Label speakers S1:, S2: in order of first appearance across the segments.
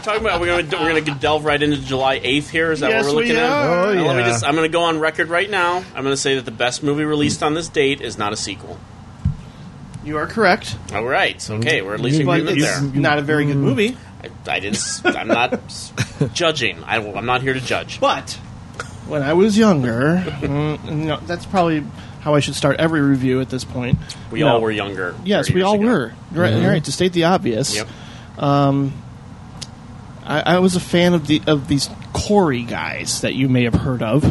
S1: talking about? We're going to we're going to delve right into July 8th here. Is that
S2: Yes,
S1: what we're
S2: we
S1: looking at?
S2: are.
S3: Oh,
S1: Now, Let me
S3: yeah.
S1: just I'm going to go on record right now. I'm going to say that the best movie released on this date is not a sequel.
S2: You are correct.
S1: All right. Okay, we're at least in
S2: But
S1: agreement
S2: it's
S1: there.
S2: not a very
S1: Mm.
S2: good movie.
S1: I, I didn't s- I'm not s- judging. I, am not here to judge.
S2: But when I was younger, mm, no, that's probably how I should start every review at this point.
S1: We
S2: No.
S1: all were younger.
S2: Yes,
S1: 30
S2: we
S1: years
S2: all
S1: ago. Mm-hmm.
S2: were. You're right, you're right. To state the obvious,
S1: Yep.
S2: I, I was a fan of the of these Corey guys that you may have heard of,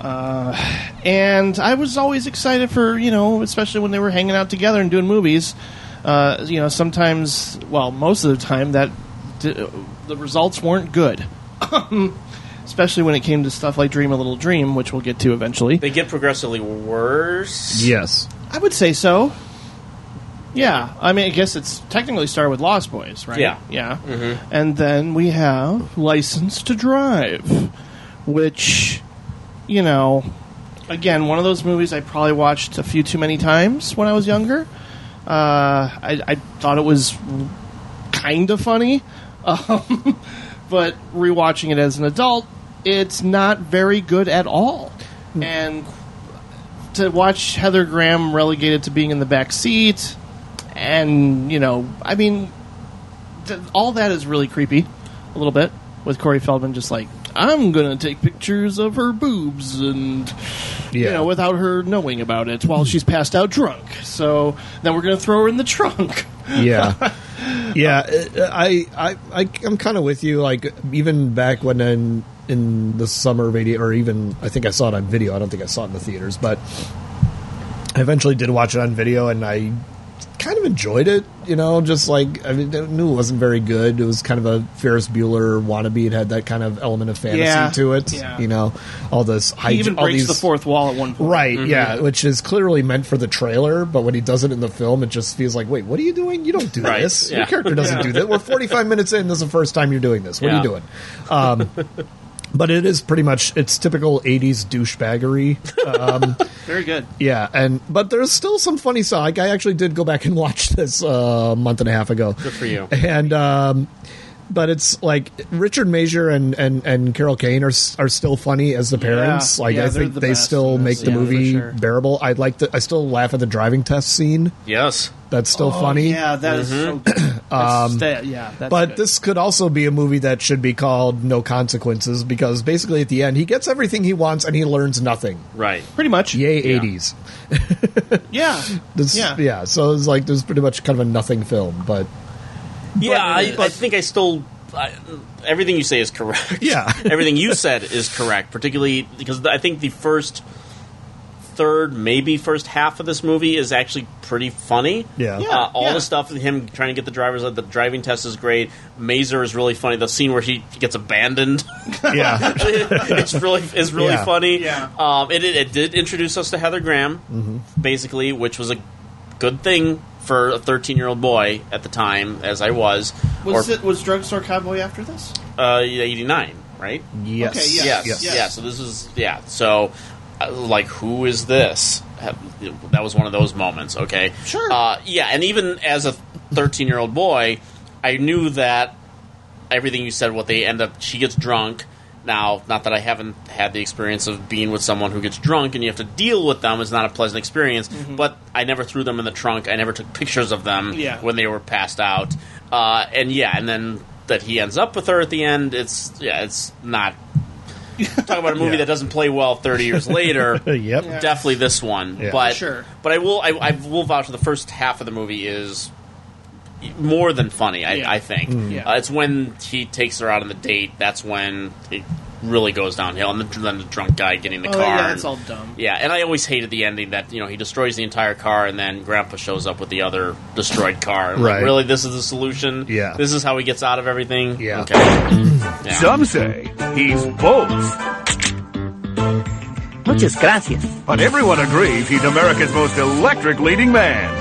S2: uh, and I was always excited for you know, especially when they were hanging out together and doing movies. Uh, you know, sometimes, well, most of the time, that d- the results weren't good. Especially when it came to stuff like Dream a Little Dream, which we'll get to eventually.
S1: They get progressively worse.
S3: Yes.
S2: I would say so. Yeah, I mean, I guess it's technically started with Lost Boys, right?
S1: Yeah.
S2: yeah. And then we have License to Drive, which, you know, again, one of those movies I probably watched a few too many times when I was younger. Uh, I, I thought it was kind of funny, um, but rewatching it as an adult, it's not very good at all.
S3: Hmm.
S2: And to watch Heather Graham relegated to being in the back seat, and you know, I mean, th- all that is really creepy, a little bit with Corey Feldman just like I'm gonna take pictures of her boobs and you
S3: Yeah.
S2: know without her knowing about it while she's passed out drunk. So then we're gonna throw her in the trunk.
S3: yeah yeah uh, i i, I i'm kind of with you like even back when in in the summer video or even i think i saw it on video i don't think i saw it in the theaters but i eventually did watch it on video and i kind of enjoyed it you know just like i mean, I knew it wasn't very good it was kind of a ferris bueller wannabe it had that kind of element of fantasy
S2: Yeah.
S3: to it
S2: Yeah.
S3: you know all this
S2: He even
S3: all
S2: breaks
S3: these,
S2: the fourth wall at one point.
S3: Right,
S1: Mm-hmm.
S3: yeah, which is clearly meant for the trailer, but when he does it in the film, it just feels like, wait, what are you doing? You don't do
S1: Right,
S3: this.
S1: yeah.
S3: Your character doesn't do that. We're 45 minutes in. This is the first time you're doing this. What are
S1: Yeah.
S3: you doing? Um, but it is pretty much it's typical 80s douchebaggery. Um,
S2: Very good.
S3: yeah, and but there's still some funny stuff. Like I actually did go back and watch this uh, a month and a half ago. Good
S1: for you.
S3: And um, but it's like Richard Major and and and Carol Kane are s- are still funny as the parents. like
S2: yeah,
S3: I
S2: they're
S3: think
S2: the
S3: they
S2: best
S3: still
S2: in
S3: make
S2: this,
S3: the
S2: yeah, for
S3: movie
S2: sure.
S3: bearable. I like the I still laugh at the driving test scene.
S1: Yes.
S3: That's still funny.
S2: Oh,
S3: Um,
S2: Yeah, that is so
S1: Mm-hmm.
S2: good. That's- that- yeah, that's
S3: But
S2: good.
S3: this could also be a movie that should be called No Consequences because basically at the end he gets everything he wants and he learns nothing.
S1: Right.
S2: pretty much.
S3: Yay, 80s.
S2: Yeah.
S3: This,
S2: Yeah.
S3: yeah. So it's like there's pretty much kind of a nothing film, but
S1: Yeah, I, I
S2: but-
S1: think I still. I, everything you say is correct.
S3: Yeah.
S1: everything you said is correct, particularly because I think the first third, maybe first half of this movie is actually pretty funny.
S3: Yeah. Yeah,
S1: uh, all
S2: yeah.
S1: the stuff with him trying to get the drivers. The driving test is great. Mazer is really funny. The scene where he gets abandoned.
S3: yeah,
S1: it's really it's really
S3: Yeah.
S1: funny.
S2: Yeah.
S1: Um, it, it, it did introduce us to Heather Graham,
S3: Mm-hmm.
S1: basically, which was a good thing for a 13 year old boy at the time, as I was.
S2: Was
S1: or,
S2: it was Drugstore Cowboy after this?
S1: Uh, 89, right?
S3: yes,
S2: Okay,
S1: Yes.
S2: yes. Yes.
S1: Yeah. So this is yeah. So uh, like, who is this? Ha- That was one of those moments. Okay.
S2: Sure.
S1: Uh, yeah, and even as a thirteen-year-old boy, I knew that everything you said. What they end up, she gets drunk. Now, not that I haven't had the experience of being with someone who gets drunk and you have to deal with them, it's not a pleasant experience. But I never threw them in the trunk. I never took pictures of them
S2: Yeah.
S1: when they were passed out. Uh, and yeah, and then that he ends up with her at the end. It's yeah, it's not talk about a movie
S3: Yeah.
S1: that doesn't play well 30 years later
S3: yep,
S2: Yeah.
S1: definitely this one
S3: Yeah.
S1: but
S2: Sure.
S1: but i will I, I will vouch for the first half of the movie is more than funny i,
S2: Yeah.
S1: I think
S3: Hmm.
S2: Yeah.
S1: Uh, it's when he takes her out on the date that's when it really goes downhill and the, then the drunk guy getting the
S2: oh
S1: car
S2: yeah,
S1: and-
S2: that's all dumb.
S1: yeah, and I always hated the ending that you know he destroys the entire car and then Grandpa shows up with the other destroyed car. I'm like,
S3: Right.
S1: really, this is the solution.
S3: Yeah.
S1: this is how he gets out of everything.
S3: Yeah.
S1: Okay. Yeah.
S4: Some say he's both.
S5: Muchas gracias.
S4: But everyone agrees he's America's most electric leading man.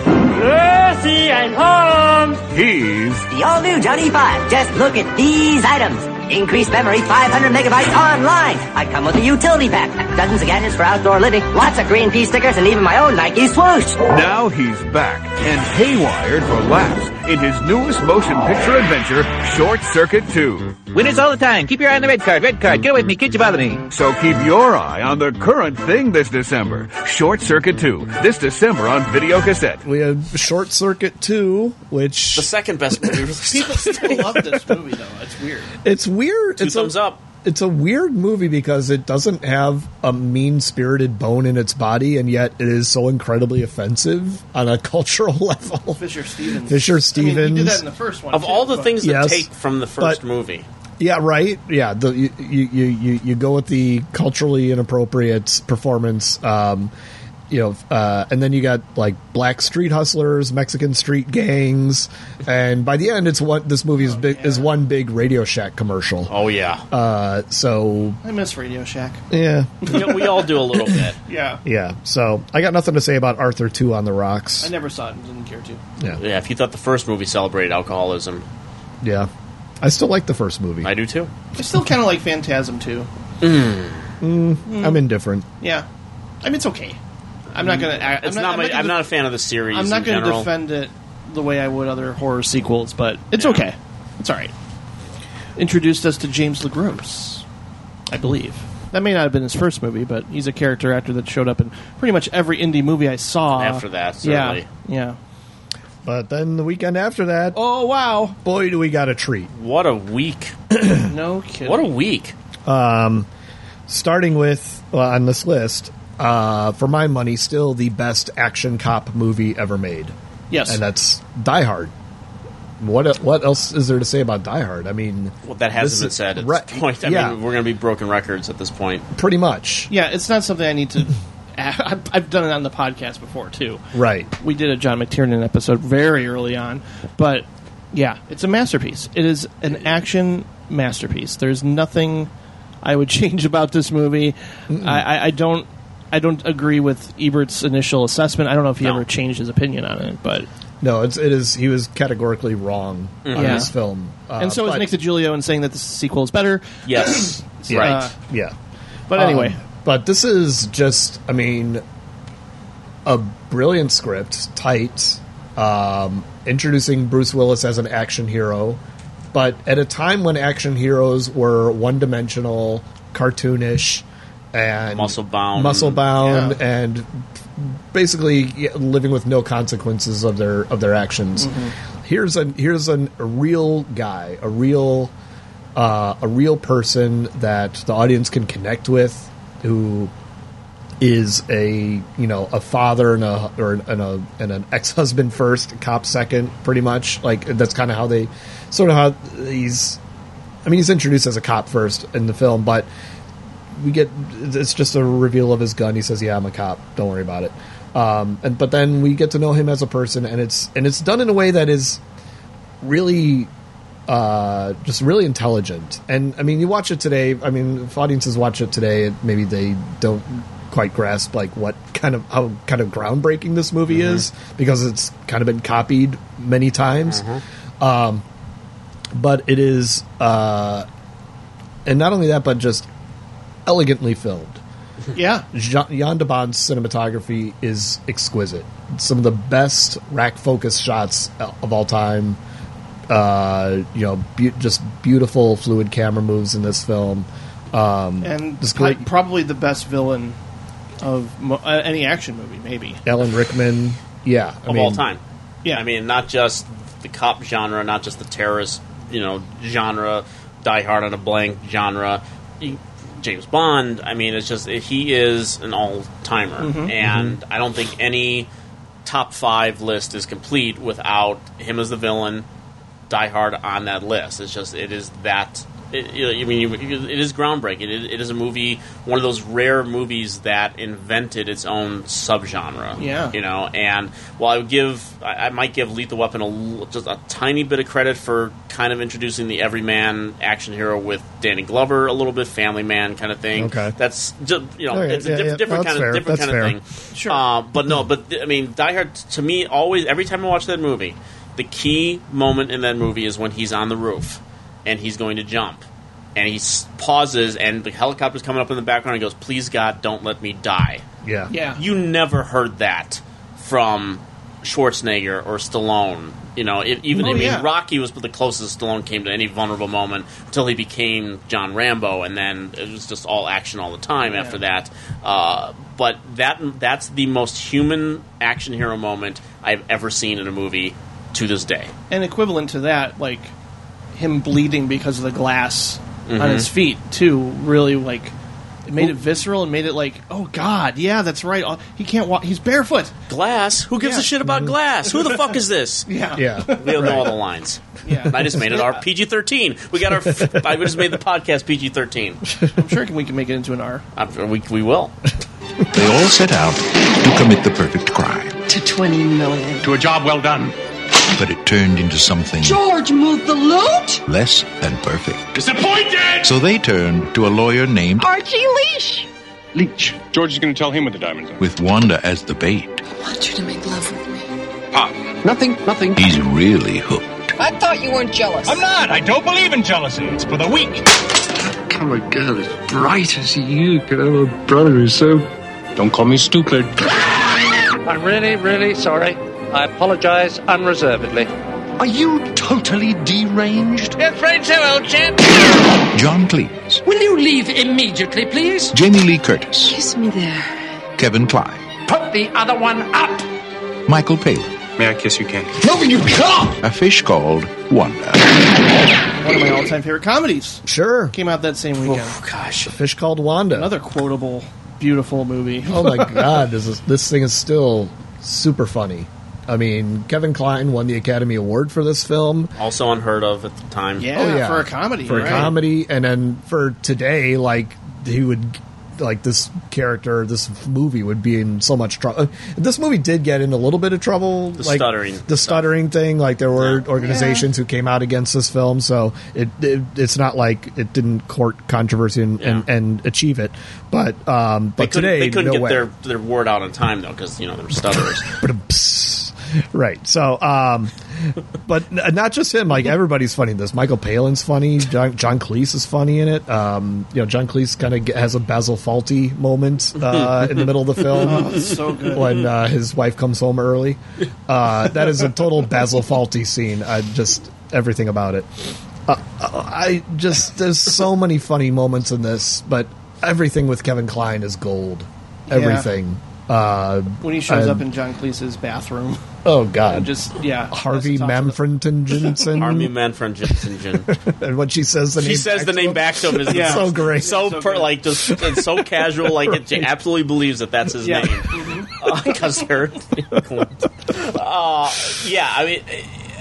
S4: Lucy, I'm home! He's
S5: The all new Johnny Five. Just look at these items Increased memory, 500 megabytes online. I come with a utility pack. Dozens of gadgets for outdoor living, lots of green pea stickers, and even my own Nike swoosh.
S4: Now he's back and haywired for laughs in his newest motion picture adventure, Short Circuit 2.
S6: Winners all the time. Keep your eye on the red card. Red card. Get away from me. Kids, you bother me.
S4: So keep your eye on the current thing this December, Short Circuit 2, this December on video cassette.
S3: We had Short Circuit 2, which
S1: The second best movie. People
S2: I love this movie though. It's weird.
S3: it's weird.
S1: two
S3: it's
S1: thumbs
S3: a,
S1: up.
S3: It's a weird movie because it doesn't have a mean spirited bone in its body, and yet it is so incredibly offensive on a cultural level.
S2: Fisher Stevens. I
S3: Fisher
S2: mean, he did
S3: Stevens.
S2: that in the first one.
S1: Of
S2: too,
S1: all the
S2: but-
S1: things that
S3: Yes.
S1: take from the first
S3: But-
S1: movie,
S3: Yeah, right. Yeah, the, you, you you you you go with the culturally inappropriate performance. Um, you know, uh, and then you got like black street hustlers, Mexican street gangs, and by the end, it's what this movie is big, is one big Radio Shack commercial.
S1: oh yeah,
S3: Uh, so
S2: I miss Radio Shack.
S3: yeah,
S1: Yeah, we all do a little bit.
S2: Yeah.
S3: yeah. So I got nothing to say about Arthur Two on the Rocks.
S2: I never saw it and didn't care to.
S3: Yeah,
S1: Yeah, if you thought the first movie celebrated alcoholism,
S3: yeah. I still like the first movie.
S1: I do too.
S2: I still kind of like Phantasm too.
S3: I'm indifferent.
S2: Yeah. I mean, it's okay. I'm not gonna. I,
S1: Mm-hmm. It's
S2: I'm
S1: not.
S2: I'm
S1: my,
S2: gonna
S1: I'm
S2: def-
S1: not a fan of the series.
S2: I'm not
S1: in
S2: gonna
S1: general.
S2: defend it the way I would other horror sequels, but it's
S1: Yeah.
S2: okay. It's all right. Introduced us to James LaGrosse, I believe. That may not have been his first movie, but he's a character actor that showed up in pretty much every indie movie I saw
S1: After that, certainly.
S2: Yeah, yeah.
S3: But then the weekend after that, oh
S2: Oh wow!
S3: boy, do we got a treat.
S1: What a week!
S2: No kidding.
S1: What a week!
S3: starting with uh, on this list uh, for my money still the best action cop movie ever made
S2: yes.
S3: and that's die hard what what else is there to say about die hard i mean
S1: Well, that
S3: this
S1: hasn't been
S3: is-
S1: said at
S3: right,
S1: this point. I
S3: yeah
S1: mean, we're going to be broken records at this point.
S3: pretty much
S2: yeah, it's not something I need to. I've I've done it on the podcast before too.
S3: right
S2: we did a John McTiernan episode very early on, but yeah, it's a masterpiece. It is an action masterpiece. There's nothing I would change about this movie. I, I, I don't. I don't agree with Ebert's initial assessment. I don't know if he
S1: No.
S2: ever changed his opinion on it, but
S3: no it's it is he was categorically wrong
S1: Mm-hmm.
S3: on
S2: Yeah.
S3: this film Uh,
S2: and so is
S3: but-
S2: Nick DiGiulio in saying that the sequel is better.
S1: Yes,
S2: Yeah.
S1: right.
S2: Uh,
S3: yeah
S2: But anyway,
S3: Um, but this is just, I mean, a brilliant script, tight, um, introducing Bruce Willis as an action hero, but at a time when action heroes were one dimensional, cartoonish, and
S1: Muscle-bound.
S3: muscle bound,
S2: Yeah.
S3: and basically yeah, living with no consequences of their of their actions. Here's a here's an, a real guy, a real uh, a real person that the audience can connect with, who is a you know a father and a or an- and a and an ex husband first, cop second, pretty much. Like that's kind of how they sort of how he's. I mean, he's introduced as a cop first in the film, but we get it's just a reveal of his gun. He says, "Yeah, I'm a cop. Don't worry about it." Um, and but then we get to know him as a person, and it's and it's done in a way that is really uh, just really intelligent. And I mean, you watch it today. I mean, if audiences watch it today, it- maybe they don't quite grasp like what kind of how kind of groundbreaking this movie is because it's kind of been copied many times. Um, but it is, uh, and not only that, but just elegantly filmed.
S2: yeah,
S3: Jean, Jan de Bond's cinematography is exquisite. Some of the best rack focus shots of all time. Uh, you know, be- just beautiful fluid camera moves in this film. Um,
S2: and
S3: this
S2: pro-
S3: great
S2: probably the best villain of mo- uh, any action movie, maybe.
S3: Alan Rickman. Yeah, I
S1: of all time.
S2: Yeah.
S1: I mean, not just the cop genre, not just the terrorist, you know, genre, Die Hard on a blank genre. He- James Bond. I mean, it's just he is an all timer,
S2: Mm-hmm.
S1: and I don't think any top five list is complete without him as the villain. Die Hard on that list. It's just it is that. It, you know, I mean, you, you- it is groundbreaking. It, it is a movie, one of those rare movies that invented its own subgenre.
S2: Yeah.
S1: you know. And while I would give, I, I might give Lethal Weapon a l- just a tiny bit of credit for kind of introducing the everyman action hero with Danny Glover a little bit, Family Man kind of thing.
S3: Okay.
S1: that's just you know,
S3: All right,
S1: it's a
S3: yeah,
S1: diff-
S3: yeah.
S1: different kind
S3: That's fair.
S1: of different
S3: That's
S1: kind
S3: fair.
S1: of thing. Sure, uh, but no, but th- I mean, Die Hard t- to me always every time I watch that movie, the key moment in that movie is when he's on the roof and he's going to jump. and he s- pauses, and the helicopter's coming up in the background. and He goes, "Please God, don't let me die."
S3: Yeah.
S2: Yeah.
S1: You never heard that from Schwarzenegger or Stallone. You know, it, even
S2: Oh,
S1: I mean,
S2: yeah.
S1: Rocky was the closest Stallone came to any vulnerable moment until he became John Rambo, and then it was just all action all the time after that. Uh, but that that's the most human action hero moment I've ever seen in a movie to this day.
S2: And equivalent to that, like him bleeding because of the glass on his feet, too, really like it made it visceral and made it like, oh God, yeah, that's right. Oh, He can't walk. He's barefoot.
S1: Glass? Who gives
S2: Yeah. Mm-hmm.
S1: a shit about glass? Who the fuck is this?
S2: Yeah.
S3: Yeah.
S1: We don't know all the lines.
S2: Yeah.
S1: I just made it our PG thirteen. We got our. F- I just made the podcast PG thirteen.
S2: I'm sure we can make it into an R.
S1: Uh, We we will.
S7: They all set out to commit the perfect crime,
S8: to 20 million.
S4: To a job well done.
S7: but it turned into something
S8: George moved the loot?
S7: less than perfect.
S4: Disappointed!
S7: So they turned to a lawyer named
S8: Archie Leash.
S4: Leech.
S9: George is going to tell him what the diamonds are.
S7: with Wanda as the bait.
S8: I want you to make love with me.
S9: Pop.
S4: Nothing, nothing.
S7: He's really hooked.
S8: I thought you weren't jealous.
S9: I'm not. I don't believe in jealousy. It's for the weak.
S10: Come a girl as bright as you could have a brother who's so. Don't call me stupid.
S11: I'm really, really sorry. I apologize unreservedly.
S7: Are you totally deranged?
S11: Your friend's so old, chap.
S7: John Cleese,
S11: Will you leave immediately, please?
S7: Jamie Lee Curtis,
S8: Kiss me there.
S7: Kevin Kline,
S11: Put the other one up.
S7: Michael Palin,
S9: May I kiss you, Ken?
S7: No, you can't! A fish called Wanda.
S2: One of my all time favorite comedies.
S3: Sure.
S2: Came out that same weekend.
S1: gosh.
S3: Fish called Wanda.
S2: Another quotable, beautiful movie.
S3: oh my god, this is, this thing is still super funny. I mean, Kevin Kline won the Academy Award for this film.
S1: Also unheard of at the time.
S2: Yeah,
S3: Oh, yeah.
S2: for a comedy.
S3: for
S2: right?
S3: a comedy, and then for today, like he would, like this character, this movie would be in so much trouble. This movie did get in a little bit of trouble, the like
S1: stuttering
S3: the stuttering thing. Like there were
S1: Yeah.
S3: organizations who came out against this film, so it, it it's not like it didn't court controversy and, and,
S1: Yeah.
S3: and achieve it. But um,
S1: They
S3: but
S1: couldn't,
S3: today
S1: they couldn't
S3: no
S1: get
S3: way.
S1: their, their word out on time though, because you know they were stutterers.
S3: Ba-dum-ps. Right. So, um, but n- not just him. Like everybody's funny in this. Michael Palin's funny. John, John Cleese is funny in it. Um, you know, John Cleese kind of has a Basil Fawlty moment uh, in the middle of the film
S2: Oh, So good.
S3: when uh, his wife comes home early. Uh, that is a total Basil Fawlty scene. I just everything about it. Uh, I just there's so many funny moments in this, but everything with Kevin Klein is gold. Everything. Uh,
S2: When he shows
S3: and-
S2: up in John Cleese's bathroom.
S3: oh God,
S2: Just, yeah.
S3: Harvey
S2: Just talks about-
S3: Manfredton Jensen.
S1: Army man from Jensen.
S3: and when she says the
S1: She
S3: name,
S1: says
S3: back
S1: the
S3: to
S1: name
S3: him,
S1: back to him is
S3: Yeah. So great.
S1: so,
S2: So
S1: per,
S2: good.
S1: like just it's so casual, like it, she absolutely believes that that's his
S2: Yeah.
S1: name because they're. Uh, yeah, I mean,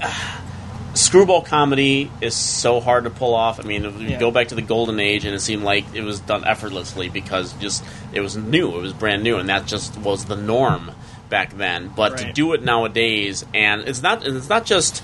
S1: uh, screwball comedy is so hard to pull off. I mean, if you
S2: Yeah.
S1: go back to the golden age, and it seemed like it was done effortlessly because just it was new, it was brand new, and that just was the norm back then. But to
S2: Right.
S1: do it nowadays, and it's not, and it's not just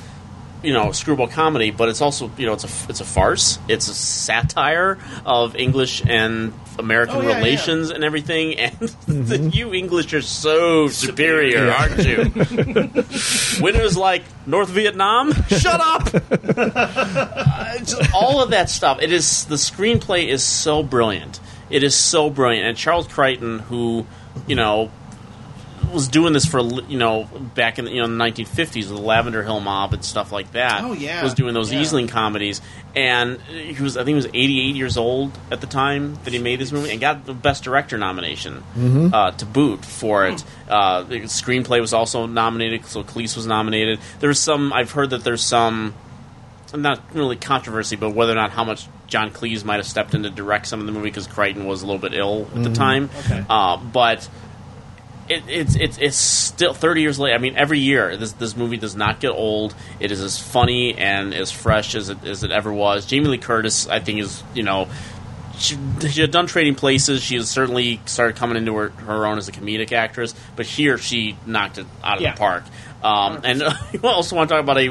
S1: you know screwball comedy, but it's also you know it's a it's a farce. It's a satire of English and American
S2: Oh, yeah, Mm-hmm. yeah.
S1: relations and everything. And you English are so superior, aren't you? Winners like North Vietnam. Shut up. Uh, it's- all of that stuff. It is the screenplay is so brilliant. It is so brilliant. And Charles Crichton, who you know was doing this for you know back in the, you know the 1950s with the Lavender Hill Mob and stuff like that.
S2: Oh, yeah.
S1: was doing those
S2: Yeah.
S1: Easling comedies, and he was I think he was 88 years old at the time that he made this movie and got the Best Director nomination uh, to boot for it. Uh, the screenplay was also nominated, so Cleese was nominated. There's some I've heard that there's some not really controversy, but whether or not how much John Cleese might have stepped in to direct some of the movie because Crichton was a little bit ill at the time.
S2: Okay.
S1: Uh, but it, it's it's it's still thirty years later. I mean, every year this this movie does not get old. It is as funny and as fresh as it as it ever was. Jamie Lee Curtis, I think, is you know. She, she had done trading places. She has certainly started coming into her, her own as a comedic actress, but here she knocked it out of
S2: Yeah.
S1: the park. Um, and you also want to talk about a,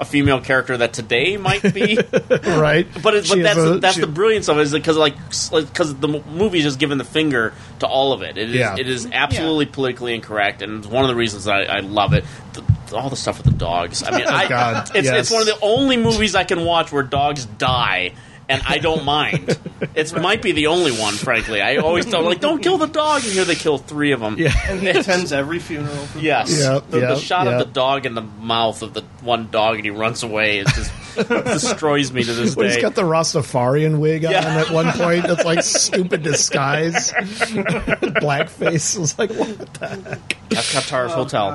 S1: a female character that today might be
S3: right?
S1: but it,
S3: She
S1: but
S3: is
S1: that's
S3: a-
S1: that's
S3: she-
S1: the brilliance of it is because like because the mo- movie's just giving the finger to all of it. It is
S3: Yeah.
S1: it is absolutely politically incorrect, and it's one of the reasons I, I love it. The, all the stuff with the dogs. I mean, I,
S3: Oh, God,
S1: it's
S3: yes.
S1: it's one of the only movies I can watch where dogs die. and I don't mind. It might be the only one, frankly. I always tell like, don't kill the dog, and here they kill three of them.
S2: And he attends every funeral. For
S1: Yes,
S2: Yep,
S1: the, the
S2: yep,
S1: shot
S2: yep.
S1: of the dog in the mouth of the one dog, and he runs away. It just destroys me to this
S3: Well, he's
S1: day.
S3: got the Rastafarian wig on
S1: Yeah.
S3: at one point. That's like stupid disguise, blackface. It's like what the heck?
S1: That's Qatar's hotel.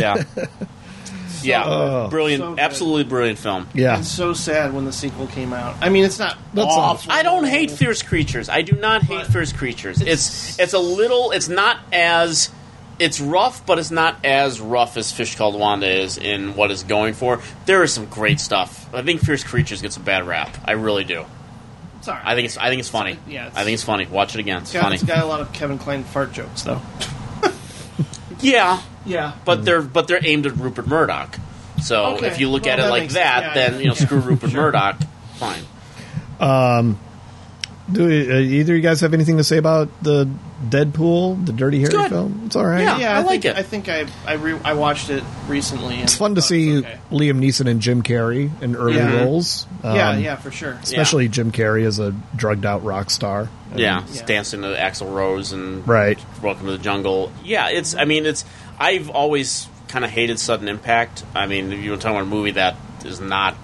S2: God.
S1: Yeah, yeah,
S3: Oh.
S1: brilliant,
S2: So good.
S1: absolutely brilliant film.
S2: And so sad when the sequel came out. I mean, it's not
S1: That's
S2: awful.
S1: I don't hate fierce creatures. I do not hate fierce creatures. It's it's a little. It's not as it's rough, but it's not as rough as Fish Called Wanda is in what it's going for. There is some great stuff. I think fierce creatures gets a bad rap. I really do.
S2: Sorry.
S1: I think it's I think it's funny.
S2: Yeah, it's-
S1: I think it's funny. Watch it again. It's
S2: got,
S1: funny.
S2: it's got a lot of Kevin Klein fart jokes, though.
S1: Yeah,
S2: Yeah.
S1: but they're but they're aimed at Rupert Murdoch. So
S2: Okay.
S1: if you look
S2: Well,
S1: at it
S2: that
S1: like
S2: makes
S1: that,
S2: sense. Yeah,
S1: then you know screw Rupert Murdoch. Fine.
S3: Um, do we, uh, either of you guys have anything to say about the Deadpool, the Dirty Harry
S2: good.
S3: film? It's all right.
S1: I
S2: think,
S1: like it.
S2: I think I I, re- I watched it recently. And
S3: It's
S1: Oh,
S3: fun to see Liam Neeson and Jim Carrey in early
S2: Yeah.
S3: roles.
S2: yeah,
S3: Um,
S2: yeah, for sure.
S3: Especially Jim Carrey as a drugged out rock star.
S1: Yeah, it's dancing to Axl Rose and
S3: Right.
S1: Welcome to the Jungle. Yeah, it's. I mean, it's. I've always kind of hated sudden impact. I mean, if you were talking about a movie that is not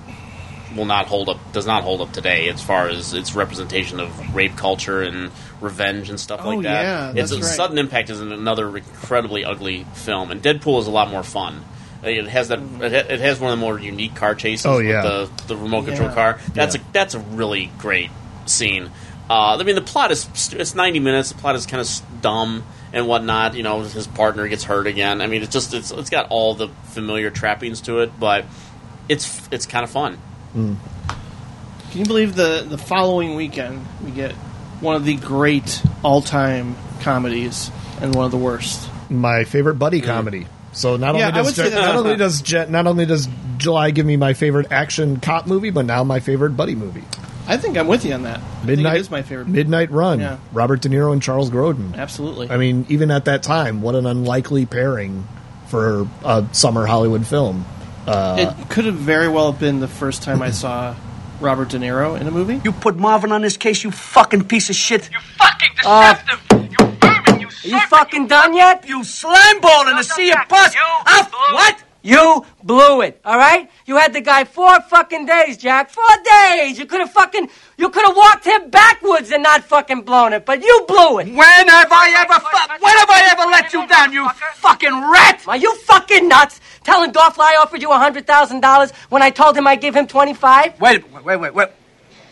S1: will not hold up, does not hold up today as far as its representation of rape culture and revenge and stuff
S2: Oh,
S1: like that.
S2: yeah,
S1: it's
S2: that's right.
S1: sudden impact is another incredibly ugly film, and Deadpool is a lot more fun. It has that. It ha- it has one of the more unique car chases.
S3: Oh,
S1: with
S3: yeah.
S1: the the remote control
S3: Yeah.
S1: car. That's a that's a really great scene. Uh, I mean, the plot is st- it's ninety minutes. The plot is kind of dumb and whatnot. You know, his partner gets hurt again. I mean, it's just it's it's got all the familiar trappings to it, but it's it's kind of fun.
S2: Can you believe the the following weekend we get one of the great all time comedies and one of the worst.
S3: My favorite buddy comedy. So not
S2: Yeah, I
S3: only does
S2: would say
S3: Ju-
S2: that's-
S3: not only does Jet not only does July give me my favorite action cop movie, but now my favorite buddy movie.
S2: I think I'm with you on that. I think
S3: Midnight
S2: it is my favorite.
S3: Midnight Run.
S2: Yeah.
S3: Robert De Niro and Charles Grodin.
S2: Absolutely.
S3: I mean, even at that time, what an unlikely pairing for a summer Hollywood film. Uh,
S2: it could have very well been the first time I saw Robert De Niro in a movie. You
S12: put Marvin on this case, you fucking piece of shit. You fucking
S13: deceptive.
S12: you vermin, you Are you fucking done yet? You slime ball in the sea of pus. You What? You blew it, all right? You had the guy four fucking days, Jack. Four days. You could have fucking, you could have walked him backwards and not fucking blown it, but you blew it. When have I ever, fu- when have I ever let you down, you fucking rat? Are you fucking nuts? Telling Dorfly I offered you $100,000 when I told him I give him 25?
S14: Wait, wait, wait, wait.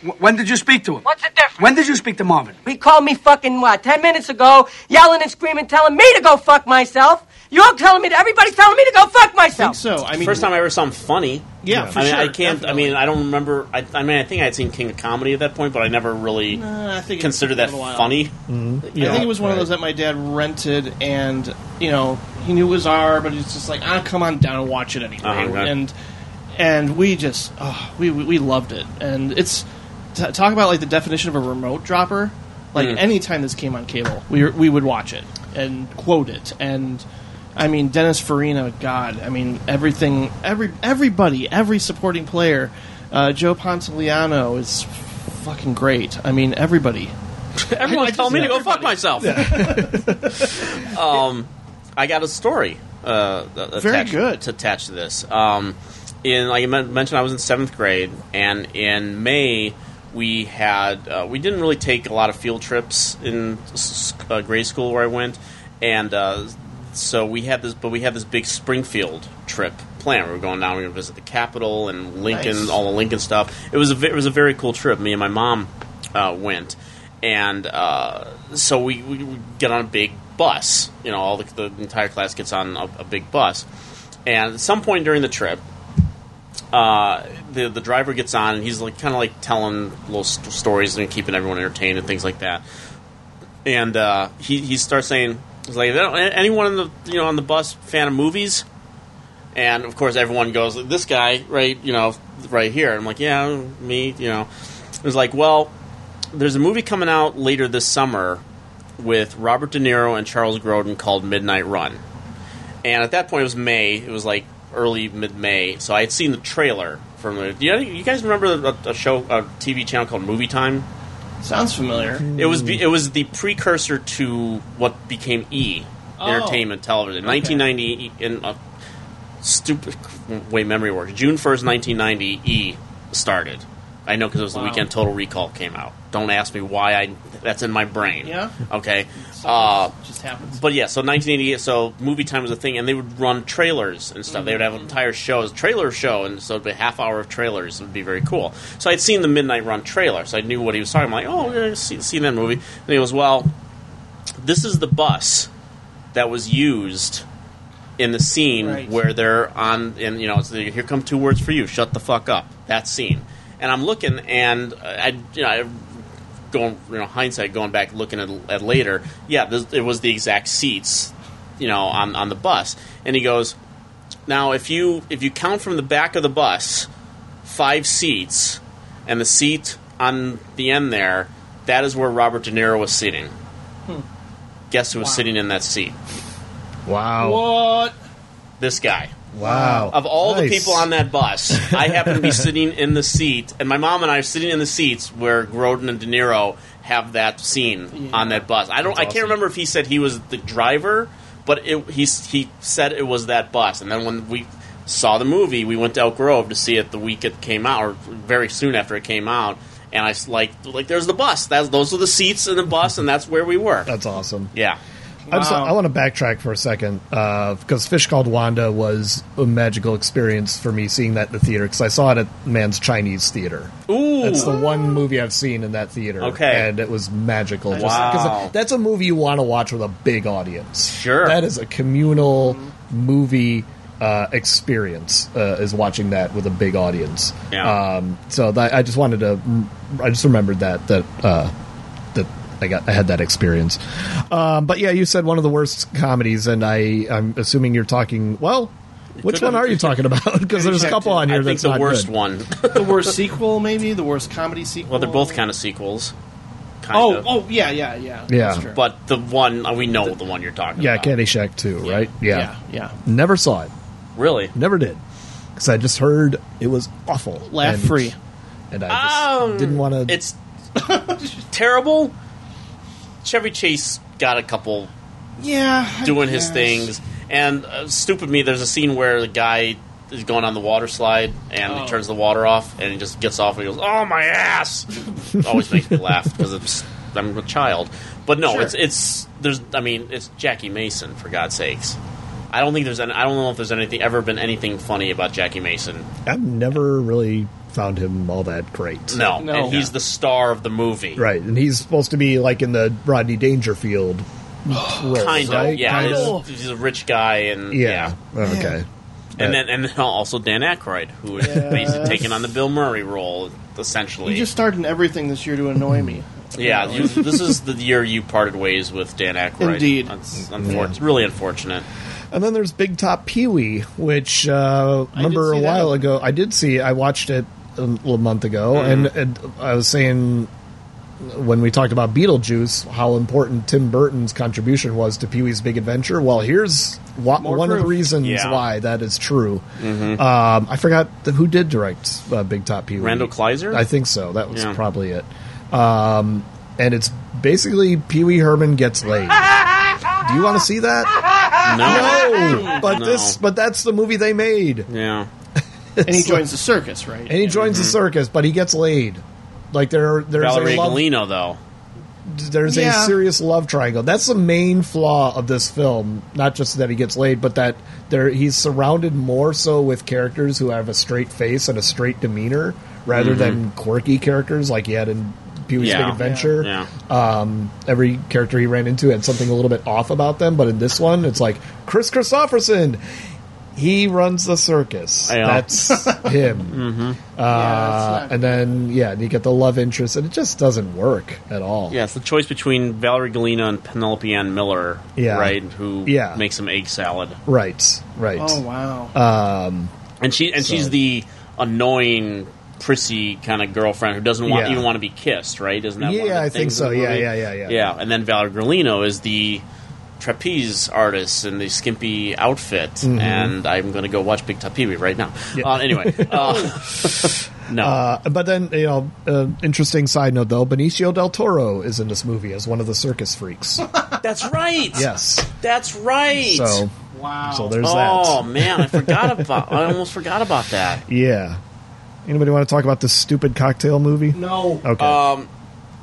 S14: Wh- When did you speak to him?
S12: What's the difference?
S14: When did you speak to Marvin?
S12: He called me fucking what, ten minutes ago, yelling and screaming, telling me to go fuck myself. You're telling me to, everybody's telling me to go fuck myself.
S2: so I mean,
S1: first time I ever saw him funny.
S2: Yeah, for
S1: I mean,
S2: sure,
S1: I can't. I mean, I don't remember. I, I mean, I think I had seen King of Comedy at that point, but I never really
S2: Nah, I think it
S1: considered
S2: took a
S1: that
S2: little while.
S1: funny.
S2: I think it was one of those that my dad rented, and you know he knew it was R, but he's just like, ah, come on down and watch it anyway.
S1: Uh-huh, okay.
S2: And and we just oh, we we we loved it, and it's t- talk about like the definition of a remote dropper. Like
S1: Mm.
S2: anytime this came on cable, we were- we would watch it and quote it, and I mean Dennis Farina, God, I mean everything, every everybody, every supporting player, uh, Joe Pantoliano is fucking great. I mean everybody.
S1: Everyone's telling me to go
S2: Everybody.
S1: fuck myself. um, I got a story. Uh, th-
S2: Very
S1: attached,
S2: good.
S1: To attach to this, um, in like I men- mentioned, I was in seventh grade, and in May we had uh, we didn't really take a lot of field trips in s- s- uh, grade school where I went, and uh, so we had this, but we had this big Springfield trip plan. We were going down, we were going to visit the Capitol and Lincoln,
S15: Nice.
S1: all the Lincoln stuff. It was a ve- it was a very cool trip. Me and my mom uh, went, and uh, so we, we we get on a big bus. You know, all the, the entire class gets on a, a big bus, and at some point during the trip, uh, the the driver gets on and he's like kind of like telling little st- stories and keeping everyone entertained and things like that. And uh, he he starts saying he's like anyone in the you know on the bus fan of movies, and of course everyone goes this guy right you know right here. I'm like yeah me you know. It was like well there's a movie coming out later this summer with Robert De Niro and Charles Grodin called Midnight Run. And at that point, it was May. It was like early mid May. So I had seen the trailer from the. You, you guys remember a, a show, a TV channel called Movie Time?
S2: Sounds familiar.
S1: It was be- it was the precursor to what became E
S2: Oh.
S1: Entertainment Television. Nineteen ninety in uh, a stupid way memory works. June first, nineteen ninety, E started. I know because it was the
S2: Wow.
S1: weekend Total Recall came out. Don't ask me why I. That's in my brain.
S2: Yeah.
S1: Okay. Uh,
S2: Just happens.
S1: but yeah, so 1988, so movie time was a thing, and they would run trailers and stuff. They would have
S2: Mm-hmm.
S1: entire shows, trailer show, and so it'd be a half hour of trailers. It would be very cool. So I'd seen the Midnight Run trailer, so I knew what he was talking. about. I'm like, oh, yeah, I've seen, seen that movie. And he goes, well, this is the bus that was used in the scene
S2: Right.
S1: where they're on, and you know, it's the, here come two words for you, shut the fuck up. That scene, and I'm looking, and uh, I, you know, I, going, you know, hindsight, going back looking at, at later, yeah, this, it was the exact seats, you know, on on the bus, and he goes, now if you if you count from the back of the bus, five seats, and the seat on the end there, that is where Robert De Niro was sitting.
S2: Hmm.
S1: Guess who was sitting in that seat?
S3: Wow.
S2: What?
S1: This guy.
S3: Wow.
S1: Of all the
S3: Nice.
S1: people on that bus, I happen to be sitting in the seat, and my mom and I are sitting in the seats where Grodin and De Niro have that scene on that bus. I don't, I can't remember if he said he was the driver, but it, he he said it was that bus. And then when we saw the movie, we went to Elk Grove to see it the week it came out, or very soon after it came out. And I s- like like there's the bus. That's those are the seats in the bus, and that's where we were.
S3: That's awesome.
S1: Yeah.
S3: I'm so, I want to backtrack for a second because Fish Called Wanda was a magical experience for me seeing that in the theater because I saw it at Man's Chinese Theater.
S1: Ooh,
S3: That's the one movie I've seen in that theater.
S1: Okay.
S3: and it was magical. Just-
S1: Wow.
S3: 'cause that's a movie you want to watch with a big audience.
S1: Sure,
S3: that is a communal movie uh, experience. Uh, is watching that with a big audience.
S1: Yeah.
S3: Um, so that, I just wanted to. mm, I just remembered that that uh, that I got I had that experience. Um, but yeah, you said one of the worst comedies, and I I'm assuming you're talking well. Which
S2: could
S3: one
S2: have-
S3: are you talking about? Because there's a couple on here that's not good.
S1: one.
S2: the worst sequel, maybe the worst comedy sequel.
S1: Well, they're both kind of sequels. Kind
S2: oh,
S1: of.
S2: oh, yeah, yeah, yeah. That's true.
S1: But the one uh, we know the, one you're talking
S3: Yeah,
S1: about.
S3: Caddyshack too, right? Yeah.
S2: yeah,
S3: Never saw it.
S1: Really?
S3: Never did. Because I just heard it was awful.
S1: Laugh
S3: And-
S1: free. Um,
S3: And I just didn't want to.
S1: It's terrible. Chevy Chase got a couple
S2: yeah.
S1: doing his
S2: guess.
S1: things, and uh, stupid me. There's a scene where the guy is going on the water slide and
S2: Oh.
S1: he turns the water off and he just gets off and he goes, "Oh my ass!" Always makes me laugh because it's I'm a child. But no,
S2: Sure.
S1: it's it's there's I mean it's Jackie Mason for God's sakes. I don't think there's an, I don't know if there's anything ever been anything funny about Jackie Mason.
S3: I've never really found him all that great.
S1: No, and he's the star of the movie.
S3: right, and he's supposed to be like in the Rodney Dangerfield. roles,
S1: Kind of,
S3: right?
S1: yeah.
S3: Kinda.
S1: he's- He's, a rich guy, and
S3: Yeah.
S1: yeah,
S3: Okay. Uh,
S1: and then and then also Dan Aykroyd, who is basically
S2: Yes.
S1: taking on the Bill Murray role, essentially.
S2: You just started in everything this year to annoy me.
S1: yeah, you, this is the year you parted ways with Dan Aykroyd.
S2: Indeed.
S1: That's unfortunate. Really unfortunate.
S3: And then there's Big Top Pee Wee, which uh, remember a
S2: see
S3: while
S2: that.
S3: ago I did see. I watched it a little month ago, and,
S2: Mm-hmm.
S3: and I was saying when we talked about Beetlejuice how important Tim Burton's contribution was to Pee Wee's Big Adventure. Well, here's wha-
S2: More
S3: one of the
S2: proof.
S3: reasons
S2: Yeah. Mm-hmm.
S3: why that is true. Um, I forgot the, who did direct uh, Big Top Pee Wee.
S1: Randall Kleiser?
S3: I think so. That was
S1: Yeah.
S3: probably it. Um, and it's basically Pee Wee Herman gets laid. Do you want to see that?
S1: No.
S3: No, but
S1: No.
S3: this, but that's the movie they made.
S1: Yeah,
S2: and he joins the circus, right?
S3: and he joins the circus, but he gets laid. Like there, there's
S1: mm-hmm. Valerie
S3: a love,
S1: Galino, though.
S3: there's
S2: Yeah.
S3: a serious love triangle. That's the main flaw of this film. Not just that he gets laid, but that there he's surrounded more so with characters who have a straight face and a straight demeanor, rather
S1: Mhm.
S3: than quirky characters like he had in Pee Wee's
S1: Yeah.
S3: Big Adventure.
S1: Yeah.
S3: Um, every character he ran into had something a little bit off about them, but in this one, it's like Chris Christopherson. He runs the circus.
S1: I know. Mm-hmm.
S3: That's him. Uh, and then yeah, and you get the love interest, and it just doesn't work at all.
S1: Yeah, it's the choice between Valerie Galino and Penelope Ann Miller,
S3: Yeah.
S1: right? Who
S3: Yeah.
S1: makes some egg salad.
S3: Right, right.
S2: Oh wow.
S3: Um,
S1: and she and
S3: So-
S1: she's the annoying prissy kind of girlfriend who doesn't want,
S3: Yeah.
S1: even want to be kissed right isn't that one of
S3: Yeah,
S1: the
S3: I think
S1: things in
S3: so.
S1: the
S3: Yeah,
S1: movie?
S3: yeah, yeah, yeah.
S1: yeah and then Valerie Grillino is the trapeze artist in the skimpy outfit,
S3: Mhm.
S1: and I'm going to go watch Big Tapiri right now. Uh, anyway, uh, no.
S3: Uh, but then, you know, uh, interesting side note though, Benicio del Toro is in this movie as one of the circus freaks.
S1: that's right.
S3: Yes.
S1: that's right.
S3: So- Wow. so there's
S1: oh,
S3: that.
S1: man, I forgot about. I almost forgot about that.
S3: yeah. Anybody want to talk about this stupid cocktail movie?
S1: No.
S3: Okay.
S1: Um,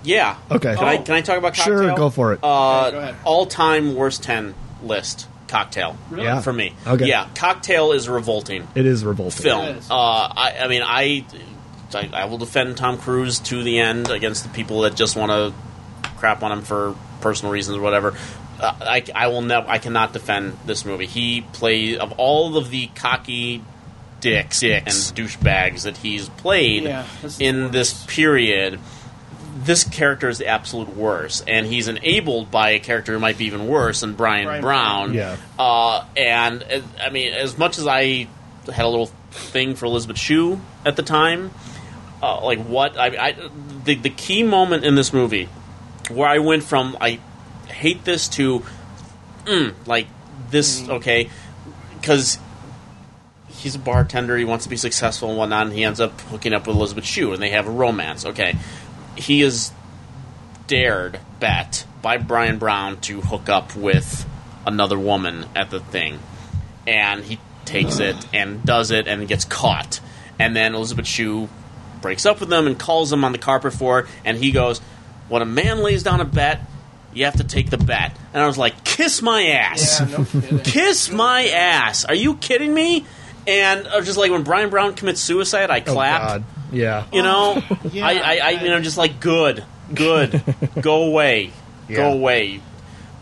S1: yeah.
S3: Okay.
S1: Can I can I talk about cocktail?
S3: Sure, go for it.
S1: Uh, all time worst ten list cocktail.
S3: Really? Yeah.
S1: For me.
S3: Okay.
S1: Yeah, cocktail is revolting.
S3: It is revolting.
S1: Film. Uh, I I mean I, I I will defend Tom Cruise to the end against the people that just want to crap on him for personal reasons or whatever. Uh, I, I will never. I cannot defend this movie. He play of all of the cocky dicks,
S2: Dicks.
S1: and douchebags that he's played
S2: Yeah, that's the
S1: in this period. This character is the absolute worst, and he's enabled by a character who might be even worse than Brian,
S2: Brian
S1: Brown.
S2: Brown.
S1: Uh, and uh, I mean, as much as I had a little thing for Elizabeth Shue at the time, uh, like what I, I the the key moment in this movie where I went from I hate this to mm, like this okay because he's a bartender he wants to be successful and whatnot and he ends up hooking up with elizabeth shue and they have a romance okay he is dared bet by brian brown to hook up with another woman at the thing and he takes it and does it and gets caught and then elizabeth shue breaks up with him and calls him on the carpet for it and he goes when a man lays down a bet you have to take the bet. And I was like, kiss my ass. kiss my ass. Are you kidding me? And I was just like, when Brian Brown commits suicide,
S2: Oh,
S1: I clap.
S3: Oh, Yeah.
S1: You know? I, I, I mean, I'm just like, good, good. Go away.
S2: Yeah.
S1: Go away.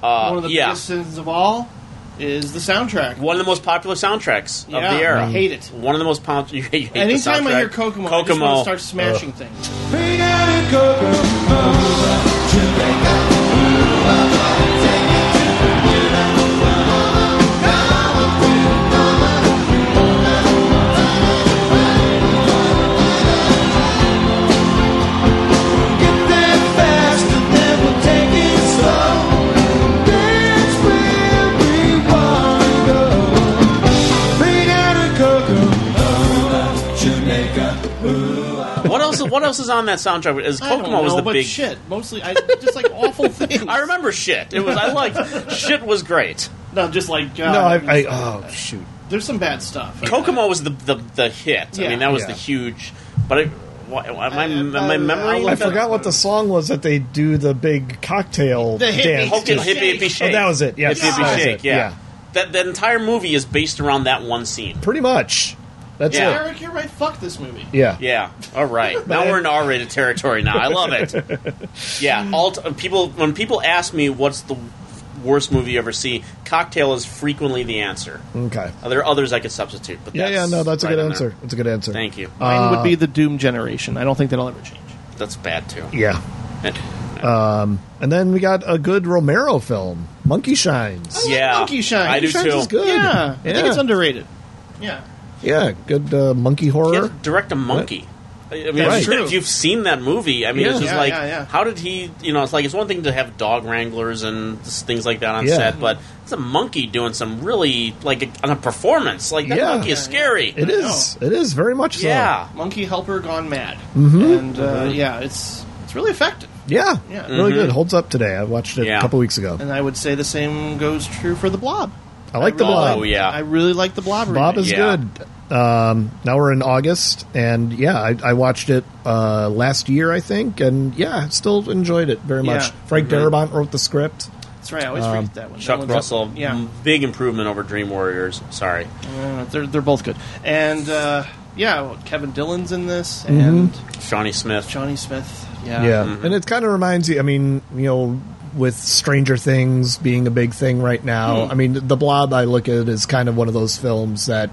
S1: Uh,
S2: One of the
S1: yeah.
S2: biggest sins of all is the soundtrack.
S1: One of the most popular soundtracks
S2: Yeah,
S1: of the era.
S2: I hate it.
S1: One of the most popular. You hate the
S2: Anytime I hear
S1: soundtrack.
S2: Kokomo, I just want to start smashing
S1: Ugh.
S2: things.
S1: what else? What else is on that soundtrack? Is
S2: I don't
S1: Kokomo was
S2: know,
S1: the
S2: but
S1: big
S2: shit. Mostly, I just like awful things. I
S1: remember shit. It was I liked shit was great.
S2: No, just like God,
S1: No, I- I-
S3: oh shoot.
S2: There's some bad stuff.
S1: Kokomo was the the, the hit. I
S2: Yeah.
S1: mean, that was
S2: Yeah.
S1: the huge. But I, why, why, my my memory.
S3: I forgot what the song was that they do the big cocktail
S1: The hippie
S3: dance.
S1: hippie,
S3: to.
S1: hippie, hippie shake.
S3: Oh, that was it. Yes,
S1: hippie, hippie
S3: that was
S1: shake.
S3: it.
S1: Yeah. That the entire movie is based around that one scene.
S3: Pretty much. That's
S1: Yeah.
S2: Eric, you're right. Fuck this movie.
S3: Yeah.
S1: Yeah. All right. now we're in R-rated territory. Now I love it. Yeah. All t- people when people ask me what's the worst movie you ever see, Cocktail is frequently the answer.
S3: it. Okay.
S1: Uh, There are others I could substitute, but
S3: Yeah,
S1: that's
S3: yeah, no, that's a
S1: right
S3: good
S1: in
S3: answer.
S1: there.
S3: That's a good answer.
S1: Thank you.
S2: Mine
S3: Uh,
S2: would be the Doom generation. I don't think that'll ever change.
S1: That's bad too.
S3: Yeah.
S1: And-
S3: Um, and then we got a good Romero film, Monkey Shines.
S1: yeah,
S2: Monkey Shine.
S1: I do
S2: Shines
S1: too.
S2: is good. Yeah, I think it's underrated.
S3: Yeah, good uh, monkey horror.
S1: direct a monkey. I I mean,
S3: That's
S1: if,
S3: true.
S1: if you've seen that movie, I mean, it's
S3: Yeah.
S1: just
S3: Yeah,
S1: like,
S3: yeah, yeah.
S1: how did he? You know, it's like it's one thing to have dog wranglers and s- things like that on
S3: Yeah.
S1: set, but it's a monkey doing some really like a, on a performance. Like that
S3: Yeah.
S1: monkey is scary.
S3: It is. uh, It is very much so.
S1: Yeah.
S2: Monkey Helper Gone Mad.
S3: Mhm.
S2: And uh,
S1: Mm-hmm.
S2: yeah, it's it's really effective.
S3: Yeah.
S2: Yeah.
S3: Really
S2: Mhm.
S3: good. Holds up today. I watched it
S2: Yeah.
S3: a couple weeks ago.
S2: And I would say the same goes true for the Blob.
S3: I like the
S2: really
S3: Blob.
S2: like-
S1: Oh,
S2: I really like the Blob.
S3: Bob
S2: remake.
S3: is good. Um, now we're in August, and yeah, I, I watched it uh, last year, I think, and yeah, still enjoyed it very much.
S2: Yeah.
S3: Frank
S1: Mhm.
S3: Darabont wrote the script.
S2: That's right. I always
S3: Um,
S2: forget that one.
S1: Chuck
S2: That one's up-
S1: Russell, Mm-hmm.
S2: yeah.
S1: m- big improvement over Dream Warriors. Sorry,
S2: Uh, they're they're both good. And uh, yeah, well, Kevin Dillon's in this,
S3: Mhm.
S2: and
S1: Shawnee Smith.
S2: Johnny Smith.
S3: Yeah,
S1: Uh,
S2: Yeah,
S1: mm-hmm.
S3: and it kind of reminds you. I mean, you know, with Stranger Things being a big thing right now,
S2: Hmm.
S3: I mean, the Blob I look at is kind of one of those films that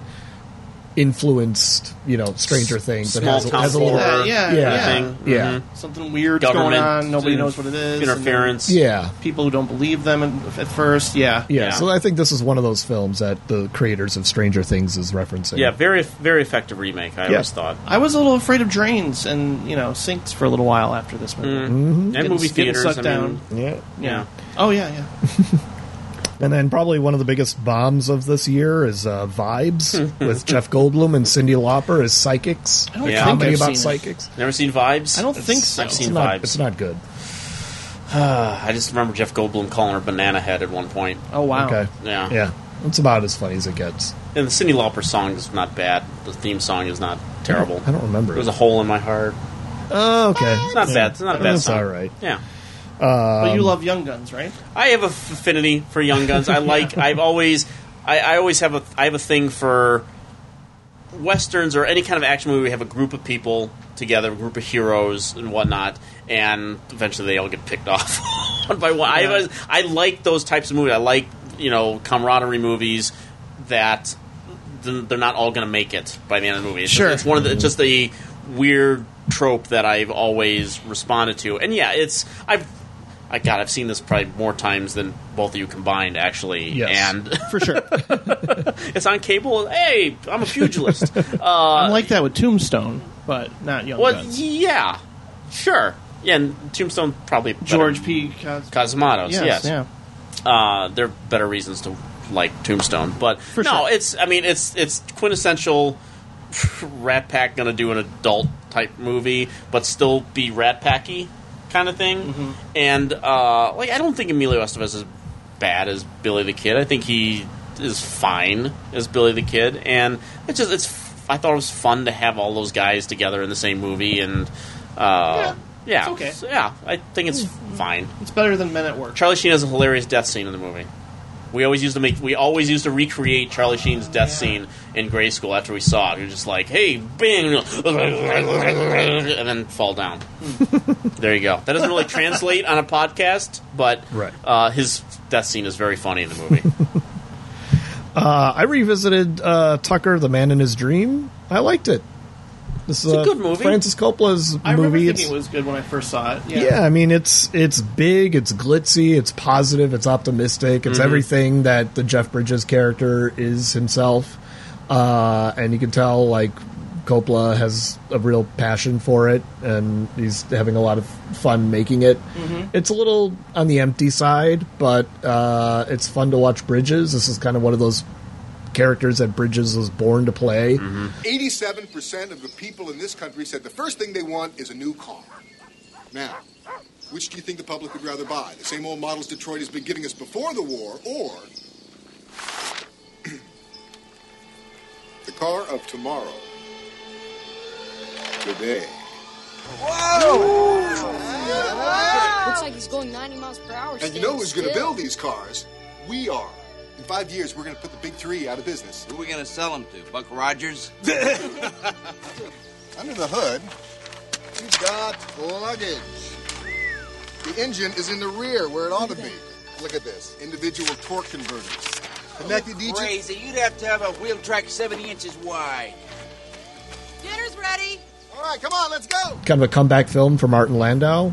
S3: influenced, you know, Stranger Things. It
S1: small
S3: has a-
S1: town
S3: has a little-
S1: horror. Mm-hmm.
S2: yeah,
S3: yeah,
S2: yeah.
S3: yeah.
S2: Something weird going
S1: Government
S2: on. Nobody
S1: inf-
S2: knows what it is. and then
S1: interference.
S3: Yeah.
S2: people who don't believe them at at first. Yeah,
S3: Yeah, so I think this is one of those films that the creators of Stranger Things is referencing.
S1: Yeah, very very effective remake. I
S3: Yeah.
S1: always thought.
S2: I was a little afraid of drains and you know sinks for a little while after this movie.
S1: Mm. Mhm. And
S2: Getting-
S1: movie
S2: getting
S1: theaters,
S2: sucked
S1: I mean-
S2: down.
S3: Yeah.
S2: yeah. Oh yeah, yeah.
S3: And then probably one of the biggest bombs of this year is uh, Vibes with Jeff Goldblum and Cindy Lauper as psychics.
S1: I don't think
S3: comedy
S1: I've
S3: about
S1: seen it.
S3: psychics.
S1: Never seen Vibes?
S3: I don't
S1: It's-
S3: think so.
S1: I've
S3: It's
S1: seen
S3: not-
S1: Vibes.
S3: it's not good.
S1: I just remember Jeff Goldblum calling her banana head at one point.
S2: Oh,
S3: Okay.
S1: Yeah.
S3: Yeah. It's about as funny as it gets.
S1: And the Cindy Lauper song is not bad. The theme song is not terrible.
S3: I don't remember
S1: It was
S3: it.
S1: a hole in my heart.
S3: Oh, okay.
S1: It's not bad. It's not a bad
S3: It's
S1: song.
S3: all right.
S1: Yeah.
S2: but you
S3: Um,
S2: love Young Guns, right?
S1: I have a f- affinity for Young Guns. I like. I've always. I, I always have a. I have a thing for westerns or any kind of action movie. We have a group of people together, a group of heroes and whatnot, and eventually they all get picked off one by one. I was. I like those types of movies. I like you know camaraderie movies that th- they're not all going to make it by the end of the movie. It's
S2: Sure.
S1: it's one of the it's just a weird trope that I've always responded to, and yeah, it's I've. I God, I've seen this probably more times than both of you combined, actually. And
S2: for sure,
S1: it's on cable. Hey, I'm a pugilist. Uh,
S2: I'm like that with Tombstone, but not Young
S1: well,
S2: Guns.
S1: yeah, sure. Yeah, and Tombstone probably better-
S2: George P. Cos-
S1: Cosmatos. Yes,
S2: Yes, yeah.
S1: Uh, there are better reasons to like Tombstone, but
S2: For
S1: no,
S2: sure.
S1: it's. I mean, it's it's quintessential Rat Pack going to do an adult type movie, but still be Rat Packy kind of thing.
S2: Mm-hmm.
S1: And uh, like, I don't think Emilio Estevez is bad as Billy the Kid. I think he is fine as Billy the Kid, and it's just it's. I thought it was fun to have all those guys together in the same movie, and uh, yeah,
S2: it's okay. Mm-hmm.
S1: So, yeah, I think it's fine.
S2: It's better than Men at Work.
S1: Charlie Sheen has a hilarious death scene in the movie. We always used to make we always used to recreate Charlie Sheen's death scene in grade school after we saw it. You're just like, hey, bing, and then fall down. there you go. That doesn't really translate on a podcast, but
S3: Right.
S1: uh, his death scene is very funny in the movie.
S3: Uh, I revisited uh, Tucker, The Man in His Dream. I liked it. This is
S2: It's a good movie.
S3: Francis Coppola's
S2: I remember
S3: movie.
S2: thinking it was good when I first saw it.
S3: yeah. I mean it's it's big, it's glitzy, it's positive, it's optimistic, it's
S2: Mhm.
S3: everything that the Jeff Bridges character is himself, uh, and you can tell like Coppola has a real passion for it, and he's having a lot of fun making it.
S13: Mhm.
S3: It's a little on the empty side, but uh, it's fun to watch Bridges. This is kind of one of those characters that Bridges was born to play.
S15: 87% of the people in this country said the first thing they want is a new car. Now, which do you think the public would rather buy? The same old models Detroit has been giving us before the war, or the car of tomorrow? Today.
S8: Looks like he's going 90 miles per hour.
S15: And you know who's going to build these cars? We are. In five years, we're going to put the big three out of business.
S16: Who are we going to sell them to? Buck Rogers?
S15: Under the hood, you've got luggage. The engine is in the rear where it ought to be. Look at this individual torque converters. Connected each.
S16: Oh, Crazy. You'd have to have a wheel track 70 inches wide.
S15: Dinner's ready. All right, come on, let's go.
S3: kind of a comeback film for Martin Landau.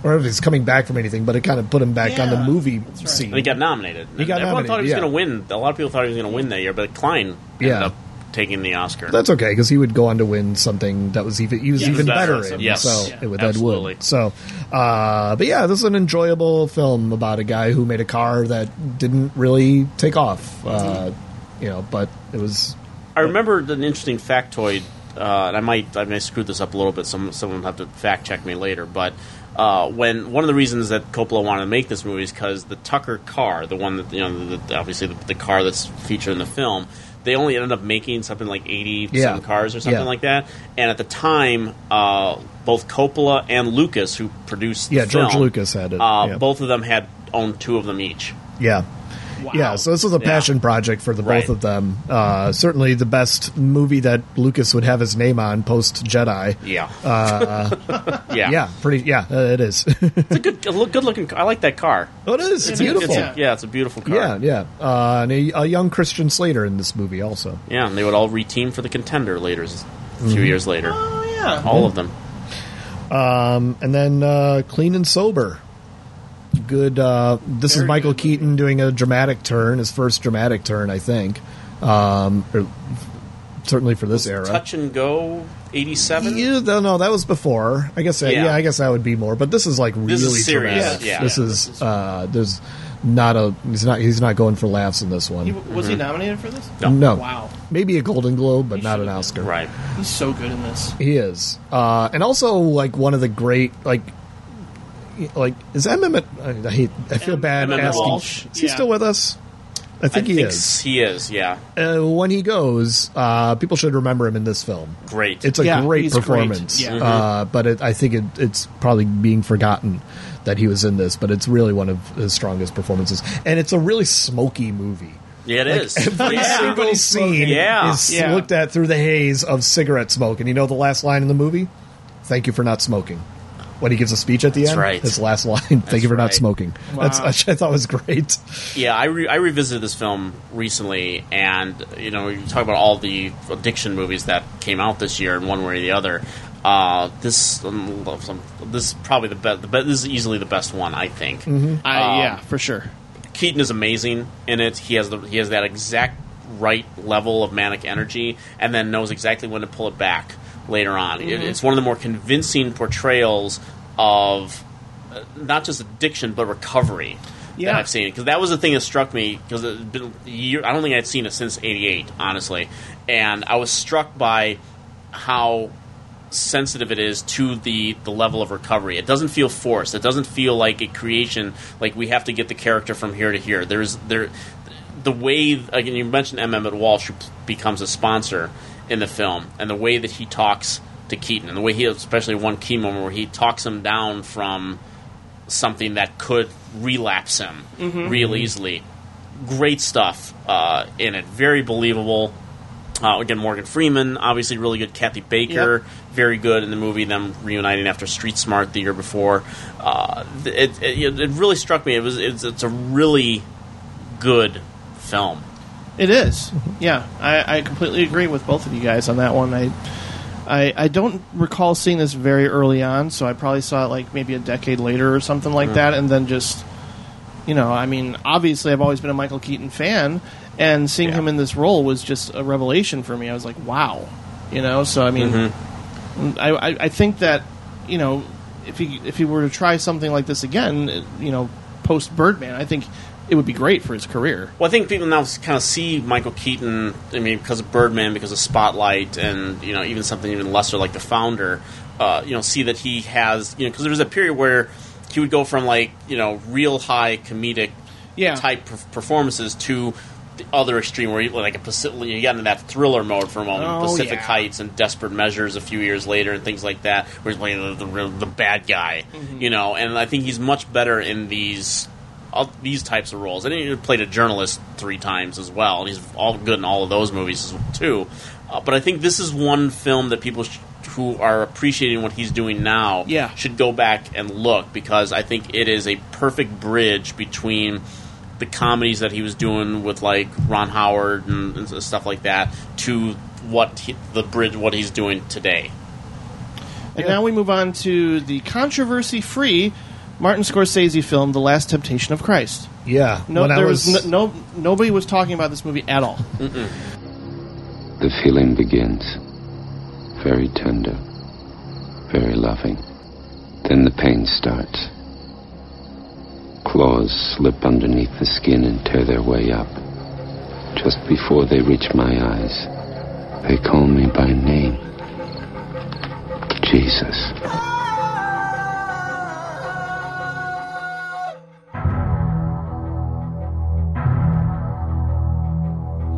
S3: I don't know if he's coming back from anything, but it kind of put him back on the movie scene.
S1: And he got nominated.
S3: He got
S1: Everyone thought he was
S3: nominated,
S1: going to win. A lot of people thought he was going to win that year, but Klein ended
S3: Yeah.
S1: up taking the Oscar.
S3: That's okay because he would go on to win something that was even he was
S1: Yeah,
S3: even
S1: that's
S3: better
S1: awesome.
S3: in.
S1: Yes.
S3: so
S1: Yeah,
S3: with
S1: absolutely.
S3: Ed Wood. So, uh, but yeah, this is an enjoyable film about a guy who made a car that didn't really take off. Uh,
S1: Mm-hmm.
S3: You know, but it was
S1: I remember an interesting factoid, uh, and I might I may screw this up a little bit. Some someone will have to fact check me later, but. Uh, when one of the reasons that Coppola wanted to make this movie is because the Tucker car, the one that you know, the, obviously the, the car that's featured in the film, they only ended up making something like eighty
S3: Yeah.
S1: some cars or something
S3: Yeah.
S1: like that. And at the time, uh, both Coppola and Lucas, who produced the
S3: Yeah, George
S1: film,
S3: Lucas had it,
S1: Uh,
S3: yeah.
S1: Both of them had owned two of them each.
S3: Yeah. Yeah, so this was a
S1: Yeah.
S3: passion project for the
S1: Right.
S3: both of them. Uh, certainly the best movie that Lucas would have his name on post Jedi.
S1: Yeah.
S3: Uh,
S1: Yeah.
S3: Yeah, pretty. Yeah, uh, it is.
S1: Good, good looking. I like that car.
S3: Oh, it is. It's beautiful.
S1: a- yeah, it's a beautiful car.
S3: yeah, yeah. Uh, and a, a young Christian Slater in this movie also.
S1: Yeah, and they would all reteam for the contender later, a few
S3: Mhm.
S1: years later.
S2: Oh yeah,
S1: all of them.
S3: Um, and then uh, Clean and Sober. Good. Uh, this is Michael Keaton doing a dramatic turn, his first dramatic turn, I think. Um, or certainly for this era.
S1: Touch and Go '87.
S3: Yeah, no, no, that was before. I guess. that-
S1: Yeah.
S3: Yeah. I guess that would be more. But this is like really
S1: This is serious,
S3: dramatic.
S1: yeah.
S3: This
S1: Yeah.
S3: is uh, there's not a he's not he's not going for laughs in this one.
S2: Was he nominated for this?
S3: Mm-hmm. No. no.
S2: Wow.
S3: Maybe a Golden Globe, but not an Oscar.
S1: Right.
S2: He's so good in this.
S3: He is, uh, and also like one of the great like. Like is Emmett? I hate. I feel bad
S1: Emmett
S3: asking.
S1: Walsh?
S3: Is he
S1: Yeah.
S3: still with us? I think he is.
S1: He is. Yeah.
S3: Uh, when he goes, uh, people should remember him in this film.
S1: Great.
S3: It's a
S1: Yeah,
S3: great
S1: he's great.
S3: performance.
S1: Yeah.
S3: Uh, but it, I think it, it's probably being forgotten that he was in this. But it's really one of his strongest performances, and it's a really smoky movie.
S1: Yeah, it is.
S3: Every
S1: yeah.
S3: single scene
S1: Yeah.
S3: is
S1: Yeah.
S3: looked at through the haze of cigarette smoke. And you know the last line in the movie? Thank you for not smoking. When he gives a speech at the
S1: That's
S3: end,
S1: right.
S3: his last line, thank you for not
S1: right.
S3: smoking. That's,
S1: Wow.
S3: which I thought was great.
S1: Yeah, I, re- I revisited this film recently, and you know, you talk about all the addiction movies that came out this year, in one way or the other. Uh, this um, love some- this is probably the best. The be- this is easily the best one, I think.
S3: Mm-hmm.
S2: Mhm. I-
S1: Um,
S2: yeah, for sure.
S1: Keaton is amazing in it. He has the he has that exact right level of manic energy, and then knows exactly when to pull it back later on. It-
S13: Mhm.
S1: it's one of the more convincing portrayals of uh, not just addiction but recovery that
S13: Yeah.
S1: I've seen. Because that was the thing that struck me because it been a year. I don't think I'd seen it since '88, honestly, and I was struck by how sensitive it is to the the level of recovery. It doesn't feel forced. It doesn't feel like a creation. Like we have to get the character from here to here. There's there the way again you mentioned M. Emmett Walsh who p- becomes a sponsor in the film, and the way that he talks to Keaton, and the way he especially one key moment where he talks him down from something that could relapse him
S13: Mhm.
S1: real easily. Great stuff uh, in it. Very believable. Uh, again, Morgan Freeman, obviously really good. Kathy Baker, very good in the movie. Them reuniting after Street Smart the year before. Uh, th- it, it, it really struck me. It was it's, it's a really good film.
S2: It is. Yeah, I, I completely agree with both of you guys on that one. I, I I don't recall seeing this very early on, so I probably saw it like maybe a decade later or something like
S13: Mm.
S2: that, and then just, you know, I mean, obviously I've always been a Michael Keaton fan, and seeing him in this role was just a revelation for me. I was like, wow, you know. So I mean,
S1: Mhm.
S2: I, I I think that you know if he if he were to try something like this again, it- you know, post Birdman, I think it would be great for his career.
S1: Well, I think people now kind of see Michael Keaton. I mean, because of Birdman, because of Spotlight, and you know, even something even lesser like The Founder. Uh, you know, see that he has you know because there was a period where he would go from like you know real high comedic
S2: Yeah.
S1: type per- performances to the other extreme where you like a Pacific, you got into that thriller mode for a moment,
S2: Oh,
S1: Pacific
S2: yeah.
S1: Heights and Desperate Measures a few years later and things like that, where he's playing the, the, real- the bad guy, you know. And I think he's much better in these all these types of roles. And he played a journalist three times as well, and he's all good in all of those movies as- too. Uh, but I think this is one film that people sh- who are appreciating what he's doing now
S2: Yeah.
S1: should go back and look because I think it is a perfect bridge between the comedies that he was doing with like Ron Howard and, and stuff like that to what he, the bridge what he's doing today.
S2: And now we move on to the controversy free Martin Scorsese film, The Last Temptation of Christ.
S3: Yeah.
S2: No,
S3: when I
S2: there was, no, no nobody was talking about this movie at all.
S17: The feeling begins. Very tender. Very loving. Then the pain starts. Claws slip underneath the skin and tear their way up. Just before they reach my eyes, they call me by name. Jesus.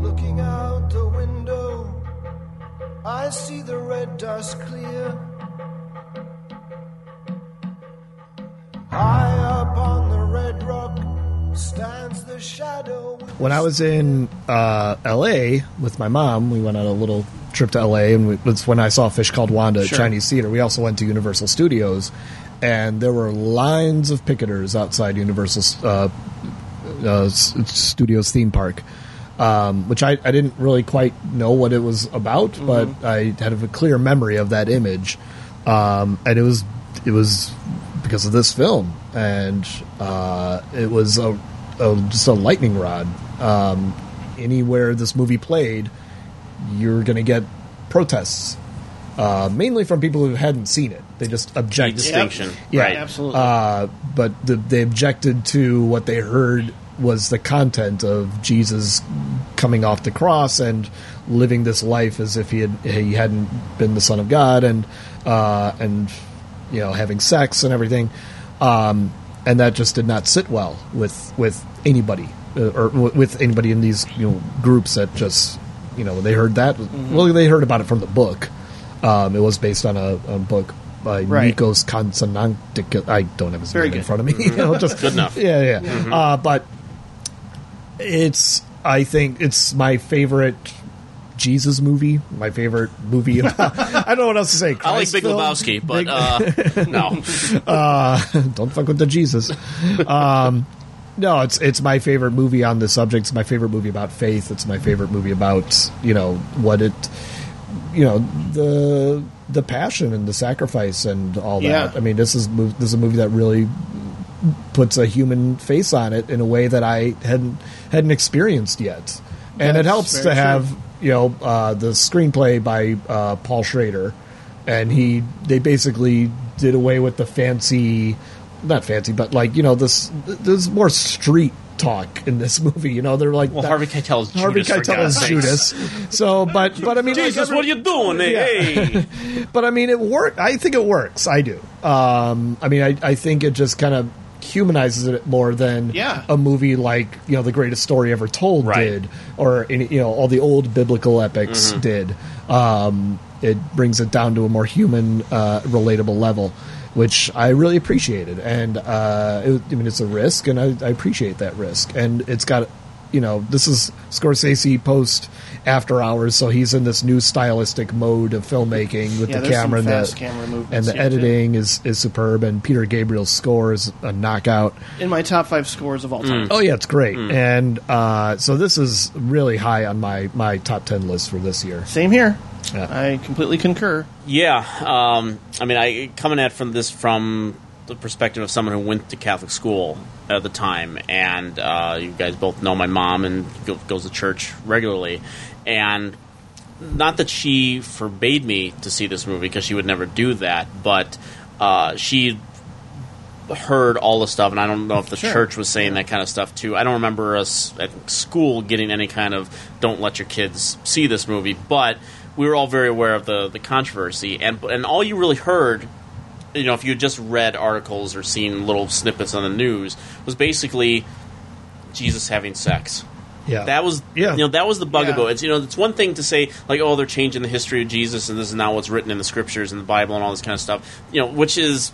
S18: Looking out the window, I see the red dust clear. High up on the red rock stands the shadow.
S3: When I was in uh, L.A. with my mom, we went on a little trip to L.A. and we, it's when I saw a Fish Called Wanda at
S2: Sure.
S3: Chinese Theater. We also went to Universal Studios, and there were lines of picketers outside Universal uh, uh, S- Studios theme park, um, which I, I didn't really quite know what it was about, but I had a clear memory of that image, um, and it was it was because of this film, and uh, it was a, a just a lightning rod. Um, anywhere this movie played, you're going to get protests uh, mainly from people who hadn't seen it. They just objected.
S1: distinction.
S3: yeah,
S1: Right. Absolutely.
S3: Uh, but the, they objected to what they heard was the content of Jesus coming off the cross and living this life as if he had he hadn't been the Son of God and uh, and you know having sex and everything. Um, and that just did not sit well with with anybody uh, or w- with anybody in these you know groups that just you know they heard that well they heard about it from the book um, it was based on a, a book by
S2: Right.
S3: Nikos Konsonantikis I don't have his
S2: Very
S3: name in
S2: good.
S3: front of me
S2: Mhm.
S3: you know, just
S2: Good enough.
S3: yeah yeah
S2: Mhm.
S3: uh, but it's I think it's my favorite Jesus movie my favorite movie about, I don't know what else to say
S1: I like
S3: Christ
S1: Big
S3: film?
S1: Lebowski, but uh, no.
S3: uh, don't fuck with the Jesus. Um, no, it's it's my favorite movie on the subject. It's my favorite movie about faith. It's my favorite movie about you know what it, you know the the passion and the sacrifice and all
S2: Yeah.
S3: that. I mean, this is mov- this is a movie that really puts a human face on it in a way that I hadn't hadn't experienced yet. And
S2: That's
S3: it helps to
S2: very
S3: have
S2: true.
S3: you know uh, the screenplay by uh, Paul Schrader, and he they basically did away with the fancy, not fancy, but like you know this there's more street talk in this movie. You know they're like
S1: Well, Harvey Keitel is
S3: Harvey
S1: Judas, for
S3: Keitel
S1: God's
S3: is
S1: sakes.
S3: Judas. So, but but I mean, like,
S1: Jesus, what are you doing? eh?
S3: Yeah.
S1: Hey.
S3: but I mean, it work. I think it works. I do. Um, I mean, I, I think it just kind of humanizes it more than
S2: Yeah.
S3: a movie like you know the greatest story ever told did, or any, you know all the old biblical epics
S2: Mhm.
S3: did. Um, it brings it down to a more human, uh, relatable level. Which I really appreciated, and uh, it, I mean, it's a risk, and I, I appreciate that risk, and it's got you know, this is Scorsese post After Hours, so he's in this new stylistic mode of filmmaking with
S2: Yeah,
S3: the
S2: there's some
S3: camera and
S2: fast
S3: the,
S2: camera
S3: and
S2: movements
S3: the
S2: here,
S3: editing is, is superb, and Peter Gabriel's score is a knockout.
S2: in my top five scores of all
S1: Mm.
S2: time.
S3: Oh yeah, it's great, and uh, so this is really high on my my top ten list for this year.
S2: Same here. I completely concur.
S1: Yeah, um, I mean, I coming at from this from the perspective of someone who went to Catholic school at the time, and uh, you guys both know my mom and go, goes to church regularly, and not that she forbade me to see this movie because she would never do that, but uh, she heard all the stuff, and I don't know if the
S2: Sure.
S1: church was saying that kind of stuff too. I don't remember us at school getting any kind of "don't let your kids see this movie," but we were all very aware of the the controversy, and and all you really heard, you know, if you had just read articles or seen little snippets on the news, was basically Jesus having sex.
S3: Yeah.
S2: Oh.
S1: That was
S3: yeah.
S1: you know that was the bugaboo.
S3: Yeah.
S1: It's you know it's one thing to say like oh they're changing the history of Jesus and this is now what's written in the scriptures and the Bible and all this kind of stuff. You know which is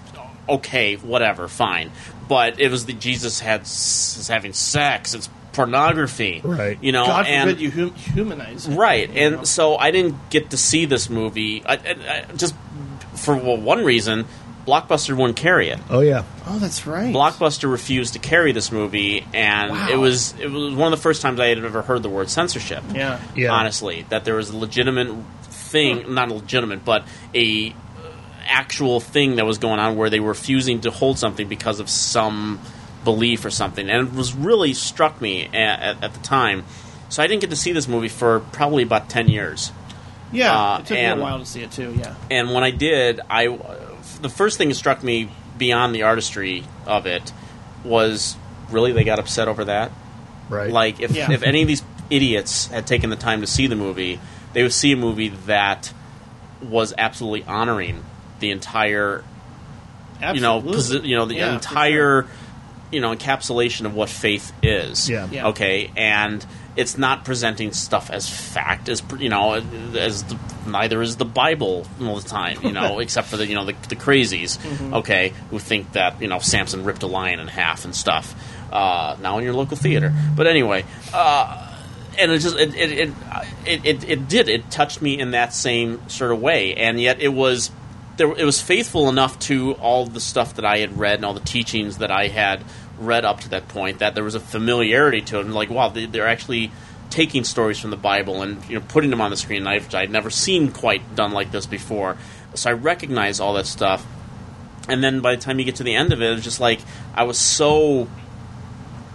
S1: okay, whatever, fine. But it was the Jesus had s- is having sex. It's pornography,
S2: Right.
S1: You know,
S2: God
S1: and
S2: forbid you hum- humanize. It.
S1: Right, and so I didn't get to see this movie. I, I, I, just for well, one reason, Blockbuster wouldn't carry it.
S3: Oh yeah,
S2: Oh, that's right.
S1: Blockbuster refused to carry this movie, and it was it was one of the first times I had ever heard the word censorship.
S2: Yeah.
S3: Yeah.
S1: honestly, that there was a legitimate thing, not a legitimate, but a uh, actual thing that was going on where they were refusing to hold something because of some belief or something, and it was really struck me at, at, at the time. So I didn't get to see this movie for probably about ten years.
S2: Yeah,
S1: Uh,
S2: it took me a
S1: and-
S2: while to see it too. Yeah,
S1: and when I did, I the first thing that struck me beyond the artistry of it was really they got upset over that.
S3: Right.
S1: Like if
S2: Yeah.
S1: if any of these idiots had taken the time to see the movie, they would see a movie that was absolutely honoring the entire you know posi-
S2: Absolutely.
S1: you know the
S2: Yeah, for
S1: entire you know encapsulation of what faith is.
S2: Yeah. Yeah.
S1: Okay, and it's not presenting stuff as fact as pr- you know as the, neither is the Bible all the time. You know, except for the you know the, the crazies.
S2: Mhm.
S1: Okay, who think that you know Samson ripped a lion in half and stuff. Uh, now in your local theater, but anyway. Uh, and it just it it, it it it it did it touched me in that same sort of way, and yet it was there it was faithful enough to all the stuff that I had read and all the teachings that I had read up to that point that there was a familiarity to it, and like wow, they, they're actually taking stories from the Bible and you know putting them on the screen, and I, which I'd never seen quite done like this before, so I recognized all that stuff, and then by the time you get to the end of it, it was just like I was so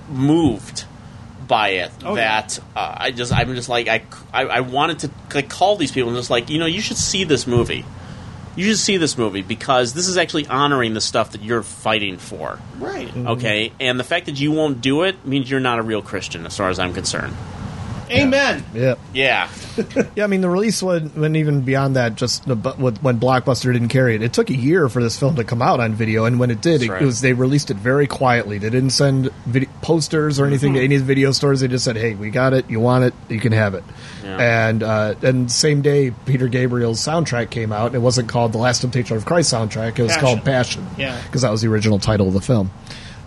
S1: moved by it
S2: Oh,
S1: that uh, I just I'm just like I, I I wanted to like call these people and just like you know you should see this movie you should see this movie because this is actually honoring the stuff that you're fighting for.
S2: Right.
S3: Mm.
S1: Okay, and the fact that you won't do it means you're not a real Christian, as far as I'm concerned.
S2: Amen.
S3: Yeah.
S1: Yeah.
S3: yeah, I mean the release went, went even beyond that. Just the, bu- with- when Blockbuster didn't carry it, it took a year for this film to come out on video, and when it did, it,
S1: right.
S3: it was they released it very quietly. They didn't send vid- posters or anything to any of the video stores. They just said, "Hey, we got it. You want it? You can have it."
S1: Yeah.
S3: And uh, and same day, Peter Gabriel's soundtrack came out. It wasn't called the Last Temptation of Christ soundtrack. It was called Passion.
S2: Yeah.
S3: because that was the original title of the film.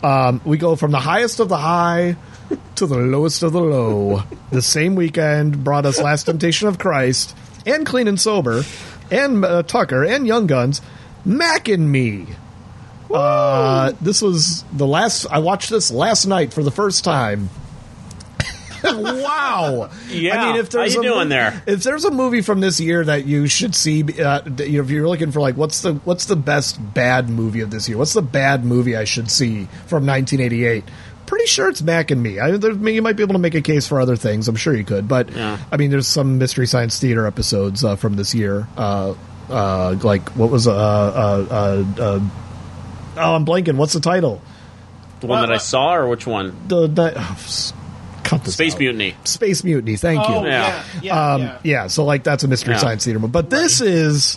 S3: Um, we go from the highest of the high to the lowest of the low. the same weekend brought us Last Temptation of Christ and Clean and Sober and uh, Tucker and Young Guns, Mac and Me. Uh, this was the last. I watched this last night for the first time. wow.
S1: Yeah.
S3: I mean, if
S1: How
S3: there's
S1: you
S3: a
S1: doing
S3: mo-
S1: there?
S3: If there's a movie from this year that you should see, uh, that, you know, if you're looking for like what's the what's the best bad movie of this year? What's the bad movie I should see from 1988? Pretty sure it's Mac and Me. I, there, you might be able to make a case for other things. I'm sure you could, but I mean, there's some Mystery Science Theater episodes uh, from this year. Uh, uh, like what was uh, uh, uh, uh, oh, I'm blanking. What's the title?
S1: The one that I saw, or which one?
S3: The, the oh, s- cut this
S1: Space
S3: out.
S1: Mutiny.
S3: Space Mutiny. Thank
S1: Oh,
S3: you.
S1: yeah,
S3: Yeah. Um, yeah. So like that's a mystery
S1: Yeah.
S3: science theater movie, but this is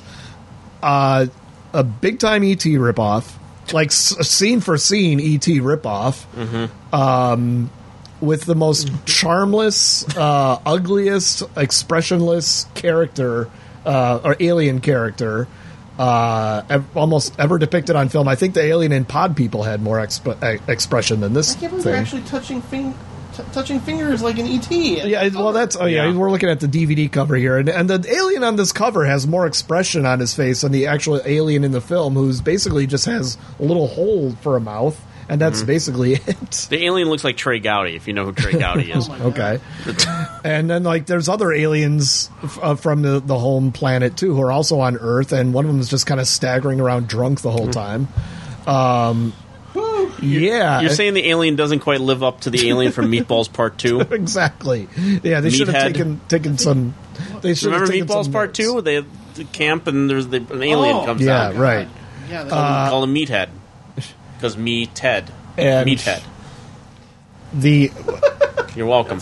S3: uh, a big time ET ripoff, like s- scene for scene ET ripoff. Um, with the most charmless, uh, ugliest, expressionless character uh, or alien character uh, ev- almost ever depicted on film. I think the alien in Pod People had more exp- e- expression than this
S2: I can't believe they're
S3: thing.
S2: actually touching fing- t- touching fingers like an E ET.
S3: Yeah, it- well, that's oh yeah, We're looking at the DVD cover here, and, and the alien on this cover has more expression on his face than the actual alien in the film, who's basically just has a little hole for a mouth, and that's
S1: Mhm.
S3: basically it.
S1: The alien looks like Trey Gowdy, if you know who Trey Gowdy is.
S3: okay, and then like there's other aliens f- uh, from the, the home planet too, who are also on Earth, and one of them is just kind of staggering around drunk the
S1: Mm.
S3: whole time. Um, yeah,
S1: You're saying the alien doesn't quite live up to the alien from Meatballs Part 2?
S3: exactly. Yeah, they should have
S1: Meathead.
S3: taken taken some. They should
S1: Remember
S3: have taken
S1: Meatballs
S3: some
S1: Part 2? They have the camp and there's the, an alien
S3: Oh.
S1: comes
S3: Yeah,
S1: out.
S3: right. Uh,
S2: Yeah, Uh,
S1: Call, him, call him Meathead. Because me, Ted.
S3: And-
S1: Meathead.
S3: the
S1: You're welcome.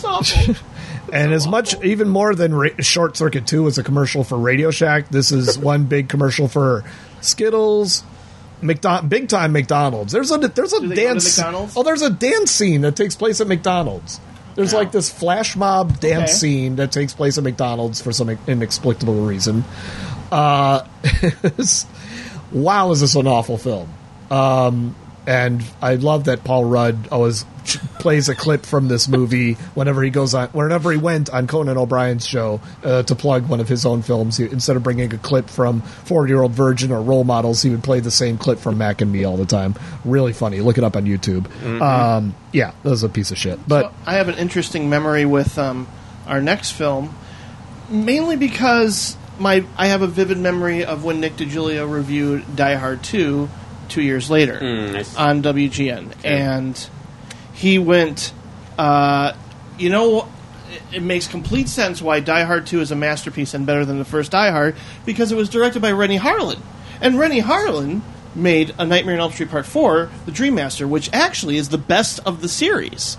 S3: and as much even more than ra- short circuit 2 is a commercial for radio shack this is one big commercial for skittles McDon- big time mcdonald's there's a there's a
S2: Do they go to
S3: dance
S2: McDonald's?
S3: oh there's a dance scene that takes place at mcdonald's there's like this flash mob dance
S2: Okay.
S3: scene that takes place at mcdonald's for some inexplicable reason uh, wow is this an awful film um, and I love that Paul Rudd always ch- plays a clip from this movie whenever he goes on, whenever he went on Conan O'Brien's show uh, to plug one of his own films. He, instead of bringing a clip from Four Year Old Virgin or Role Models, he would play the same clip from Mac and Me all the time. Really funny. Look it up on YouTube.
S2: Mhm.
S3: Um, yeah, that was a piece of shit. But
S2: I have an interesting memory with um, our next film, mainly because my I have a vivid memory of when Nick DiGiulio reviewed Die Hard Two two years later on WGN, and he went, uh, you know. it- It makes complete sense why Die Hard 2 is a masterpiece and better than the first Die Hard because it was directed by Rennie Harlan. And Rennie Harlan made A Nightmare on Elm Street Part 4, The Dream Master, which actually is the best of the series.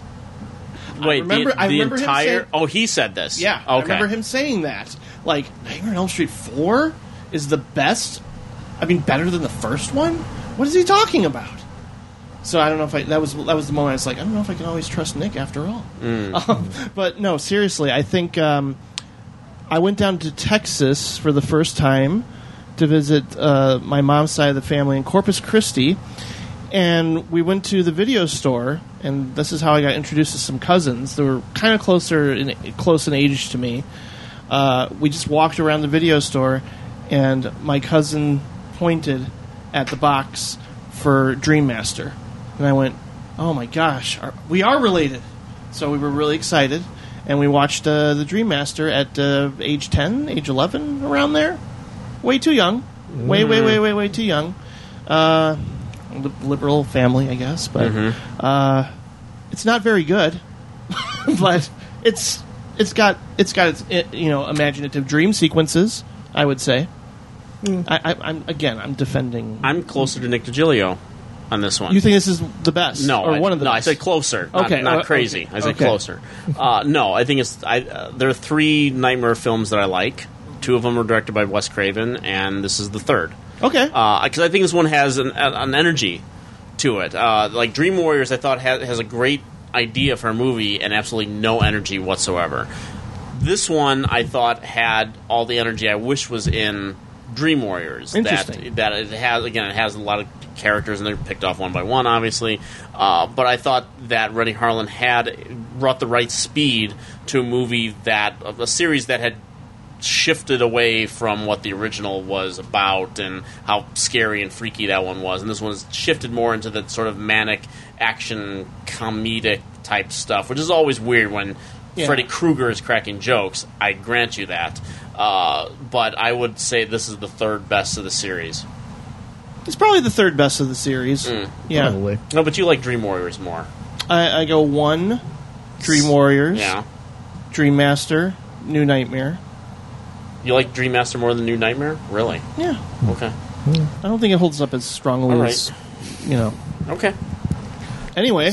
S1: Wait,
S2: remember-
S1: the,
S2: I
S1: the
S2: remember him
S1: entire.
S2: saying-
S1: oh, he said this.
S2: Yeah,
S1: Okay.
S2: I remember him saying that. Like Nightmare on Elm Street Four is the best. I mean, better than the first one. What is he talking about? So I don't know if I that was that was the moment I was like, I don't know if I can always trust Nick after all. Um, but no, seriously, I think um, I went down to Texas for the first time to visit uh, my mom's side of the family in Corpus Christi, and we went to the video store. And this is how I got introduced to some cousins. They were kind of closer in close in age to me. Uh, we just walked around the video store, and my cousin pointed at the box for Dream Master, and I went, "Oh my gosh, are, we are related!" So we were really excited, and we watched uh, the Dream Master at uh, age ten, age eleven, around there. Way too young. Way, way, way, way, way too young. Uh, li- liberal family, I guess, but
S1: Mhm.
S2: uh, it's not very good. but it's it's got it's got its eh, you know imaginative dream sequences. I would say. I, I, I'm again. I'm defending.
S1: I'm closer to Nick DiGilio on this one.
S2: You think this is the best?
S1: No,
S2: or
S1: I,
S2: one of the
S1: no,
S2: best?
S1: I said closer. Not,
S2: Okay,
S1: not
S2: uh,
S1: crazy.
S2: okay,
S1: I said
S2: okay.
S1: closer. Uh, no, I think it's. I, uh, there are three Nightmare films that I like. Two of them were directed by Wes Craven, and this is the third.
S2: Okay.
S1: Because Uh, I think this one has an, an an energy to it. Uh, like Dream Warriors, I thought has, has a great idea for a movie and absolutely no energy whatsoever. This one I thought had all the energy I wish was in Dream Warriors.
S2: Interesting.
S1: That, that it has again, it has a lot of characters and they're picked off one by one, obviously. Uh, but I thought that Rennie Harlan had brought the right speed to a movie that of a series that had shifted away from what the original was about and how scary and freaky that one was. And this one's shifted more into that sort of manic action comedic type stuff, which is always weird when
S2: Yeah.
S1: Freddy Krueger is cracking jokes. I grant you that. Uh, but I would say this is the third best of the series.
S2: It's probably the third best of the series.
S1: mm.
S2: Yeah.
S3: Oh,
S1: No, but you like Dream Warriors more.
S2: I, I go one, Dream Warriors.
S1: Yeah.
S2: Dream Master, New Nightmare.
S1: You like Dream Master more than New Nightmare? Really?
S2: Yeah.
S1: Okay.
S2: I don't think it holds up as strongly
S1: All right. Mm-hmm.
S2: as you know.
S1: Okay.
S2: Anyway,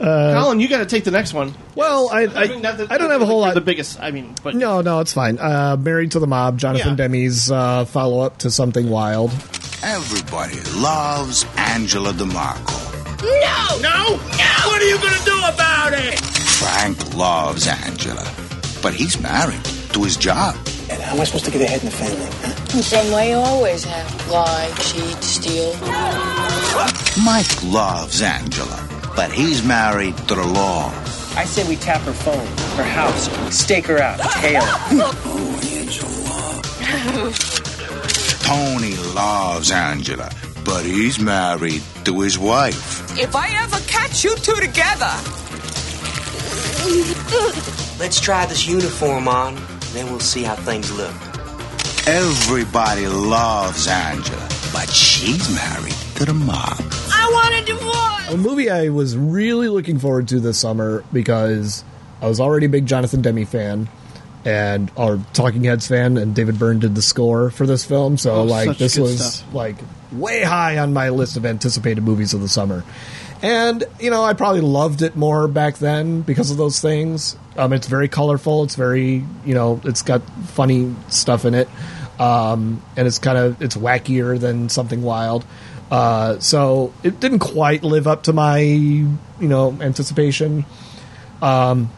S3: Uh,
S2: Colin, you got to take the next one.
S3: Well, I I,
S2: mean, not that-
S3: I don't have a whole
S2: you're
S3: lot.
S2: The biggest, I mean, but
S3: no, no, it's fine. Uh, Married to the Mob, Jonathan Demi's uh, follow up to Something Wild.
S13: Everybody loves Angela DeMarco.
S16: No! No! No! What are you gonna do about it?
S13: Frank loves Angela, but he's married to his job. And how am I supposed to get ahead in the family?
S8: The same way you always have. Lie, cheat, steal.
S13: Mike loves Angela, but he's married to the law.
S19: I say we tap her phone, her house, stake her out, tail.
S13: Tony loves Angela, but he's married to his wife.
S20: If I ever catch you two together.
S19: Let's try this uniform on, then we'll see how things look.
S13: Everybody loves Angela, but she's married to the mob.
S16: I want a divorce!
S3: A movie I was really looking forward to this summer because I was already a big Jonathan Demi fan and our Talking Heads fan, and David Byrne did the score for this film. So,
S2: Oh,
S3: like,
S2: such
S3: this
S2: good
S3: was
S2: stuff.
S3: like way high on my list of anticipated movies of the summer. And you know, I probably loved it more back then because of those things. Um, it's very colorful. It's very you know, it's got funny stuff in it, um, and it's kind of it's wackier than something wild. Uh, so it didn't quite live up to my you know anticipation. Um,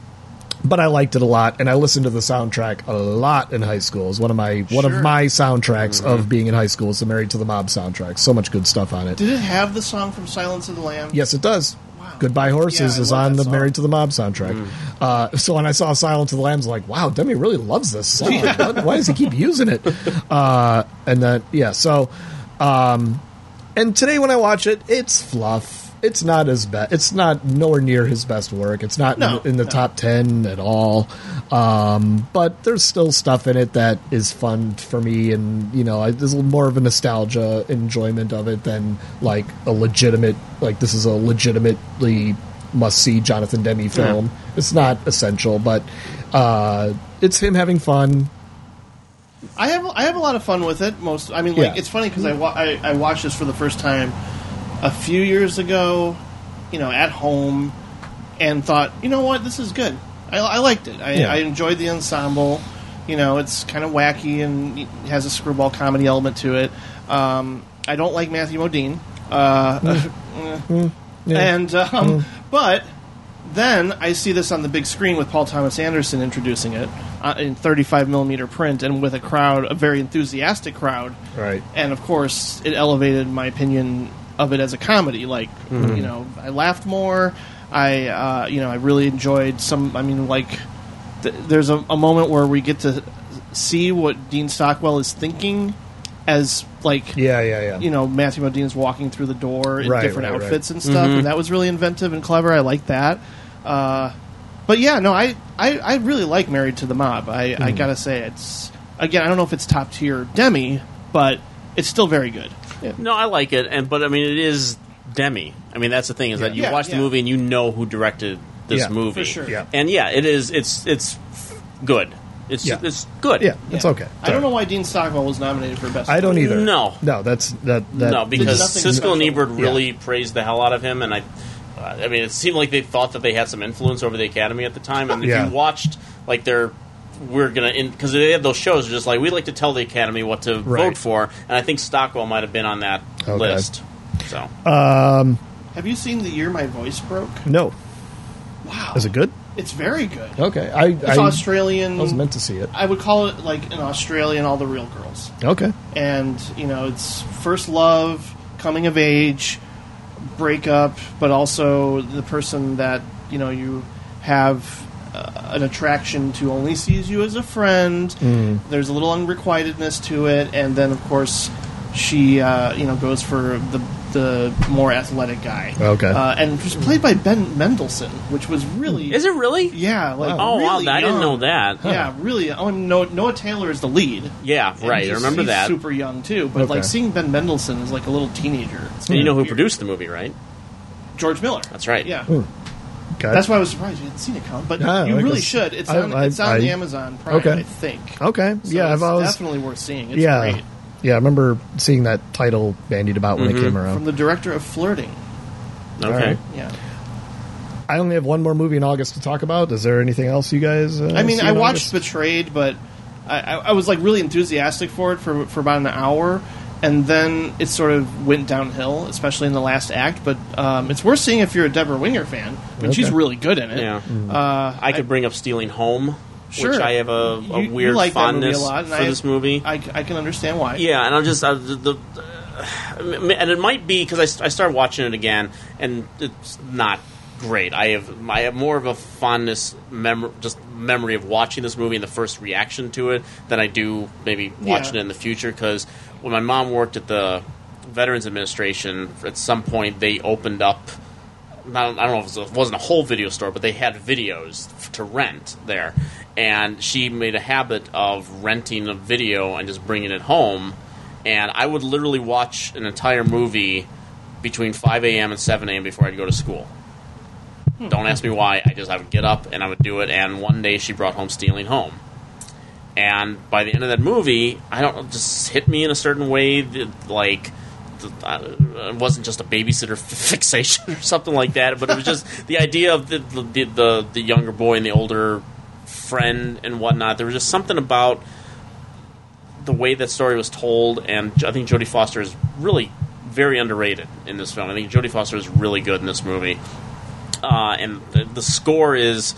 S3: but I liked it a lot, and I listened to the soundtrack a lot in high school. It's one of my one of my soundtracks of being in high school. It's the Married to the Mob soundtrack. So much good stuff on it.
S2: did it have the song from Silence of the Lambs?
S3: Yes, it does. Goodbye Horses
S2: Yeah, I
S3: is
S2: love
S3: on
S2: that
S3: the
S2: song.
S3: Married to the Mob soundtrack. Uh, so when I saw Silence of the Lambs, I'm like, wow, Demi really loves this song. What- Why does he keep using it? Uh, and then, yeah, so, um, and today when I watch it, it's fluff. It's not as bad. It's not nowhere near his best work. It's not
S2: No,
S3: in, in the top 10 at all. Um, but there's still stuff in it that is fun for me. And, you know, I, there's a little more of a nostalgia enjoyment of it than like a legitimate, like this is a legitimately must see Jonathan Demi film. It's not essential, but uh, it's him having fun.
S2: I have I have a lot of fun with it. Most I mean, like
S3: Yeah.
S2: it's funny because I, wa- I I watched this for the first time a few years ago, you know, at home, and thought, you know what, this is good. I, I liked it. I,
S3: Yeah.
S2: I enjoyed the ensemble. You know, it's kind of wacky and it has a screwball comedy element to it. Um, I don't like Matthew Modine, uh,
S3: Yeah. Mm.
S2: and um, but then I see this on the big screen with Paul Thomas Anderson introducing it uh, in 35 millimeter print and with a crowd, a very enthusiastic crowd,
S3: Right.
S2: and of course it elevated my opinion of it as a comedy. Like
S3: Mhm.
S2: you know, I laughed more. I uh, you know I really enjoyed some. I mean, like th- there's a, a moment where we get to see what Dean Stockwell is thinking as like
S3: yeah yeah yeah
S2: you know Matthew Modine's walking through the door in
S3: Right,
S2: different
S3: right, right.
S2: outfits and stuff,
S3: Mhm.
S2: and that was really inventive and clever. I like that. Uh, but yeah, no, I, I, I really like Married to the Mob. I, I
S3: Mhm.
S2: gotta say, it's again, I don't know if it's top tier Demi, but it's still very good.
S1: No, I like it, and but I mean, it is Demi. I mean, that's the thing is that you
S2: Yeah,
S1: watch
S2: yeah.
S1: the movie and you know who directed this
S2: Yeah,
S1: movie,
S2: for sure. Yeah.
S1: and yeah, it is. It's it's good. It's
S3: Yeah.
S1: it's good.
S3: Yeah, it's okay.
S2: I don't know why Dean Stockwell was nominated for best.
S3: I don't either.
S1: No.
S3: no, that's that. that
S1: no, because
S2: nothing
S1: Siskel and
S2: special.
S1: Ebert really praised the hell out of him, and I, uh, I mean, it seemed like they thought that they had some influence over the Academy at the time. And if
S3: Yeah.
S1: you watched, like, their we're gonna because they had those shows just like we like to tell the Academy what to
S3: Right.
S1: vote for, and I think Stockwell might have been on that
S3: Okay.
S1: list. So
S3: Um,
S2: Have you seen the year my voice broke?
S3: no. Wow, is it good?
S2: It's very good.
S3: Okay, I
S2: It's
S3: I,
S2: Australian.
S3: I was meant to see it.
S2: I would call it like an Australian All the Real Girls.
S3: Okay,
S2: And, you know, it's first love, coming of age, breakup, but also the person that, you know, you have uh, an attraction to only sees you as a friend.
S3: Mm.
S2: There's a little unrequitedness to it. And then, of course, she, uh, you know, goes for the, the more athletic guy.
S3: Okay.
S2: Uh, and was played by Ben Mendelsohn, which was really.
S1: Is it really?
S2: Yeah. Like,
S1: oh wow,
S2: really
S1: I didn't
S2: young.
S1: know that.
S2: Yeah, really. Oh, and Noah, Noah Taylor is the lead.
S1: yeah,
S2: And
S1: right. I
S2: he's-
S1: remember
S2: he's
S1: that.
S2: Super young too, but
S1: Okay.
S2: like seeing Ben Mendelsohn as like a little teenager.
S1: and you know who produced the movie, right?
S2: George Miller.
S1: That's right.
S2: Yeah.
S3: Okay.
S2: That's why I was surprised you hadn't seen it, Colin. But
S3: Ah,
S2: you
S3: I
S2: really
S3: guess-
S2: should. It's
S3: I-
S2: on,
S3: I-
S2: it's on
S3: I-
S2: Amazon Prime,
S3: okay.
S2: I think.
S3: Okay,
S2: So
S3: yeah, I've
S2: it's
S3: always
S2: definitely worth seeing. It's
S3: yeah,
S2: great. Mm-hmm.
S3: yeah. I remember seeing that title bandied about when it came around.
S2: From the director of Flirting.
S3: All right.
S2: Yeah.
S3: I only have one more movie in August to talk about. Is there anything else you guys? Uh,
S2: I mean,
S3: see
S2: I
S3: in
S2: watched
S3: August?
S2: Betrayed, but I, I, I was like really enthusiastic for it for for about an hour, and then it sort of went downhill, especially in the last act. But um, it's worth seeing if you're a Deborah Winger fan. I mean, she's
S1: Okay.
S2: really good in it.
S1: Yeah.
S3: Mm-hmm.
S2: Uh,
S1: I could bring up Stealing Home, which
S2: Sure.
S1: I have a, a
S2: You- you
S1: weird
S2: like that movie a
S1: fondness
S2: lot, and
S1: for
S2: I-
S1: this movie.
S2: I, I can understand why.
S1: Yeah, and I'll just I, the, the uh, and it might be because I, st- I started watching it again, and it's not great. I have I have more of a fondness mem- just memory of watching this movie and the first reaction to it than I do maybe watching
S2: Yeah.
S1: it in the future because when my mom worked at the Veterans Administration, at some point they opened up. not- I don't know if it, was, it wasn't a whole video store, but they had videos f- to rent there. And she made a habit of renting a video and just bringing it home. And I would literally watch an entire movie between 5 a.m. and 7 a.m. before I'd go to school. Don't ask me why. I just I would get up and I would do it. And one day she brought home Stealing Home. And by the end of that movie, I don't know, it just hit me in a certain way that like th- I- it wasn't just a babysitter fixation or something like that, but it was just the idea of the the, the the younger boy and the older friend and whatnot. There was just something about the way that story was told, and J- I think Jodie Foster is really very underrated in this film. I think Jodie Foster is really good in this movie, uh, and the, the score is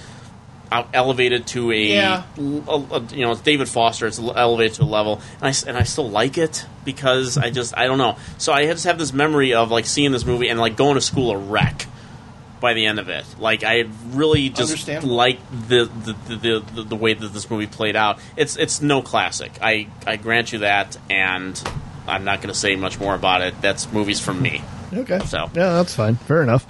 S1: out- elevated to a,
S2: Yeah.
S1: l- a- a- you know it's David Foster. It's l- elevated to a level, and I s- and I still like it because I just I don't know. So I just have this memory of like seeing this movie and like going to school a wreck by the end of it. Like I really just
S2: Understandable.
S1: like the the, the, the the way that this movie played out. It's it's no classic. I I grant you that, and I'm not going to say much more about it. That's movies from me.
S3: Okay.
S1: So
S3: Yeah, that's fine. Fair enough.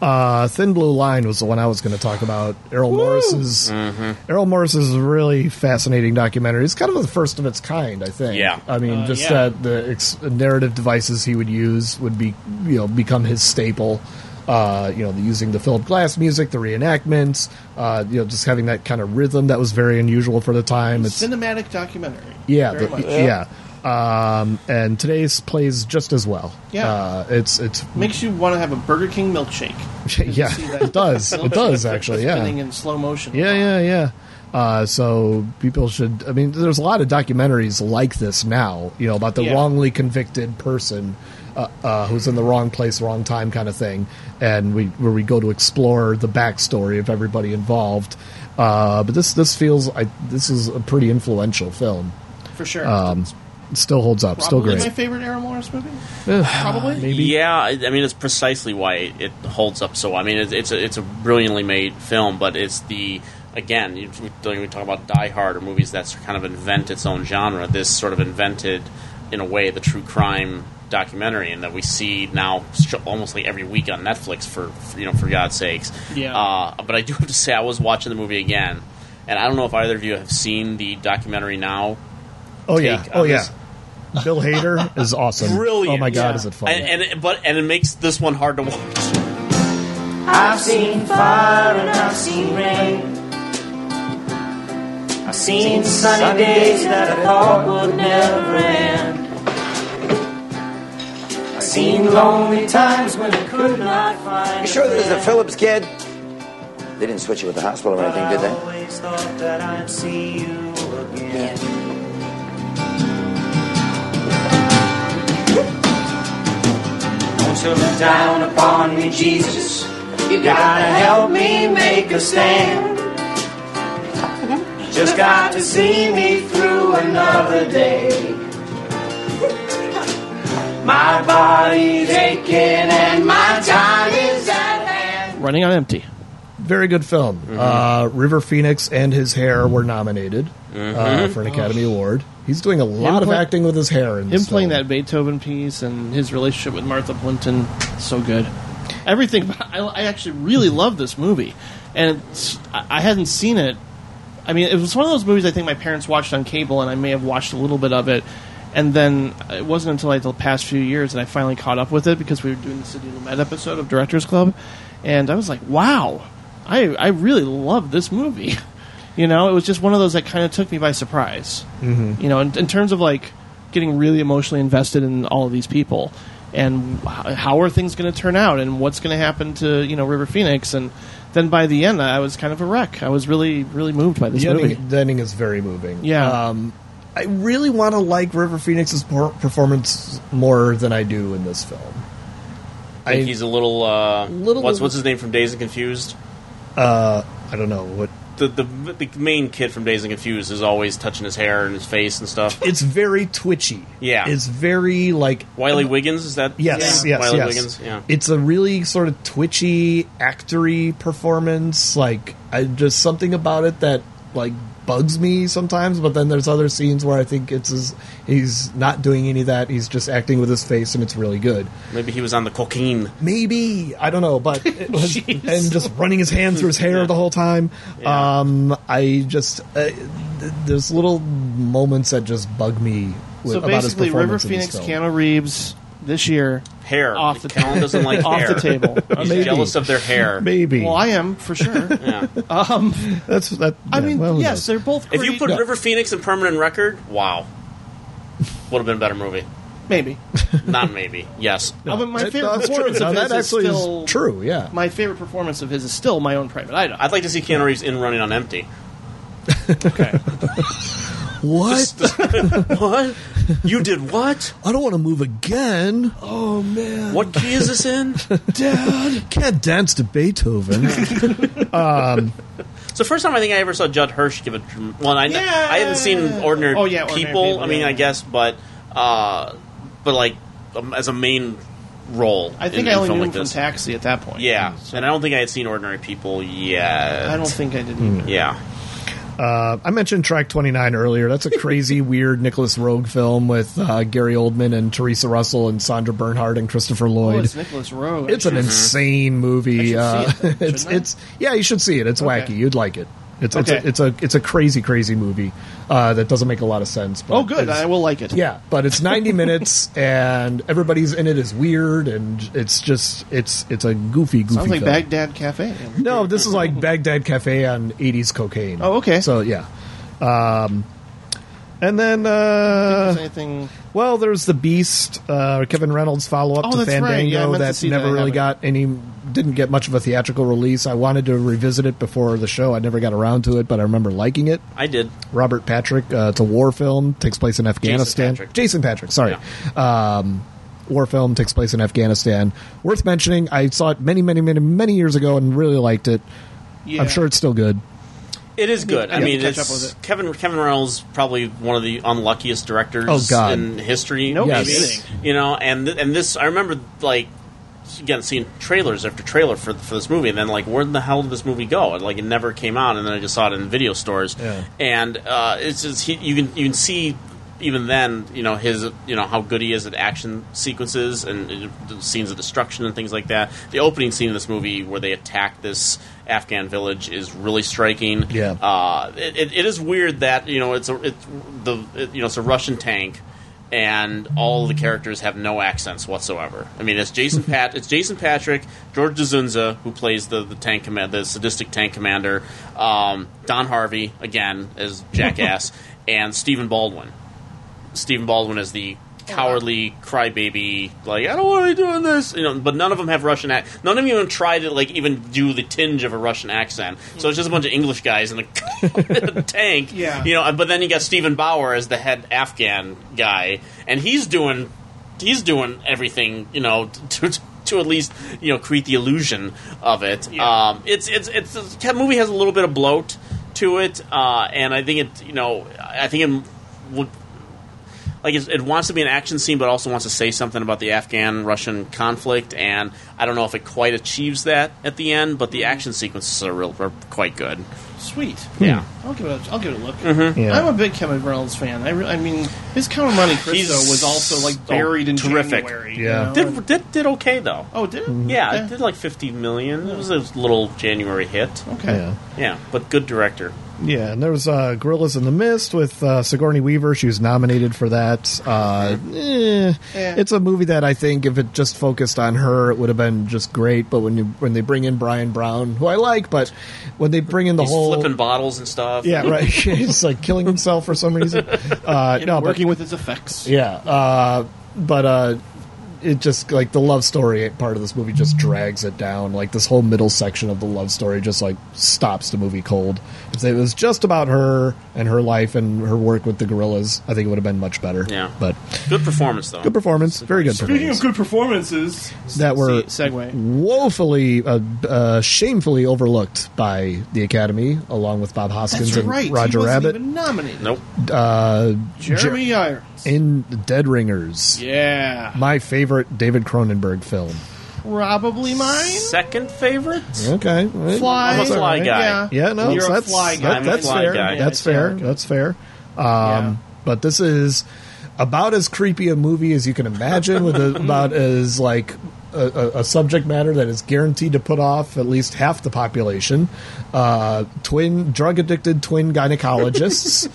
S3: Uh, Thin Blue Line was the one I was going to talk about. Errol Morris's
S1: Mm-hmm.
S3: Errol Morris's really fascinating documentary. It's kind of the first of its kind, I think.
S1: Yeah.
S3: I mean,
S1: Uh,
S3: just
S1: yeah.
S3: that the ex- narrative devices he would use would be you know become his staple. Uh, you know, the, using the Philip Glass music, the reenactments, uh, you know, just having that kind of rhythm that was very unusual for the time. It's
S2: Cinematic documentary.
S3: yeah,
S2: Very
S3: the-
S2: much.
S3: yeah. Um, and today's plays just as well.
S2: Yeah.
S3: uh, it's it's
S2: Makes you want to have a Burger King milkshake.
S3: yeah,
S2: See that
S3: it does. It
S2: milkshake
S3: does actually.
S2: spinning
S3: Yeah,
S2: in slow motion.
S3: yeah, yeah, yeah. Uh, so people should. I mean, there's a lot of documentaries like this now. You know about the
S2: Yeah.
S3: wrongly convicted person uh, uh, who's in the wrong place, wrong time, kind of thing, and we where we go to explore the backstory of everybody involved. Uh, but this this feels I, this is a pretty influential film.
S2: For sure.
S3: Um, it still holds up.
S2: Probably
S3: still great.
S2: my favorite Aaron Morris movie.
S3: Ugh.
S2: Probably.
S1: Yeah, I I mean it's precisely why it holds up so. well. I mean it's it's a, it's a brilliantly made film, but it's the again you, we don't even talk about Die Hard or movies that kind of invent its own genre. This sort of invented in a way the true crime documentary, and that we see now str- almost like every week on Netflix for, for you know for God's sakes.
S2: Yeah.
S1: Uh, but I do have to say I was watching the movie again, and I don't know if either of you have seen the documentary now.
S3: Oh yeah.
S1: take
S3: Oh
S1: on
S3: yeah.
S1: this-
S3: Bill Hader is awesome.
S1: Brilliant!
S3: Oh my god,
S1: Yeah.
S3: is it fun?
S1: And, and but and it makes this one hard to watch.
S18: I've seen fire and I've seen rain.
S21: I've seen sunny days that I thought would never end. I've seen lonely times when I could not find.
S22: You sure this is a Phillips kid? They didn't switch you with the hospital or anything, did they?
S21: always thought that I'd see you again. Don't you look down upon me, Jesus. You gotta help me make a stand. Just got to see me through another day. My body's aching and my time is at
S2: Running on empty.
S3: Very good film. Uh, River Phoenix and his hair were nominated uh,
S2: Mhm.
S3: for an Academy Award. He's doing a lot of
S2: play-
S3: acting with his hair. In
S2: Him
S3: this
S2: playing that Beethoven piece and his relationship with Martha Plimpton, so good. Everything. about- I, I actually really love this movie, and it's, I I hadn't seen it. I mean, it was one of those movies I think my parents watched on cable, and I may have watched a little bit of it. And then it wasn't until like the past few years that I finally caught up with it because we were doing the Sidney Lumet episode of Directors Club, and I was like, "Wow, I I really love this movie." You know, it was just one of those that kind of took me by surprise
S3: Mhm.
S2: you know in, in terms of like getting really emotionally invested in all of these people and h- how are things going to turn out and what's going to happen to you know river phoenix and then by the end i was kind of a wreck i was really really moved by this
S3: the
S2: movie
S3: Ending, the ending is very moving.
S2: Yeah.
S3: Um, I really want to like River Phoenix's per- performance more than I do in this film.
S1: I think he's a little. Uh,
S3: Little-
S1: what's what's his name from Days and Confused?
S3: Uh, I don't know what.
S1: The, the the main kid from Days and Confused is always touching his hair and his face and stuff.
S3: It's very twitchy.
S1: Yeah.
S3: It's very like
S1: Wiley Wiggins is that?
S3: Yes,
S1: yeah.
S3: yes,
S1: Wiley
S3: yes.
S1: Wiggins. Yeah.
S3: It's a really sort of twitchy, actory performance. Like, I just something about it that like bugs me sometimes. But then there's other scenes where I think it's his, he's not doing any of that. He's just acting with his face, and it's really good.
S1: Maybe he was on the cocaine.
S3: Maybe I don't know, but it was, and just running his hand through his hair the whole time. Um, I just uh, th- there's little moments that just bug me. With,
S2: so
S3: about his
S2: basically river
S3: performance in this
S2: phoenix
S3: film.
S2: keana reeves this year
S1: hair
S2: off the
S1: Callan
S2: table
S1: doesn't like
S2: off
S1: hair.
S2: the table
S1: He's jealous of their hair.
S3: Maybe.
S2: well i am for sure
S1: Yeah.
S2: um
S3: that's that
S2: i mean
S1: well, who
S2: yes
S1: knows?
S2: they're both
S1: If you
S2: great-
S1: put River Phoenix in Permanent Record, wow, would have been a better movie.
S2: maybe
S1: Not maybe. Yes.
S2: Uh, but my
S3: That-
S2: favorite
S3: that's true.
S2: performance
S3: Now,
S2: of his
S3: that
S2: is
S3: actually is
S2: still
S3: true, yeah.
S2: my favorite performance of his is still my own private item
S1: I'd like to see Keanu Reeves in Running on Empty.
S3: What?
S1: what? You did what?
S3: I don't want to move again. Oh man.
S1: What key is this in?
S3: Dad, can't dance to Beethoven. um,
S1: It's the first time I think I ever saw Judd Hirsch give a. dr- Well, I, I haven't seen ordinary,
S2: Oh, yeah, Ordinary
S1: people.
S2: People,
S1: I mean,
S2: yeah.
S1: I guess, but uh, but like um, as a main role.
S2: I think
S1: in,
S2: I
S1: in
S2: only
S1: film
S2: knew
S1: like
S2: him
S1: this.
S2: from Taxi at that point.
S1: Yeah, and I don't think I had seen Ordinary People yet.
S2: I don't think I did
S3: either.
S1: Yeah,
S3: uh, I mentioned track 29 earlier. That's a crazy, weird Nicholas Rogue film with uh, Gary Oldman and Teresa Russell and Sandra Bernhard and Christopher
S2: Oh,
S3: Lloyd.
S2: it's Nicholas Oh, Rowe.
S3: It's an
S2: Actually.
S3: insane movie.
S2: I
S3: Uh,
S2: should see it then,
S3: it's
S2: shouldn't I?
S3: it's yeah, you should see it. It's
S2: Okay.
S3: wacky. You'd like it. It's
S2: Okay.
S3: it's, a, it's a it's a crazy crazy movie uh, that doesn't make a lot of sense. But
S2: Oh, good.
S3: it's-
S2: I will like it.
S3: Yeah, but it's 90 minutes and everybody's in it is weird and it's just it's it's a goofy goofy.
S2: Sounds like
S3: film.
S2: Baghdad Cafe.
S3: No, this is like Baghdad Cafe on 80s cocaine.
S2: Oh, okay.
S3: So yeah, um, and then uh,
S2: there's anything-
S3: Well, there's the Beast, uh, Kevin Reynolds follow up
S2: Oh,
S3: to
S2: that's
S3: Fandango
S2: right. Yeah, I meant to
S3: that
S2: see that.
S3: never
S2: I
S3: really
S2: haven't.
S3: got any, didn't get much of a theatrical release. I wanted to revisit it before the show. I never got around to it, but I remember liking it.
S1: I did.
S3: Robert Patrick. Uh, it's a war film. Takes place in Afghanistan.
S1: Patrick.
S3: Jason Patrick. Sorry. Um, war film takes place in Afghanistan. Worth mentioning. I saw it many, many, many, many years ago and really liked it.
S1: Yeah.
S3: I'm sure it's still good.
S1: It is good. I
S3: Yeah.
S1: mean,
S3: Catch
S1: it's,
S3: up with it.
S1: Kevin Kevin Reynolds probably one of the unluckiest directors
S3: Oh, God.
S1: in history.
S3: No
S1: maybe.
S3: kidding.
S1: You know, and th- and this I remember like again seeing trailers after trailer for for this movie, and then like where the hell did this movie go? And, like it never came out, and then I just saw it in video stores.
S3: Yeah.
S1: And uh, it's just he, you can you can see even then you know his you know how good he is at action sequences and uh, the scenes of destruction and things like that. The opening scene of this movie where they attack this Afghan village is really striking.
S3: Yeah.
S1: Uh, it, it, it is weird that you know it's a it's the it, you know it's a Russian tank and all the characters have no accents whatsoever. I mean, it's Jason Pat, it's Jason Patrick, George D'Zunza, who plays the the tank command, the sadistic tank commander, um, Don Harvey again as Jackass, and Stephen Baldwin. Stephen Baldwin is the cowardly crybaby, like I don't want to be doing this, you know. But none of them have Russian accent. None of them even try to like even do the tinge of a Russian accent. So it's just a bunch of English guys in a tank,
S2: Yeah.
S1: You know, but then you got Stephen Bauer as the head Afghan guy, and he's doing he's doing everything, you know, to to at least you know create the illusion of it. Um, it's it's it's the movie has a little bit of bloat to it, uh, and I think it you know I think it would like it's, it wants to be an action scene, but also wants to say something about the Afghan Russian conflict. And I don't know if it quite achieves that at the end, but the
S2: Mm-hmm.
S1: action sequences are real are quite good.
S2: Sweet.
S3: Hmm.
S1: Yeah.
S2: I'll give it. A, I'll give it a look.
S1: Mhm. Yeah.
S2: I'm a big Kevin Reynolds fan. I, re- I mean, his Count of Monte Cristo
S1: He's
S2: was also like buried in
S1: terrific.
S2: January.
S1: Yeah.
S2: you know?
S1: did, did did okay though.
S2: Oh, did it?
S3: Mm-hmm.
S1: Yeah,
S2: Okay.
S1: it did like fifty million. It was a little January hit.
S2: Okay.
S3: Yeah.
S1: yeah, but good director.
S3: Yeah, and there was uh, Gorillas in the Mist with uh, Sigourney Weaver. She was nominated for that. Uh, eh, It's a movie that I think if it just focused on her, it would have been just great. But when you when they bring in Brian Brown, who I like, but when they bring in the
S1: He's
S3: whole
S1: flipping bottles and stuff.
S3: yeah, right, he's like killing himself for some reason. Uh, no, but-
S2: working with his effects.
S3: yeah, uh, but uh, it just like the love story part of this movie just drags it down. Like this whole middle section of the love story just like stops the movie cold. If it was just about her and her life and her work with the gorillas, I think it would have been much better.
S1: Yeah.
S3: but
S1: Good performance though.
S3: good performance, very good
S2: Speaking
S3: performance.
S2: of good performances,
S3: That were
S2: segue.
S3: woefully, uh, uh, shamefully overlooked by the Academy, along with Bob Hoskins
S2: That's
S3: and
S2: right.
S3: Roger
S2: he wasn't
S3: Rabbit.
S2: Even nominated.
S1: Nope.
S3: Uh,
S2: Jeremy Irons.
S3: in Dead Ringers.
S2: Yeah.
S3: My favorite David Cronenberg film.
S2: Probably mine.
S1: Second favorite.
S3: Okay.
S2: Fly.
S1: I'm a fly guy.
S3: Yeah, no,
S2: You're
S3: that's,
S2: a fly guy.
S3: that- that's fair. That's fair. That's fair. Um, But this is about as creepy a movie as you can imagine, with a, about as like a, a, a subject matter that is guaranteed to put off at least half the population. Uh, twin drug addicted twin gynecologists.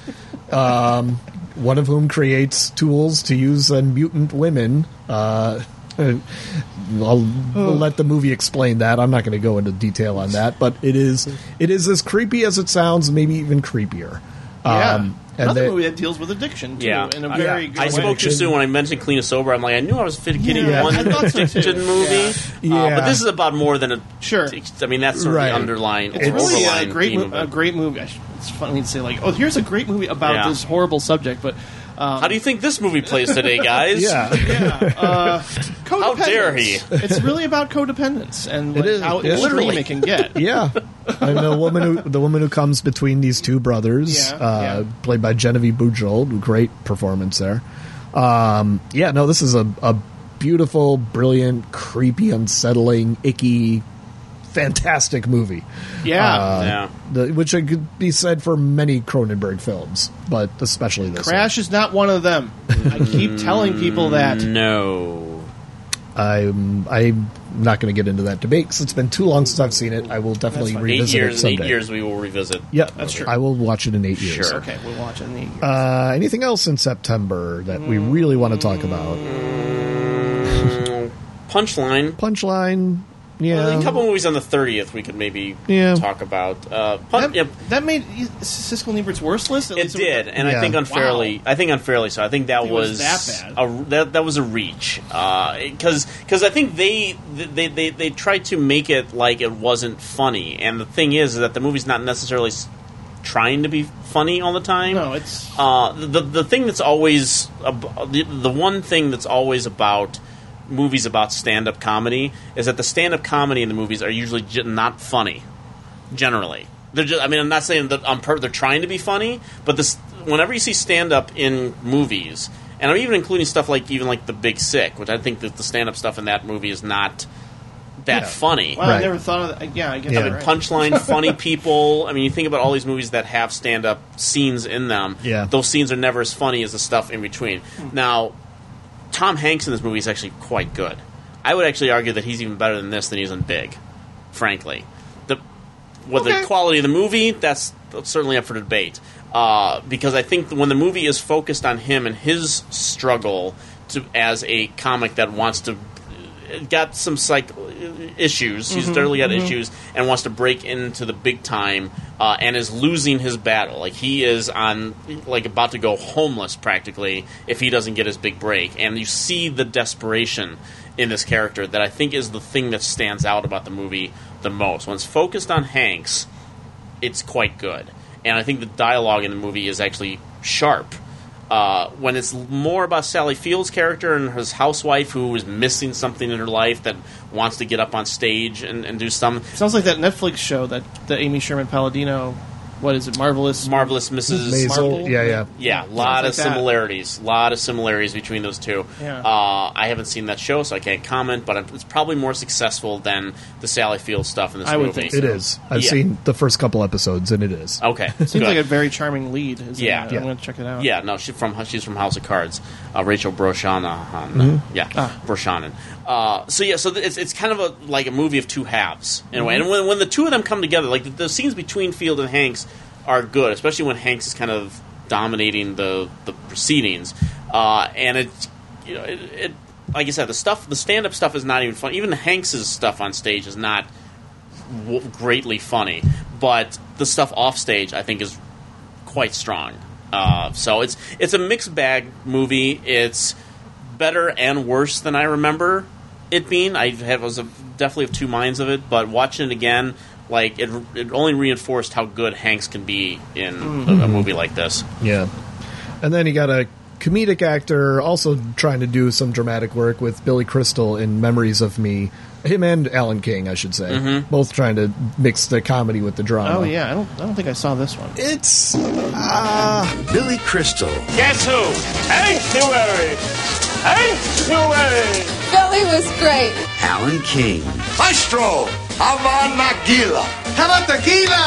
S3: um, one of whom creates tools to use on mutant women. Uh, I'll
S2: Oh.
S3: we'll let the movie explain that. I'm not going to go into detail on that, but it is it is as creepy as it sounds, maybe even creepier. Um,
S2: Yeah.
S3: and
S2: Another
S3: they-
S2: movie that deals with addiction, too,
S1: Yeah,
S2: in a
S1: I-
S2: very
S1: I,
S2: good way.
S1: spoke too soon when I mentioned Clean and Sober. I'm like, I knew I was fit getting
S2: Yeah.
S1: one
S2: I thought so, too.
S1: addiction movie,
S2: Yeah.
S1: Uh,
S2: Yeah.
S1: but this is about more than a
S2: sure.
S1: I mean, that's sort
S2: Right.
S1: of the underlying.
S2: It's really a
S1: overlying
S2: great,
S1: theme
S2: mo-
S1: of
S2: a
S1: it.
S2: great movie. I sh- It's funny to say like, oh, here's a great movie about
S1: Yeah.
S2: this horrible subject, but um,
S1: How do you think this movie plays today, guys?
S2: Yeah. uh, codependence.
S1: How dare he?
S2: It's really about codependence and like,
S3: is,
S2: how
S3: yeah.
S2: extreme
S3: Literally.
S2: it can get.
S3: yeah, and the woman who the woman who comes between these two brothers,
S2: Yeah,
S3: uh, played by Genevieve Bujold, great performance there. Um, yeah, no, this is a, a beautiful, brilliant, creepy, unsettling, icky, fantastic movie. Uh,
S2: Yeah.
S1: Yeah.
S3: the- which I could be said for many Cronenberg films, but especially this. one.
S2: Crash is not one of them. I keep telling people that.
S1: Mm, No.
S3: I'm I'm not going to get into that debate because it's been too long since I've seen it. I will definitely
S1: Eight
S3: revisit it
S1: years.
S3: someday.
S1: Eight years. We will revisit.
S3: Yeah,
S2: That's true.
S3: I will watch it in eight years.
S1: Sure.
S2: Okay, we'll watch it in the
S3: Uh, anything else in September that we really want to talk about?
S1: Punchline.
S3: Punchline. Yeah.
S1: a couple movies on the thirtieth we could maybe
S3: Yeah.
S1: talk about. Uh, pun- yeah,
S2: That made Siskel and Ebert's worst list. At
S1: it
S2: least
S1: did,
S2: was-
S1: and I think unfairly. I think unfairly. So I think that
S2: It
S1: was,
S2: was that
S1: A, that that was a reach because because I think they they, they they tried to make it like it wasn't funny, and the thing is that the movie's not necessarily s- trying to be funny all the time.
S2: No, it's
S1: uh, the the thing that's always ab- the, the one thing that's always about movies about stand up comedy is that the stand up comedy in the movies are usually j- not funny. Generally, they're just. I mean, I'm not saying that on per- they're trying to be funny, but this whenever you see stand up in movies, and I'm even including stuff like even like The Big Sick, which I think that the stand up stuff in that movie is not that
S2: Yeah.
S1: funny.
S2: Wow, I never thought of that. Yeah, I guess
S1: I
S2: yeah.
S1: mean, punchline, funny people. I mean, you think about all these movies that have stand up scenes in them.
S2: Yeah.
S1: Those scenes are never as funny as the stuff in between. Now, Tom Hanks in this movie is actually quite good. I would actually argue that he's even better than this than he's in Big, frankly. The what the quality of the movie, that's certainly up for debate uh, because I think when the movie is focused on him and his struggle to as a comic that wants to uh, got some psych uh, issues, he's
S5: Mhm,
S1: clearly got
S5: mhm.
S1: issues and wants to break into the big time uh, and is losing his battle. Like he is on like about to go homeless practically if he doesn't get his big break. And you see the desperation in this character that I think is the thing that stands out about the movie the most. When it's focused on Hanks, it's quite good. And I think the dialogue in the movie is actually sharp. Uh, when it's more about Sally Field's character and his housewife who is missing something in her life that wants to get up on stage and, and do some
S2: Sounds like that Netflix show that the Amy Sherman Palladino. What is it? Marvelous,
S1: marvelous Mrs.
S2: Marvel?
S3: yeah, yeah.
S1: Yeah, a
S2: Sounds
S1: lot
S2: like
S1: of
S2: that.
S1: similarities. A lot of similarities between those two.
S2: Yeah.
S1: Uh, I haven't seen that show, so I can't comment, but it's probably more successful than the Sally Field stuff in this movie.
S3: it is. I've
S1: Yeah. Oh.
S3: seen the first couple episodes, and it is.
S1: Okay.
S2: Seems
S1: good.
S2: like a very charming lead. Isn't
S1: Yeah.
S2: it? I'm going to check it out.
S1: Yeah, no, she's from she's from House of Cards. Uh, Rachel Brosnahan.
S2: Mhm.
S1: Yeah,
S2: Ah.
S1: Brosnahan. Uh, so yeah, so th- it's it's kind of a like a movie of two halves in a way. And when when the two of them come together, like the, the scenes between Field and Hanks are good, especially when Hanks is kind of dominating the the proceedings. Uh, and it you know it, it like I said, the stuff the stand up stuff is not even fun. Even Hanks's stuff on stage is not w- greatly funny, but the stuff off stage I think is quite strong. Uh, so it's it's a mixed bag movie. It's better and worse than I remember it being. I have, was of definitely of two minds of it, but watching it again, like it, it only reinforced how good Hanks can be in a, a
S3: Mhm.
S1: movie like this.
S3: Yeah. And then you got a comedic actor also trying to do some dramatic work with Billy Crystal in Memories of Me. Him and Alan King, I should say.
S2: Mhm.
S3: Both trying to mix the comedy with the drama.
S2: Oh yeah, I don't. I don't think I saw this one.
S3: It's uh,
S4: Billy Crystal.
S9: Guess who? Sanctuary! Sanctuary!
S6: Billy was great.
S4: Alan King.
S6: Maestro, Avan Nagila. Have a tequila.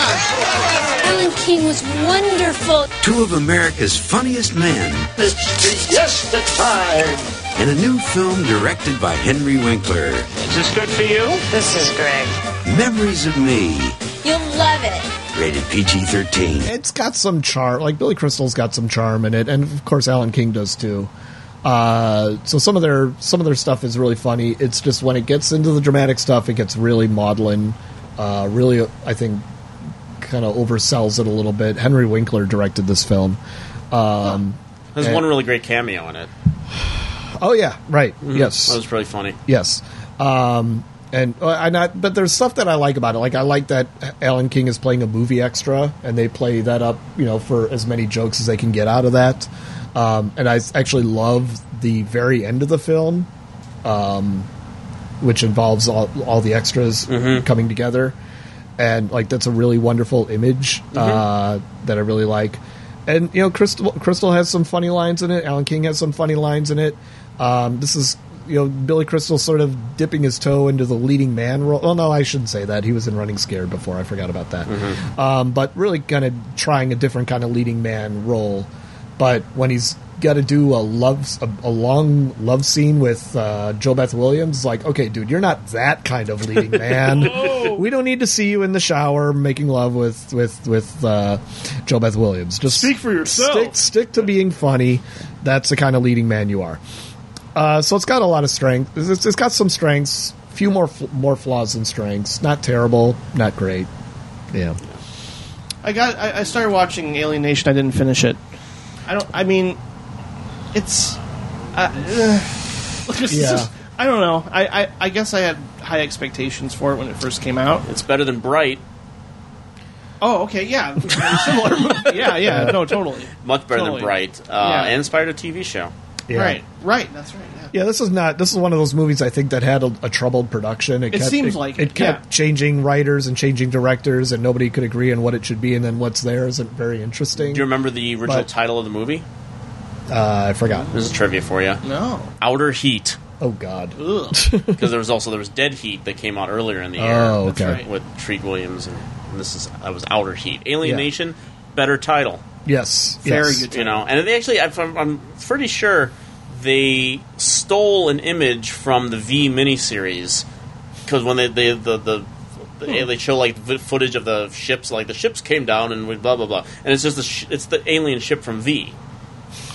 S6: Alan King was wonderful.
S4: Two of America's funniest men.
S6: It's just the time.
S4: And a new film directed by Henry Winkler.
S9: Is this good for you? This is great.
S4: Memories of Me.
S6: You'll love it.
S4: Rated PG 13.
S3: it's got some charm. Like Billy Crystal's got some charm in it, and of course Alan King does too. Uh, so some of their some of their stuff is really funny. It's just when it gets into the dramatic stuff, it gets really maudlin. Uh, really, I think kind of oversells it a little bit. Henry Winkler directed this film. Um,
S1: There's
S3: and-
S1: one really great cameo in it.
S3: Oh yeah, right. Yes,
S1: Mm-hmm. that was really funny.
S3: Yes. Um, and uh, I not, but there's stuff that I like about it. Like I like that Alan King is playing a movie extra, and they play that up, you know, for as many jokes as they can get out of that. Um, and I actually love the very end of the film, um, which involves all, all the extras coming together, and like that's a really wonderful image uh, that I really like. And you know, Crystal Crystal has some funny lines in it. Alan King has some funny lines in it. Um, this is you know Billy Crystal sort of dipping his toe into the leading man role. Well, no, I shouldn't say that. He was in Running Scared before. I forgot about that. Um, but really, kind of trying a different kind of leading man role. But when he's got to do a love a, a long love scene with uh, Joe Beth Williams, like, okay, dude, you're not that kind of leading man. we don't need to see you in the shower making love with with with uh, Joe Beth Williams. Just
S2: Speak for yourself.
S3: Stick, stick to being funny. That's the kind of leading man you are. Uh, so it's got a lot of strength. It's, it's got some strengths. Few more fl- more flaws than strengths. Not terrible. Not great. Yeah.
S2: I got. I, I started watching Alien Nation. I didn't finish it. I don't. I mean, it's. Uh, ugh.
S1: Yeah.
S2: I don't know. I, I I guess I had high expectations for it when it first came out.
S1: It's better than Bright.
S2: Oh, okay, yeah, Very similar. movie. yeah, yeah. No, totally.
S1: Much better
S2: Totally.
S1: than Bright. Uh,
S2: Yeah.
S1: And inspired a TV show.
S3: Yeah.
S2: Right, right. That's right.
S3: Yeah, this is not. This is one of those movies I think that had a, a troubled production.
S2: It seems like
S3: it
S2: it,
S3: kept
S2: yeah.
S3: changing writers and changing directors, and nobody could agree on what it should be. And then what's there isn't very interesting.
S1: Do you remember the original
S3: But-
S1: title of the movie?
S3: Uh, I forgot.
S1: This is trivia for you.
S2: No.
S1: Outer Heat.
S3: Oh God.
S1: Because there was also there was Dead Heat that came out earlier in the
S3: Oh,
S1: year.
S3: That's okay. right.
S1: With Treat Williams and, and this is I was Outer Heat. Alienation, better title.
S3: Yes. yes.
S1: You know, and they actually I'm, I'm pretty sure they stole an image from the V miniseries because when they, they the the
S3: Hmm.
S1: and they show like vi- footage of the ships, like the ships came down and we blah blah blah, and it's just the sh- it's the alien ship from V.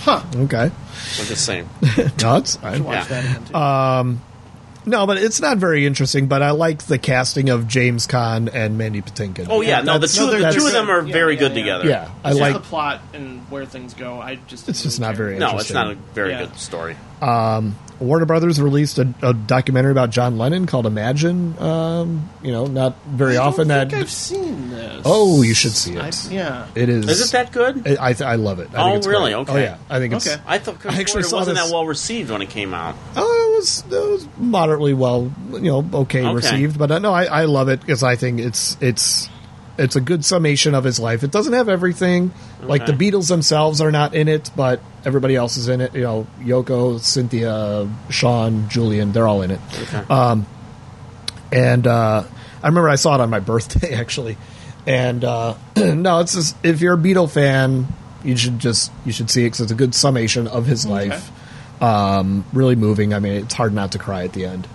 S2: Huh.
S3: Okay.
S1: So I'm just saying.
S3: That's fine.
S1: Yeah.
S3: Um, no, but it's not very interesting. But I like the casting of James Caan and Mandy Patinkin.
S1: Oh yeah, no, the
S3: That's-
S1: two the
S3: that's-
S1: two of them are very good together.
S3: Yeah, I
S2: It's just
S3: like-
S2: the plot and where things go. I just
S3: It's just not very.
S1: No, it's
S3: interesting.
S1: not a very
S2: Yeah.
S1: good story.
S3: Um, Warner Brothers released a, a documentary about John Lennon called Imagine. Um, you know, not very often
S2: I
S3: that.
S2: think I've seen this.
S3: Oh, you should see it.
S2: I- yeah.
S3: It is.
S1: Is it that good?
S3: I I, th- I love it. I think
S1: oh
S3: it's
S1: really?
S3: great.
S1: Okay.
S3: Oh yeah, I think it's.
S1: I thought
S3: I actually
S1: it
S3: saw
S1: wasn't
S3: this-
S1: that well received when it came out.
S3: Oh, it was, it was moderately well, you know, okay,
S1: Okay.
S3: received. But uh, no, I, I love it because I think it's it's it's a good summation of his life. It doesn't have everything. Like the
S1: Okay.
S3: Beatles themselves are not in it, but everybody else is in it. You know, Yoko, Cynthia, Sean, Julian, they're all in it.
S1: Okay.
S3: Um, and uh, I remember I saw it on my birthday actually. And uh, no, it's just, if you're a Beatle fan, you should just you should see it 'cause it's a good summation of his life. Um, really moving. I mean, it's hard not to cry at the end.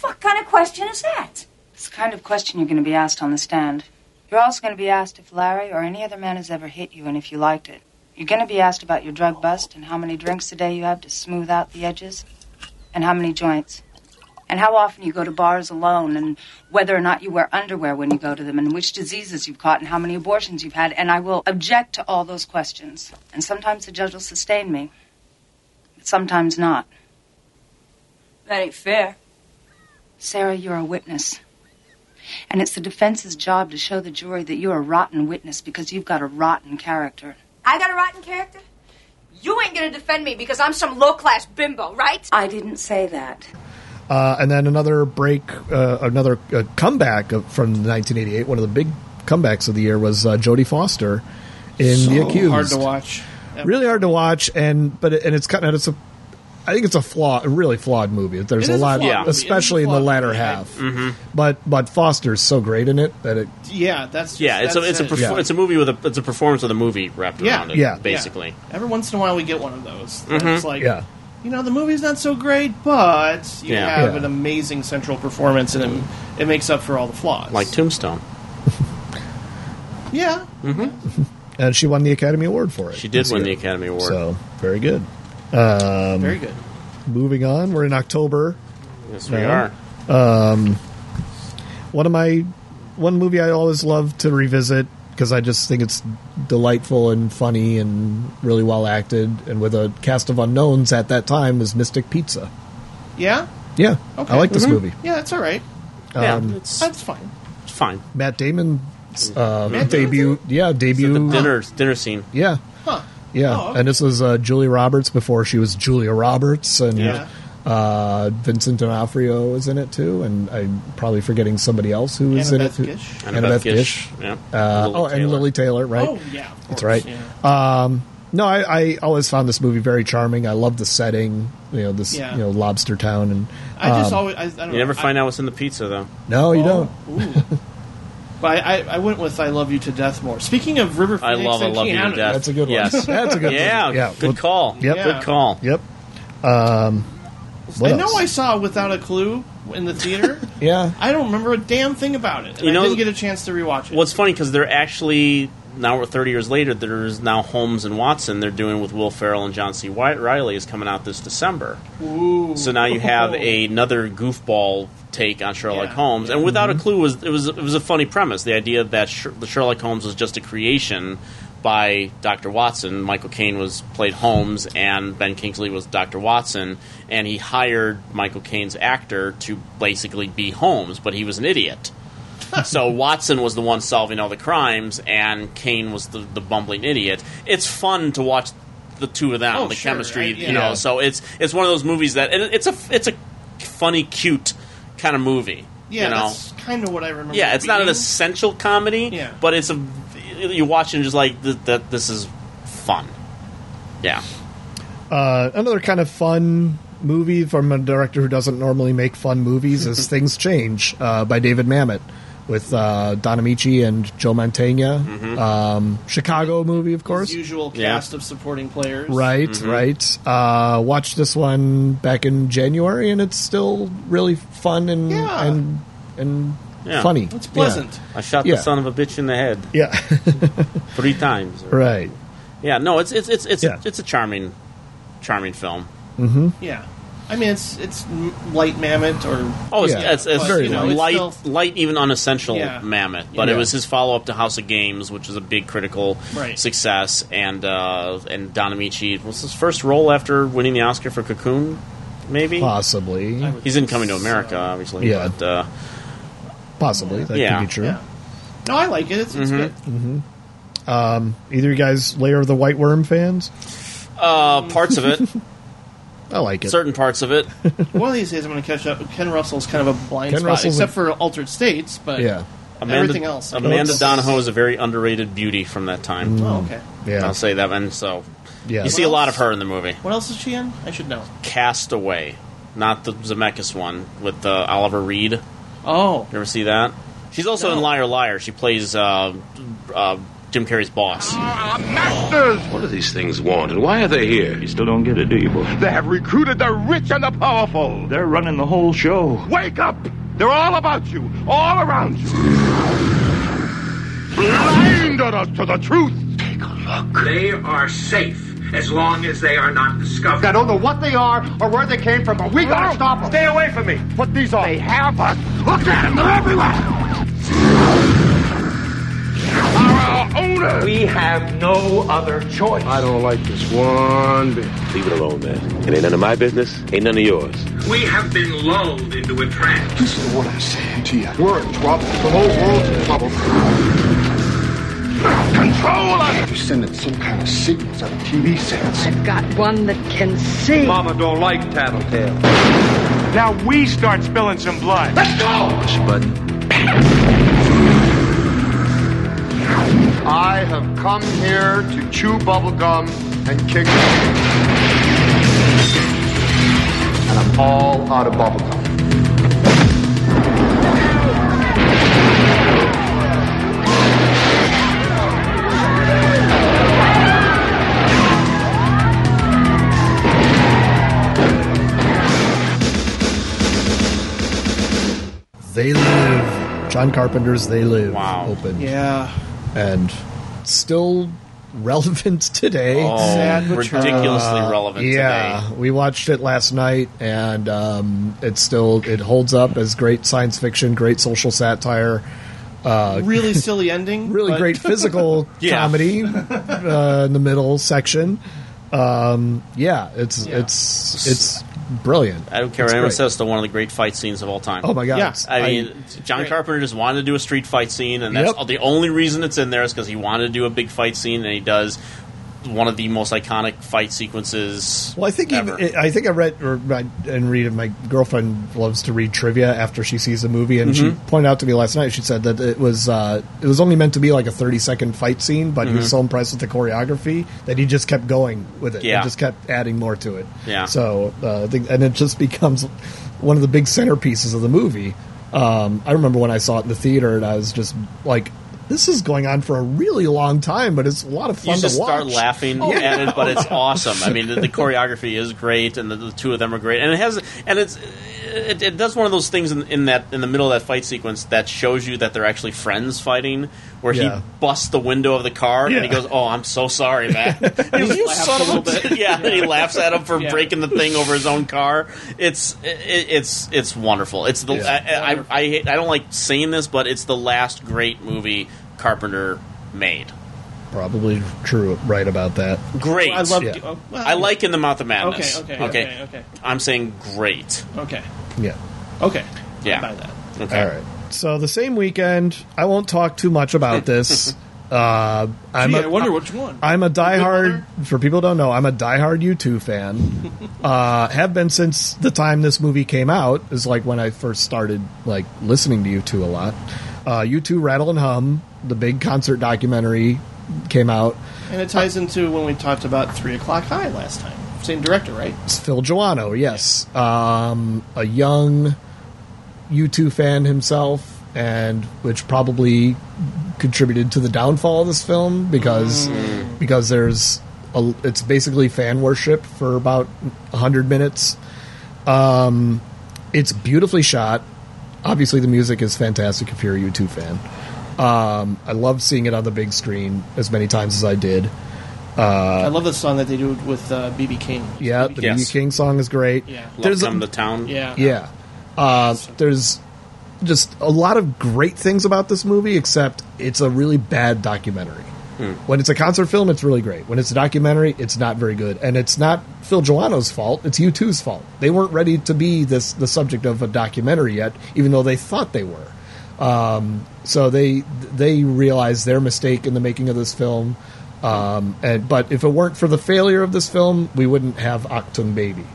S5: What kind of question is that? It's the kind of question you're going to be asked on the stand. You're also going to be asked if Larry or any other man has ever hit you and if you liked it. You're going to be asked about your drug bust and how many drinks a day you have to smooth out the edges and how many joints. And how often you go to bars alone, and whether or not you wear underwear when you go to them, and which diseases you've caught, and how many abortions you've had, and I will object to all those questions. And sometimes the judge will sustain me, but sometimes not.
S10: That ain't fair.
S5: Sarah, you're a witness. And it's the defense's job to show the jury that you're a rotten witness because you've got a rotten character.
S10: I got a rotten character? You ain't gonna defend me because I'm some low class bimbo, right?
S5: I didn't say that.
S3: Uh, and then another break, uh, another uh, comeback of, from 1988. One of the big comebacks of the year was uh, Jodie Foster in
S2: So
S3: The Accused.
S2: hard to watch.
S3: Really hard to watch, and but it, and it's kind of it's a. I think it's a flaw, a really flawed movie. There's
S2: It
S3: a
S2: is a
S3: lot,
S2: flawed movie. It is a
S3: especially in the
S2: flawed
S3: latter
S2: movie. I-
S3: half.
S1: Mm-hmm.
S3: But but Foster's so great in it that it
S2: Yeah, that's just,
S1: Yeah, it's a
S2: that's
S1: it's a
S2: it.
S1: perfor- it's a movie with a it's a performance of the movie wrapped
S2: Yeah.
S1: around it.
S3: Yeah.
S1: basically.
S2: Every once in a while, we get one of those.
S1: Mhm.
S2: It's like,
S1: Yeah.
S2: you know, the movie's not so great, but you
S1: Yeah.
S2: have
S1: Yeah.
S2: an amazing central performance, and it, it makes up for all the flaws.
S1: Like Tombstone,
S2: Yeah.
S3: and she won the Academy Award for it.
S1: she did
S3: this
S1: win
S3: year.
S1: the Academy Award.
S3: So very good. Um,
S2: Very good.
S3: Moving on, we're in October.
S1: Yes, we are.
S3: Um, one of my one movie I always love to revisit because I just think it's delightful and funny and really well acted, and with a cast of unknowns at that time was Mystic Pizza.
S2: Yeah.
S3: Yeah,
S2: Okay.
S3: I like this
S1: Mm-hmm.
S2: Mhm.
S3: movie.
S2: Yeah, that's all right.
S3: Yeah, Um,
S2: it's, that's fine.
S1: It's fine.
S3: Matt Damon uh,
S1: Matt Damon's
S3: debut. Yeah, debut
S1: Dinner dinner scene.
S3: Yeah. Yeah,
S2: Oh,
S3: and this was uh, Julia Roberts before she was Julia Roberts, and
S1: Yeah.
S3: uh, Vincent D'Onofrio was in it too, and I'm probably forgetting somebody else who was in it.
S2: Annabeth
S3: Who,
S2: Gish?
S1: Annabeth Gish, yeah.
S3: Uh,
S1: Lily
S3: oh, and
S1: Taylor.
S3: Lily Taylor, right?
S2: Oh, yeah, of
S3: that's
S2: course,
S3: right. Um, no, I, I always found this movie very charming. I love the setting, you know, this
S2: Yeah.
S3: you know Lobster Town, and
S2: I Oh. just
S3: um,
S2: always. I, I don't
S1: You never
S2: know,
S1: find out what's in the pizza though.
S3: no, Oh, you don't.
S2: But I, I, I went with "I Love You to Death" more. Speaking of River,
S1: I
S2: Phoenix
S1: love I
S2: and
S1: love you to
S2: Keanu-
S1: death. Yes, yeah,
S3: Yeah,
S1: Good
S3: well-
S1: call.
S3: Yep.
S2: Yeah.
S1: Good call.
S3: Yep. Um, what
S2: I know
S3: else?
S2: I saw Without a Clue in the theater.
S3: yeah.
S2: I don't remember a damn thing about it. And
S1: You know-
S2: I didn't get a chance to rewatch it.
S1: Well, it's funny because they're actually now we're 30 years later. There's now Holmes and Watson. They're doing with Will Ferrell and John C. Wy- Riley is coming out this December.
S2: Ooh.
S1: So now you have another goofball take on Sherlock Holmes, and without a clue was it was it was a funny premise. The idea that Sh- the Sherlock Holmes was just a creation by Dr. Watson. Michael Caine was played Holmes, and Ben Kingsley was Dr. Watson, and he hired Michael Caine's actor to basically be Holmes, but he was an idiot. so Watson was the one solving all the crimes, and Kane was the, the bumbling idiot. It's fun to watch the two of them,
S2: Oh,
S1: the
S2: sure.
S1: chemistry,
S2: I-
S1: you know.
S2: yeah.
S1: So it's it's one of those movies that and it's a it's a funny, cute kind of movie.
S2: yeah,
S1: you know?
S2: that's kind of what I remember.
S1: yeah. It's not an
S2: being.
S1: essential comedy,
S2: Yeah.
S1: but it's a you watch and just like th- that. This is fun. Yeah.
S3: Uh, another kind of fun movie from a director who doesn't normally make fun movies is Things Change uh, by David Mamet with uh, Don Amici and Joe Mantegna.
S1: Mm-hmm.
S3: Um, Chicago movie, of course.
S2: usual
S3: Yeah.
S2: cast of supporting players.
S3: Right,
S1: Mm-hmm.
S3: right. Uh, watched this one back in January, and it's still really fun and and and
S1: Yeah.
S3: funny. It's
S2: pleasant.
S1: I shot
S3: Yeah.
S1: the son of a bitch in the head.
S3: Yeah.
S1: Three times.
S3: Right.
S1: Yeah, no, it's it's it's it's a, it's a charming charming film.
S3: Mm-hmm.
S2: Yeah. I mean, it's it's m- light mammoth or
S1: Oh, it's, it's, it's
S2: but, you know, it's
S1: light,
S2: still-
S1: light, even unessential
S2: Yeah.
S1: mammoth. But
S2: Yeah.
S1: it was his follow up to House of Games, which was a big critical
S2: Right.
S1: success. And uh, and Don Amici was his first role after winning the Oscar for Cocoon, maybe
S3: Possibly.
S1: He's in Coming to America, obviously.
S3: Yeah.
S1: but, uh,
S3: Possibly. That
S1: Yeah.
S3: could be true.
S1: Yeah.
S2: no, I like it. It's,
S1: Mm-hmm.
S2: it's good.
S3: hmm Um, either you guys Layer of the White Worm fans?
S1: uh, parts of it,
S3: I like it.
S1: certain parts of it.
S2: One of these days, I'm going to catch up. Ken Russell's kind of a blind
S1: Ken
S2: spot,
S1: Russell's
S2: except
S1: a-
S2: for Altered States, but
S1: Amanda,
S2: everything else.
S1: Amanda
S2: It's-
S1: Donahoe is a very underrated beauty from that time.
S2: Mm. Oh, okay.
S3: Yeah.
S1: I'll say that one. So,
S3: Yeah.
S1: you see a lot of her in the movie.
S2: What else is she in? I should know.
S1: Cast Away, not the Zemeckis one with uh, Oliver Reed.
S2: Oh,
S1: you ever see that? She's also in Liar Liar. She plays uh, uh, Jim Carrey's boss.
S7: What do these things want, and why are they here? You still don't get it, do you, boy?
S4: They have recruited the rich and the powerful.
S7: They're running the whole show.
S4: Wake up! They're all about you, all around you. Blinded us to the truth.
S11: They are safe as long as they are not discovered.
S4: I don't know what they are or where they came from, but we gotta stop them. Stay away from me. Put these on. They have us. Look at them. They're everywhere.
S11: We have no other choice.
S7: I don't like this one bit. Leave it alone, man. It ain't none of my business, ain't none of yours.
S11: We have been lulled into a trance.
S4: Listen to what I'm saying to you. We're in trouble. The whole world's in trouble. Control us! You're sending some kind of signals on a TV sets.
S23: I've got one that can see.
S11: Mama don't like tattletale. Now we start spilling some blood. Let's go!
S7: Push a button.
S4: I have come here to chew bubblegum and kick. And I'm all out of bubblegum.
S3: They Live. John Carpenter's They Live
S1: wow.
S3: opened.
S2: Yeah.
S3: And still relevant today.
S1: Oh, Sad but true. ridiculously relevant
S3: Yeah. We watched it last night and um, it still it holds up as great science fiction, great social satire. Uh,
S2: really silly ending.
S3: really
S2: but-
S3: great physical
S2: Yeah.
S3: comedy uh, in the middle section. Um, yeah, it's it's it's brilliant.
S1: I don't care
S3: It's
S1: what anyone
S3: great.
S1: says. Still one of the great fight scenes of all time.
S3: Oh my God, Yeah. it's-
S1: I
S3: I-
S1: mean, John Carpenter just wanted to do a street fight scene, and that's
S3: Yep.
S1: the only reason it's in there is because he wanted to do a big fight scene, and he does one of the most iconic fight sequences.
S3: Well, I think
S1: ever.
S3: even, I think I read or I- and read. My girlfriend loves to read trivia after she sees a movie, and she
S1: Mhm.
S3: pointed out to me last night. She said that it was uh, it was only meant to be like a thirty second fight scene, but he
S1: Mhm.
S3: was so impressed with the choreography that he just kept going with it.
S1: Yeah.
S3: and just kept adding more to it.
S1: Yeah.
S3: So uh, I think, and it just becomes one of the big centerpieces of the movie. Um, I remember when I saw it in the theater, and I was just like. This is going on for a really long time, but it's a lot of fun
S1: you just
S3: to watch.
S1: start laughing
S3: Oh,
S1: at
S3: yeah.
S1: it, but it's awesome. I mean, the, the choreography is great, and the, the two of them are great, and it has, and it's, it, it does one of those things in, in that in the middle of that fight sequence that shows you that they're actually friends fighting, where
S3: Yeah.
S1: he busts the window of the car and he
S3: Yeah.
S1: goes, "Oh, I'm so sorry, Matt." you son of a bitch. yeah, and he laughs at him for breaking the thing over his own car. It's it, it's it's wonderful. It's the I, I, I hate- I don't like saying this, but it's the last great movie Carpenter made.
S3: Probably true, right about that.
S1: Great.
S2: I love.
S3: Yeah.
S2: oh, well,
S1: I like in the mouth of madness.
S2: Okay, okay, okay, okay.
S1: I'm saying great.
S2: Okay.
S3: Yeah.
S2: Okay.
S1: Yeah.
S2: buy that.
S1: Okay.
S3: All right. So the same weekend, I won't talk too much about this. uh, I'm
S2: Gee,
S3: a-
S2: I wonder which one.
S3: I'm a diehard. For people who don't know, I'm a diehard U2 fan. uh, have been since the time this movie came out. Is like when I first started like listening to U2 a lot. Uh, U2 Rattle and Hum, the big concert documentary, came out.
S2: And it ties into when we talked about Three O'Clock High last time. Same director, right?
S3: It's Phil Joano, yes. Um, a young U2 fan himself, and which probably contributed to the downfall of this film because
S7: Mm.
S3: because there's a, it's basically fan worship for about 100 minutes. Um, it's beautifully shot. obviously the music is fantastic if you're a U2 fan. Um, I love seeing it on the big screen as many times as I did.
S2: I
S3: Uh,
S2: love the song that they do with uh, BB King.
S3: yeah, the BB King song is great.
S2: Yeah. Love
S3: There's
S1: Come to Town.
S2: Yeah.
S3: yeah. Uh, there's just a lot of great things about this movie, except it's a really bad documentary. When it's a concert film, it's really great. When it's a documentary, it's not very good, and it's not Phil Giuliano's fault. It's U2's fault. They weren't ready to be this the subject of a documentary yet, even though they thought they were. Um, so they they realized their mistake in the making of this film. Um, and but if it weren't for the failure of this film, we wouldn't have Octum Baby.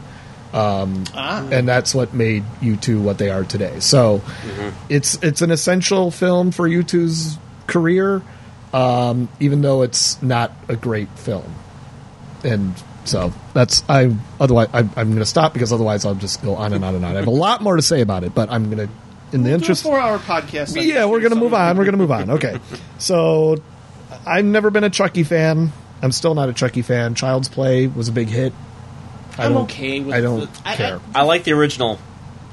S3: Um, and that's what made U2 what they are today. So
S1: Mm-hmm.
S3: it's it's an essential film for U2's career, um, even though it's not a great film. And so that's I otherwise I, I'm going to stop because otherwise I'll just go on and on and on. I have a lot more to say about it, but I'm going to in the
S2: We'll do
S3: interest
S2: a four-hour podcast. like
S3: yeah, we're gonna move on. We're gonna move on. Okay, so I've never been a Chucky fan. I'm still not a Chucky fan. Child's Play was a big hit. I
S2: I'm
S3: don't-
S2: okay with
S3: I don't
S2: the- I- I-
S3: care.
S1: I like the original.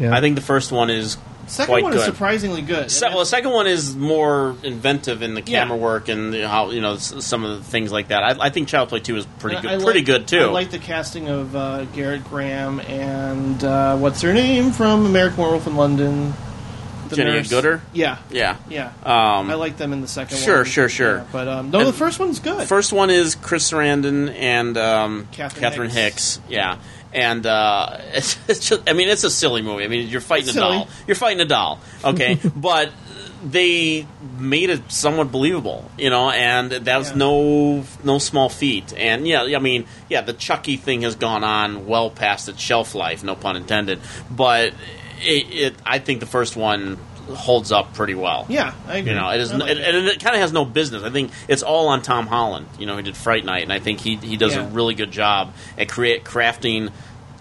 S3: Yeah.
S1: I think the first one is
S2: Second
S1: quite
S2: one
S1: good.
S2: is surprisingly good.
S1: Se- well, the second one is more inventive in the camera work and the- how you know s- some of the things like that. I, I think Child Play Two is pretty
S2: And
S1: good,
S2: I like-
S1: pretty good too.
S2: I like the casting of uh, Garrett Graham and uh, what's her name from American Werewolf in London. The
S1: Jenny
S2: nurse.
S1: Gooder.
S2: Yeah,
S1: yeah,
S2: yeah.
S1: Um,
S2: I like them in the second.
S1: sure,
S2: one.
S1: sure, sure.
S2: Yeah, but um, no,
S1: And
S2: the first one's good.
S1: First one is Chris Sarandon and um,
S2: Catherine
S1: Catherine, Hicks. Yeah, and uh, it's, it's just, I mean, it's a silly movie. I mean, you're fighting
S2: Silly.
S1: a doll. You're fighting a doll. Okay, but they made it somewhat believable, you know, and that was no no small feat. And yeah, I mean, yeah, the Chucky thing has gone on well past its shelf life, no pun intended. But it, it I think the first one holds up pretty well.
S2: Yeah, I agree.
S1: You know, it is,
S2: I like
S1: it, and it kind of has no business. I think it's all on Tom Holland. You know, he did Fright Night, and I think he he does
S2: Yeah.
S1: a really good job at create crafting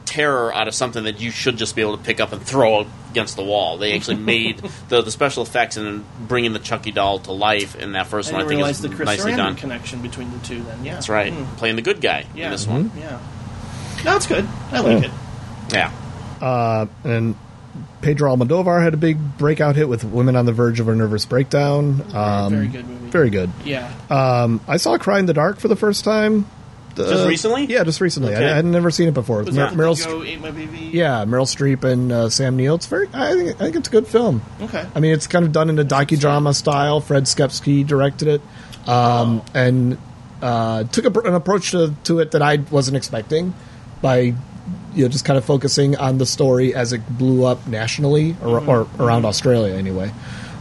S1: terror out of something that you should just be able to pick up and throw against the wall. They actually made the the special effects and bringing the Chucky doll to life in that
S2: I
S1: first
S2: didn't
S1: one. I think
S2: realize
S1: is
S2: the Chris
S1: nicely
S2: Sarandon
S1: done.
S2: connection between the two. Then yeah,
S1: That's right,
S2: Mm.
S1: playing the good guy
S2: Yeah,
S1: in this one.
S2: Yeah, no, it's good. I like
S3: Yeah.
S2: it.
S1: Yeah.
S3: Uh, and Pedro Almodovar had a big breakout hit with "Women on the Verge of a Nervous Breakdown." Um,
S2: very good movie.
S3: Very good.
S2: Yeah.
S3: Um, I saw "Cry in the Dark" for the first time.
S1: Just recently?
S3: Yeah, just recently.
S1: Okay.
S3: I, I had never seen it before.
S2: Was
S3: Mer-
S2: that
S3: Meryl
S2: Let
S3: Streep-
S2: Go Ate My Baby?
S3: Yeah, Meryl Streep and uh, Sam Neill. It's very. I think, I think it's a good film.
S2: Okay.
S3: I mean, it's kind of done in a docudrama style. Fred Skepsky directed it, um, and uh, took a, pr- an approach to, to it that I wasn't expecting by you know just kind of focusing on the story as it blew up nationally or, or around Australia anyway.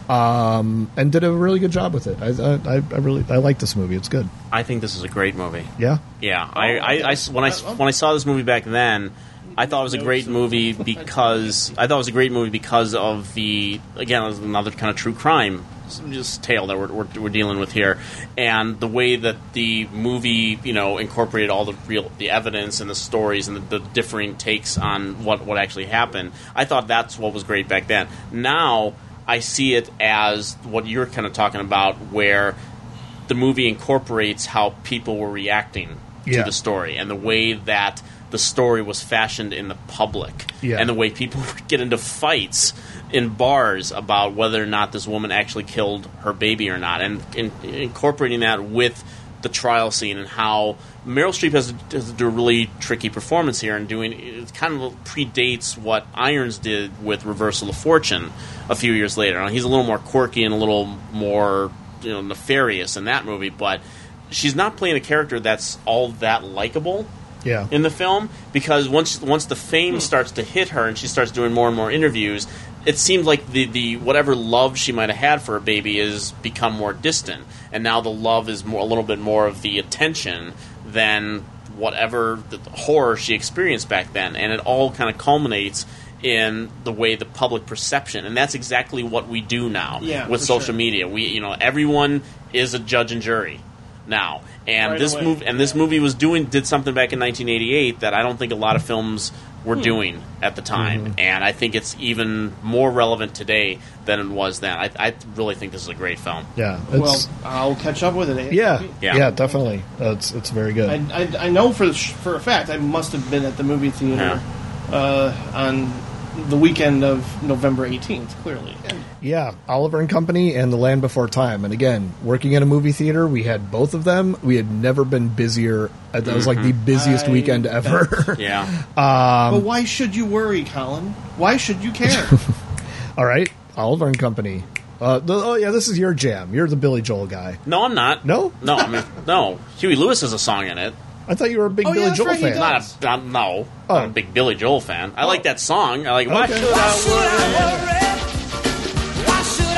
S3: Um, and did a really good job with it. I, I, I really I like this movie. It's good.
S1: I think this is a great movie.
S3: Yeah.
S1: Yeah, I, I, I s- when I s- when I saw this movie back then, I thought it was a great movie because I thought it was a great movie because of the again it was another kind of true crime s- just tale that we're, we're, we're dealing with here, and the way that the movie you know incorporated all the real the evidence and the stories and the, the differing takes on what what actually happened. I thought that's what was great back then. Now I see it as what you're kind of talking about where the movie incorporates how people were reacting
S3: Yeah.
S1: to the story and the way that the story was fashioned in the public
S3: Yeah.
S1: and the way people get into fights in bars about whether or not this woman actually killed her baby or not and, in incorporating that with the trial scene and how Meryl Streep has, has to do a really tricky performance here and doing it kind of predates what Irons did with Reversal of Fortune a few years later. Now, he's a little more quirky and a little more you know nefarious in that movie, but she's not playing a character that's all that likable
S3: Yeah.
S1: in the film because once once the
S2: Hmm.
S1: fame starts to hit her and she starts doing more and more interviews, it seemed like the, the whatever love she might have had for her baby is become more distant, and now the love is more a little bit more of the attention than whatever the horror she experienced back then, and it all kind of culminates in the way the public perception, and that's exactly what we do now
S2: Yeah,
S1: with
S2: for
S1: social
S2: sure.
S1: media. We you know everyone is a judge and jury now, and
S2: Right
S1: this
S2: away.
S1: movie and this movie was doing did something back in 1988 that I don't think a lot of films were
S2: Hmm.
S1: doing at the time,
S3: Hmm.
S1: and I think it's even more relevant today than it was then. I, I really think this is a great film.
S3: Yeah.
S2: Well,
S3: It's,
S2: I'll catch up with it. eh? ASAP.
S3: yeah.
S1: Yeah.
S3: Yeah. Definitely. Uh, it's it's very good.
S2: I, I, I know for sh- for a fact I must have been at the movie theater uh, on the weekend of November 18th, clearly.
S3: Yeah, Oliver and Company and The Land Before Time. And again, working in a movie theater, we had both of them. We had never been busier. That was like the
S2: Mhm.
S3: busiest
S2: I
S3: weekend ever.
S2: bet.
S1: Yeah.
S2: but
S3: um,
S2: why should you worry, Colin? Why should you care?
S3: all right, Oliver and Company. Uh, the, oh yeah, this is your jam. You're the Billy Joel guy.
S1: No, I'm not.
S3: No,
S1: no, I mean, no. Huey Lewis has a song in it.
S3: I thought you were a
S2: Oh,
S3: big Billy Joel fan.
S1: Not a, not, no, I'm a big Billy Joel fan. I like that song. I like. Why
S3: Oh. Okay.
S1: should I worry?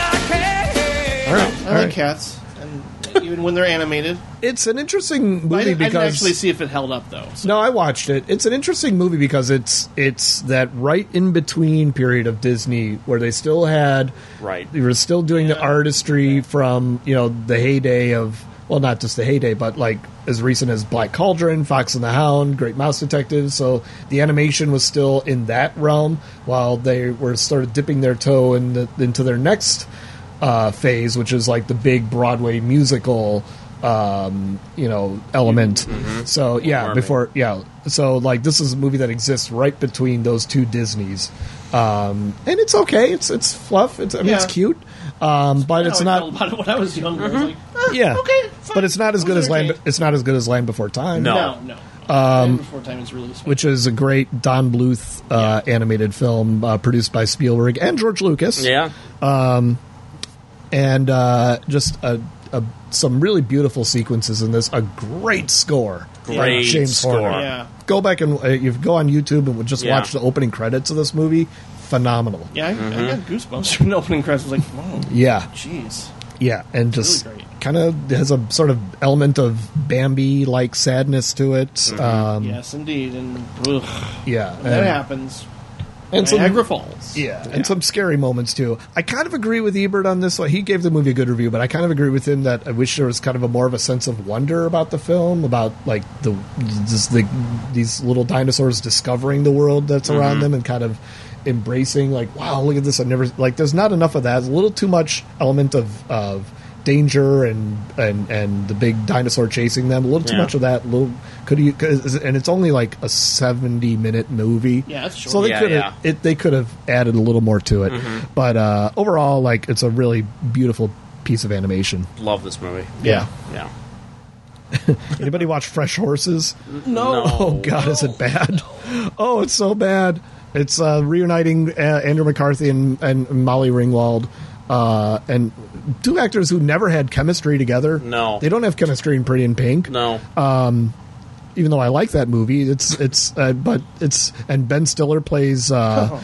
S3: All right,
S2: I
S3: all
S2: like
S3: right.
S2: cats, and even when they're animated.
S3: It's an interesting
S2: I,
S3: movie
S2: didn't- I didn't
S3: because-
S2: actually see if it held up though.
S3: No, I watched it. It's an interesting movie because it's it's that right in between period of Disney where they still had
S1: right.
S3: They were still doing the artistry from you know the heyday of well, not just the heyday, but like as recent as Black Cauldron, Fox and the Hound, Great Mouse Detective. So the animation was still in that realm while they were sort of dipping their toe in the, into their next uh, phase, which is like the big Broadway musical, um, you know, element. So yeah,
S1: Mermaid.
S3: before yeah, so like this is a movie that exists right between those two Disney's, um, and it's okay. It's it's fluff. It's I mean it's
S2: Yeah.
S3: cute, um, but it's
S2: I
S3: not. Mm-hmm.
S2: felt about it when I was younger. I was like, "Ah,
S3: Yeah,
S2: okay,
S3: but it's not as good as land. It's not as good as Land Before Time.
S2: no, no.
S3: Um,
S2: Before time is really sweet.
S3: which is a great Don Bluth uh, animated film uh, produced by Spielberg and George Lucas.
S1: Yeah.
S3: um, and uh, just a, a, some really beautiful sequences in this. A great score, by
S1: Great
S3: James
S1: score.
S3: Horner.
S1: Yeah.
S3: Go back and uh, you go on YouTube and just
S1: Yeah.
S3: watch the opening credits of this movie. Phenomenal.
S2: Yeah, I, I got goosebumps from the opening credits. I was like, whoa.
S3: Yeah.
S2: Jeez.
S3: Yeah, and just kind of has a sort of element of Bambi like sadness to it. Um,
S2: yes, indeed. And ugh,
S3: Yeah,
S2: when that
S3: and-
S2: happens.
S3: and some-
S2: Niagara Falls.
S3: Yeah, and some scary moments too. I kind of agree with Ebert on this one. He gave the movie a good review, but I kind of agree with him that I wish there was kind of a more of a sense of wonder about the film, about like the just the these little dinosaurs discovering the world that's around
S12: Mhm.
S3: them and kind of embracing like wow look at this I never like there's not enough of that. It's a little too much element of of danger and and and the big dinosaur chasing them. A little too
S2: Yeah.
S3: much of that. A little could you 'cause- and it's only like a 70 minute movie.
S2: Yeah, that's short.
S3: So they
S2: Yeah,
S3: could
S2: yeah.
S3: have it they could have added a little more to it.
S1: Mhm.
S3: But uh, overall, like it's a really beautiful piece of animation.
S1: Love this movie.
S3: Yeah.
S1: yeah.
S3: Anybody watch Fresh Horses?
S1: No.
S3: Oh God, is it bad? Oh, it's so bad. It's uh, reuniting uh, Andrew McCarthy and, and Molly Ringwald. Uh, and two actors who never had chemistry together.
S1: No.
S3: they don't have chemistry in Pretty in Pink.
S1: No.
S3: Um, even though I like that movie, it's it's uh, but it's and Ben Stiller plays uh,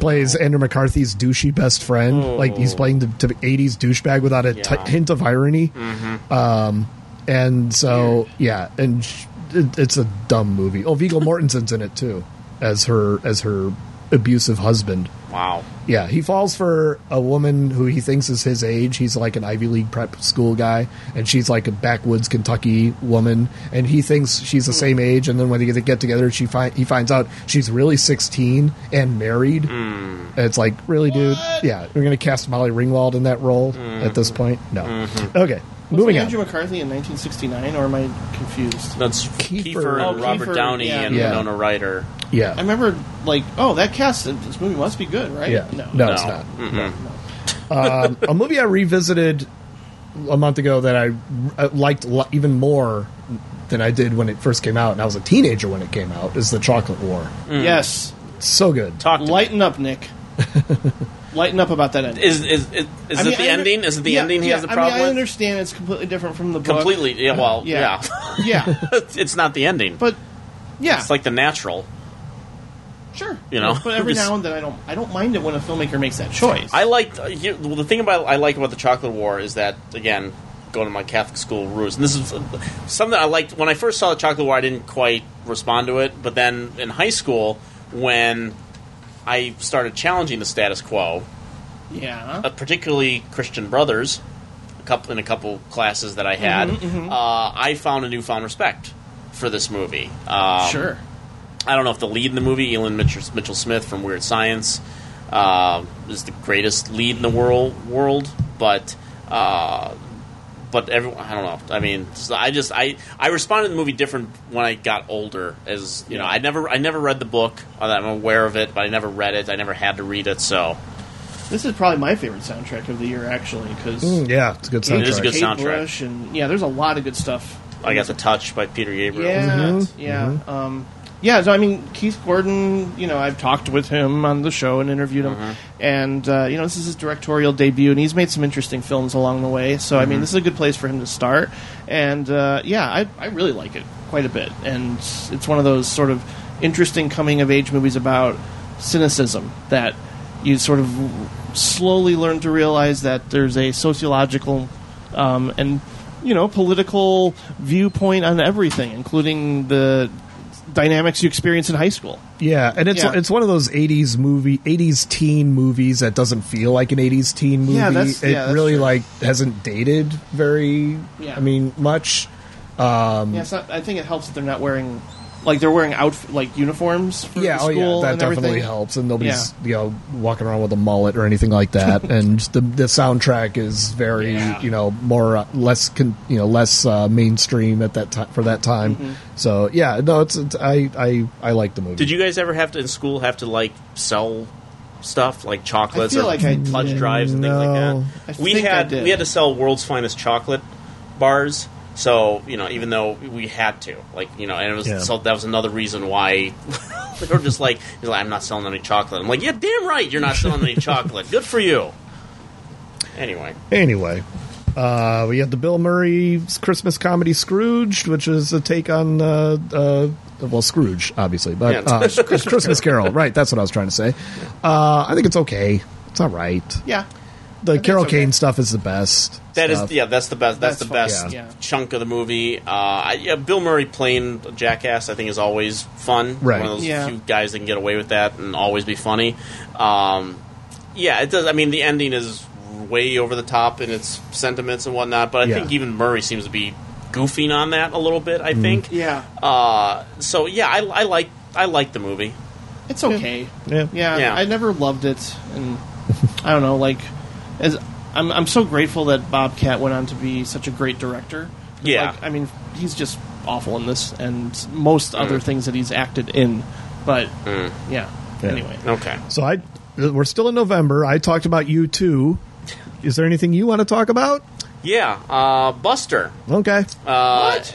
S3: plays Andrew McCarthy's douchey best friend. Like he's playing the, the '80s douchebag without a t-
S1: Yeah.
S3: hint of irony.
S1: Mhm.
S3: Um, and so yeah, and sh- it, it's a dumb movie. Oh, Viggo Mortensen's in it too, as her as her abusive husband.
S1: Wow.
S3: Yeah, he falls for a woman who he thinks is his age. He's like an Ivy League prep school guy, and she's like a backwoods Kentucky woman, and he thinks she's the same age. And then when they get- they get together, she find he finds out she's really sixteen and married. And it's like, really, dude? Yeah, we're gonna cast Molly Ringwald in that role at this point? No. Okay,
S2: Was
S3: moving
S2: it
S3: on.
S2: Andrew McCarthy in 1969, or am I confused?
S1: That's Kiefer,
S2: Oh,
S1: and Robert
S2: Kiefer,
S1: Downey
S2: yeah.
S1: and
S3: Yeah.
S1: Winona Ryder.
S3: Yeah.
S2: I remember, like, oh, that cast, this movie must be good, right?
S3: Yeah.
S2: No. Mm-hmm.
S3: No, it's not.
S1: Mm-mm.
S3: um, a movie I revisited a month ago that I uh, liked lo- even more than I did when it first came out, and I was a teenager when it came out. Is the Chocolate War?
S2: Yes.
S3: so good.
S1: Talk
S2: Lighten up, Nick. Lighten up about that ending.
S1: Is is is, is
S2: I
S1: it
S2: mean,
S1: the
S2: I under-
S1: ending? Is it the
S2: yeah,
S1: ending he
S2: yeah,
S1: has the
S2: I
S1: problem
S2: mean, I
S1: with?
S2: understand it's completely different from the book.
S1: Completely. Yeah. Well. Yeah.
S2: Yeah. Yeah.
S1: it's not the ending.
S2: But yeah.
S1: it's like the natural.
S2: Sure.
S1: You know?
S2: But every
S1: Just-
S2: now and then I don't I don't mind it when a filmmaker makes that choice.
S1: I liked uh, you, well, the thing about I like about the Chocolate War is that again going to my Catholic school roots. And this is uh, something I liked when I first saw the Chocolate War. I didn't quite respond to it, but then in high school when I started challenging the status quo,
S2: Yeah.
S1: uh, particularly Christian Brothers, a couple in a couple classes that I had,
S2: Mhm, mhm.
S1: Uh, I found a newfound respect for this movie. Um,
S2: Sure.
S1: I don't know if the lead in the movie, Elon Mitchell, Mitchell Smith from Weird Science, uh, is the greatest lead in the world, world but uh, but everyone, I don't know. I mean, so I just I I responded to the movie different when I got older. As you know, I never I never read the book. I'm aware of it, but I never read it. I never had to read it, so
S2: This is probably my favorite soundtrack of the year, actually, because
S3: Mm, yeah, it's a good
S1: It is a good
S2: Kate
S1: soundtrack.
S2: Bush and yeah, there's a lot of good stuff.
S1: I got the touch by Peter Gabriel.
S2: Yeah, yeah, um, yeah. So I mean, Keith Gordon. You know, I've talked with him on the show and interviewed him,
S1: Mm-hmm.
S2: and uh, you know, this is his directorial debut, and he's made some interesting films along the way. So I mean,
S1: Mhm.
S2: this is a good place for him to start, and uh, yeah, I, I really like it quite a bit, and it's one of those sort of interesting coming of age movies about cynicism that you sort of slowly learn to realize that there's a sociological um, and you know political viewpoint on everything, including the dynamics you experience in high school.
S3: Yeah, and it's
S2: Yeah.
S3: it's one of those '80s movie, '80s teen movies that doesn't feel like an '80s teen movie.
S2: Yeah, that's-
S3: it
S2: yeah, that's
S3: really
S2: true.
S3: like hasn't dated very.
S2: Yeah.
S3: I mean, much. Um,
S2: Yeah, it's not, I think it helps that they're not wearing like they're wearing outf- like uniforms. For
S3: yeah,
S2: the
S3: oh
S2: school
S3: yeah, that
S2: and
S3: definitely
S2: everything.
S3: helps, and nobody's you know walking around with a mullet or anything like that. and the the soundtrack is very you know more uh, less con, you know less uh, mainstream at that time for that time.
S2: Mm-hmm.
S1: Mhm.
S3: So yeah, no, it's, it's I I I like the movie.
S1: Did you guys ever have to in school have to like sell stuff like chocolates
S3: I
S1: or
S3: feel like I
S1: fudge
S3: did.
S1: drives and things
S3: No.
S1: like that?
S3: I
S1: we
S3: think I
S1: had
S3: did.
S1: we had to sell world's finest chocolate bars. So you know, even though we had to, like you know, and it was
S3: Yeah.
S1: so that was another reason why they were just like, he's like, I'm not selling any chocolate. I'm like, yeah, damn right, you're not selling any chocolate. Good for you. Anyway,
S3: Anyway, uh, we had the Bill Murray's Christmas comedy Scrooged, which is a take on uh, uh, well Scrooge, obviously, but
S2: Yeah.
S3: uh, Christmas, Christmas Carol. Right, that's what I was trying to say. Uh, I think it's okay. It's all right.
S2: Yeah.
S3: The Carol Kane stuff is the best.
S1: That is,
S3: stuff.
S1: yeah, that's the best. That's,
S2: That's
S1: the
S2: fun.
S1: best
S2: Yeah. Yeah.
S1: chunk of the movie. Uh, I, yeah, Bill Murray playing a jackass, I think, is always fun.
S3: Right.
S1: One of those
S2: Yeah.
S1: few guys that can get away with that and always be funny. Um, yeah, it does. I mean, the ending is way over the top in its sentiments and whatnot, but I
S2: Yeah.
S1: think even Murray seems to be goofing on that a little bit. I
S3: Mm-hmm.
S2: Mhm.
S1: think.
S2: Yeah.
S1: Uh, so yeah, I, I like I like the movie.
S2: It's okay.
S3: Yeah.
S2: yeah,
S1: Yeah.
S2: I never loved it, and I don't know. Like, as I'm, I'm so grateful that Bobcat went on to be such a great director. 'Cause,
S1: Yeah.
S2: like, I mean, he's just awful in this and most
S1: Mm.
S2: other things that he's acted in. But yeah,
S3: Yeah.
S2: anyway,
S1: okay.
S3: So I, we're still in November. I talked about you too. Is there anything you want to talk about?
S1: Yeah, uh, Buster.
S3: Okay.
S1: Uh, what?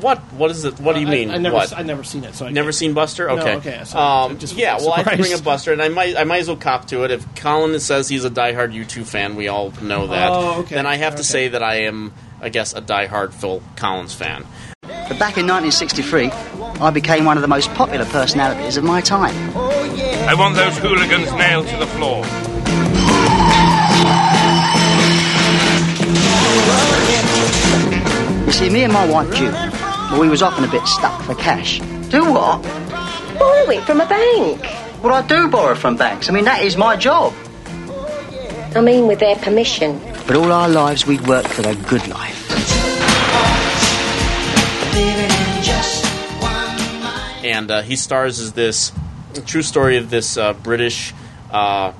S1: What? What is it? What do you mean?
S2: Uh, I, I never,
S1: what?
S2: I never seen it, so I
S1: Never seen Buster?
S2: No,
S1: Okay.
S2: okay, so
S1: um,
S2: I just was
S1: yeah, well, I have to bring up
S2: surprised.
S1: Buster, and I might, I might as well cop to it. If Colin says he's a diehard U2 fan, we all know that.
S12: Oh, okay.
S1: Then I have
S12: Okay.
S1: to say that I am, I guess, a diehard Phil Collins fan.
S12: But back in 1963, I became one of the most popular personalities of my time.
S11: I want those hooligans nailed to the floor.
S12: You see, me and my wife June, well, we was often a bit stuck for cash. Do what? Borrow it from a bank. Well, I do borrow from banks. I mean, that is my job.
S6: I mean, with their permission.
S12: But all our lives, we'd worked for the good life.
S1: and uh, he stars as this true story of this uh, British uh,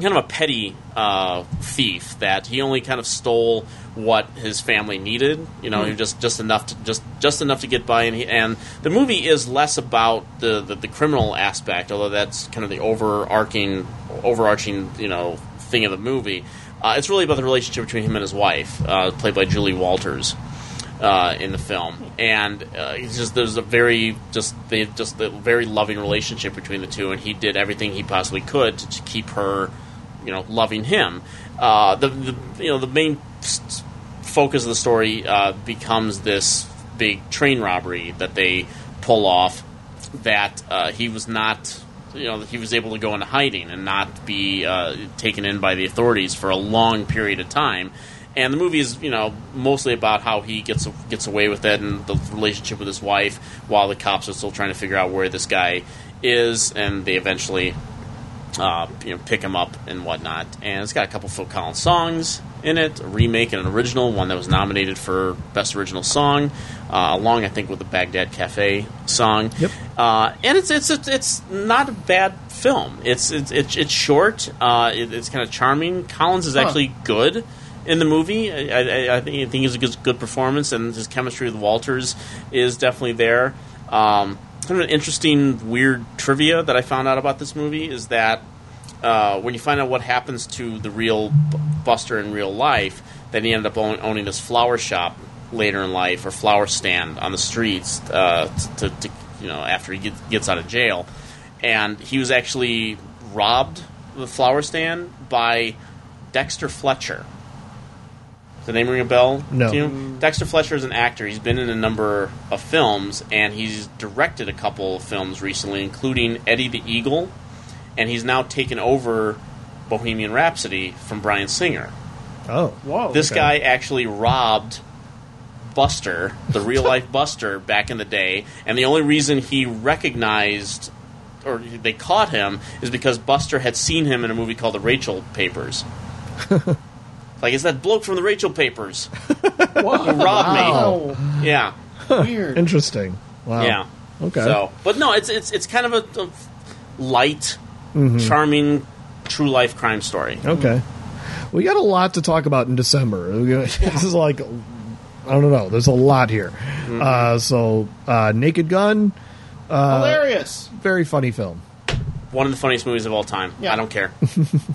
S1: kind of a petty uh, thief that he only kind of stole what his family needed, you know,
S12: Hmm.
S1: just just enough to just just enough to get by. And, he, and the movie is less about the, the the criminal aspect, although that's kind of the overarching overarching you know thing of the movie. Uh, it's really about the relationship between him and his wife, uh, played by Julie Walters uh, in the film, and uh, it's just there's a very just they just the very loving relationship between the two, and he did everything he possibly could to, to keep her, you know, loving him. Uh, the, the you know the main s- focus of the story uh, becomes this big train robbery that they pull off. That uh, he was not, you know, he was able to go into hiding and not be uh, taken in by the authorities for a long period of time. And the movie is, you know, mostly about how he gets gets away with it and the relationship with his wife, while the cops are still trying to figure out where this guy is, and they eventually uh, you know, pick them up and whatnot. And it's got a couple Phil Collins songs in it, a remake and an original, one that was nominated for Best Original Song, uh, along I think with the Baghdad Cafe song. Yep. Uh, and it's it's it's it's not a bad film. It's it's it's, it's short. Uh, it, it's kind of charming. Collins is
S2: Huh.
S1: actually good in the movie. I, I, I think I think it's a good, good performance, and his chemistry with Walters is definitely there. Um, kind of an interesting, weird trivia that I found out about this movie is that uh, when you find out what happens to the real B- Buster in real life, then he ended up own, owning this flower shop later in life or flower stand on the streets uh, to, to you know after he get, gets out of jail, and he was actually robbed the flower stand by Dexter Fletcher. Does the name ring a bell?
S3: No.
S1: to you? Dexter Fletcher is an actor. He's been in a number of films, and he's directed a couple of films recently, including Eddie the Eagle, and he's now taken over Bohemian Rhapsody from Brian Singer.
S3: Oh,
S1: This
S3: okay.
S1: guy actually robbed Buster, the real life Buster, back in the day, and the only reason he recognized or they caught him is because Buster had seen him in a movie called The Rachel Papers. like, is that bloke from The Rachel Papers? Who robbed
S2: Oh,
S1: me? Yeah.
S3: Weird. Interesting. Wow.
S1: Yeah.
S3: Okay.
S1: So, but no, it's it's it's kind of a, a light,
S3: Mhm.
S1: charming, true life crime story.
S3: Okay. We got a lot to talk about in December. This is like, I don't know. There's a lot here.
S1: Mm-hmm.
S3: Uh, so, uh, Naked Gun. Uh,
S2: Hilarious.
S3: Very funny film.
S1: One of the funniest movies of all time. I don't care.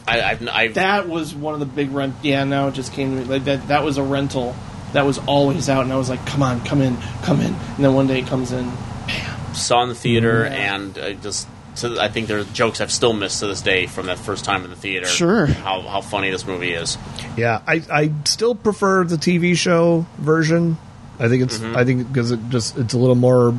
S1: I, I've, I've
S2: That was one of the big rent. Yeah, no, it just came to me. Like that, that was a rental that was always out, and I was like, "Come on, come in, come in." And then one day it comes in.
S1: saw in the theater,
S3: Mm-hmm.
S2: Yeah.
S1: and I just to, I think there are jokes I've still missed to this day from that first time in the theater.
S3: Sure.
S1: how how funny this movie is.
S3: Yeah, I, I still prefer the TV show version. I think it's
S1: Mm-hmm.
S3: I think because it just it's a little more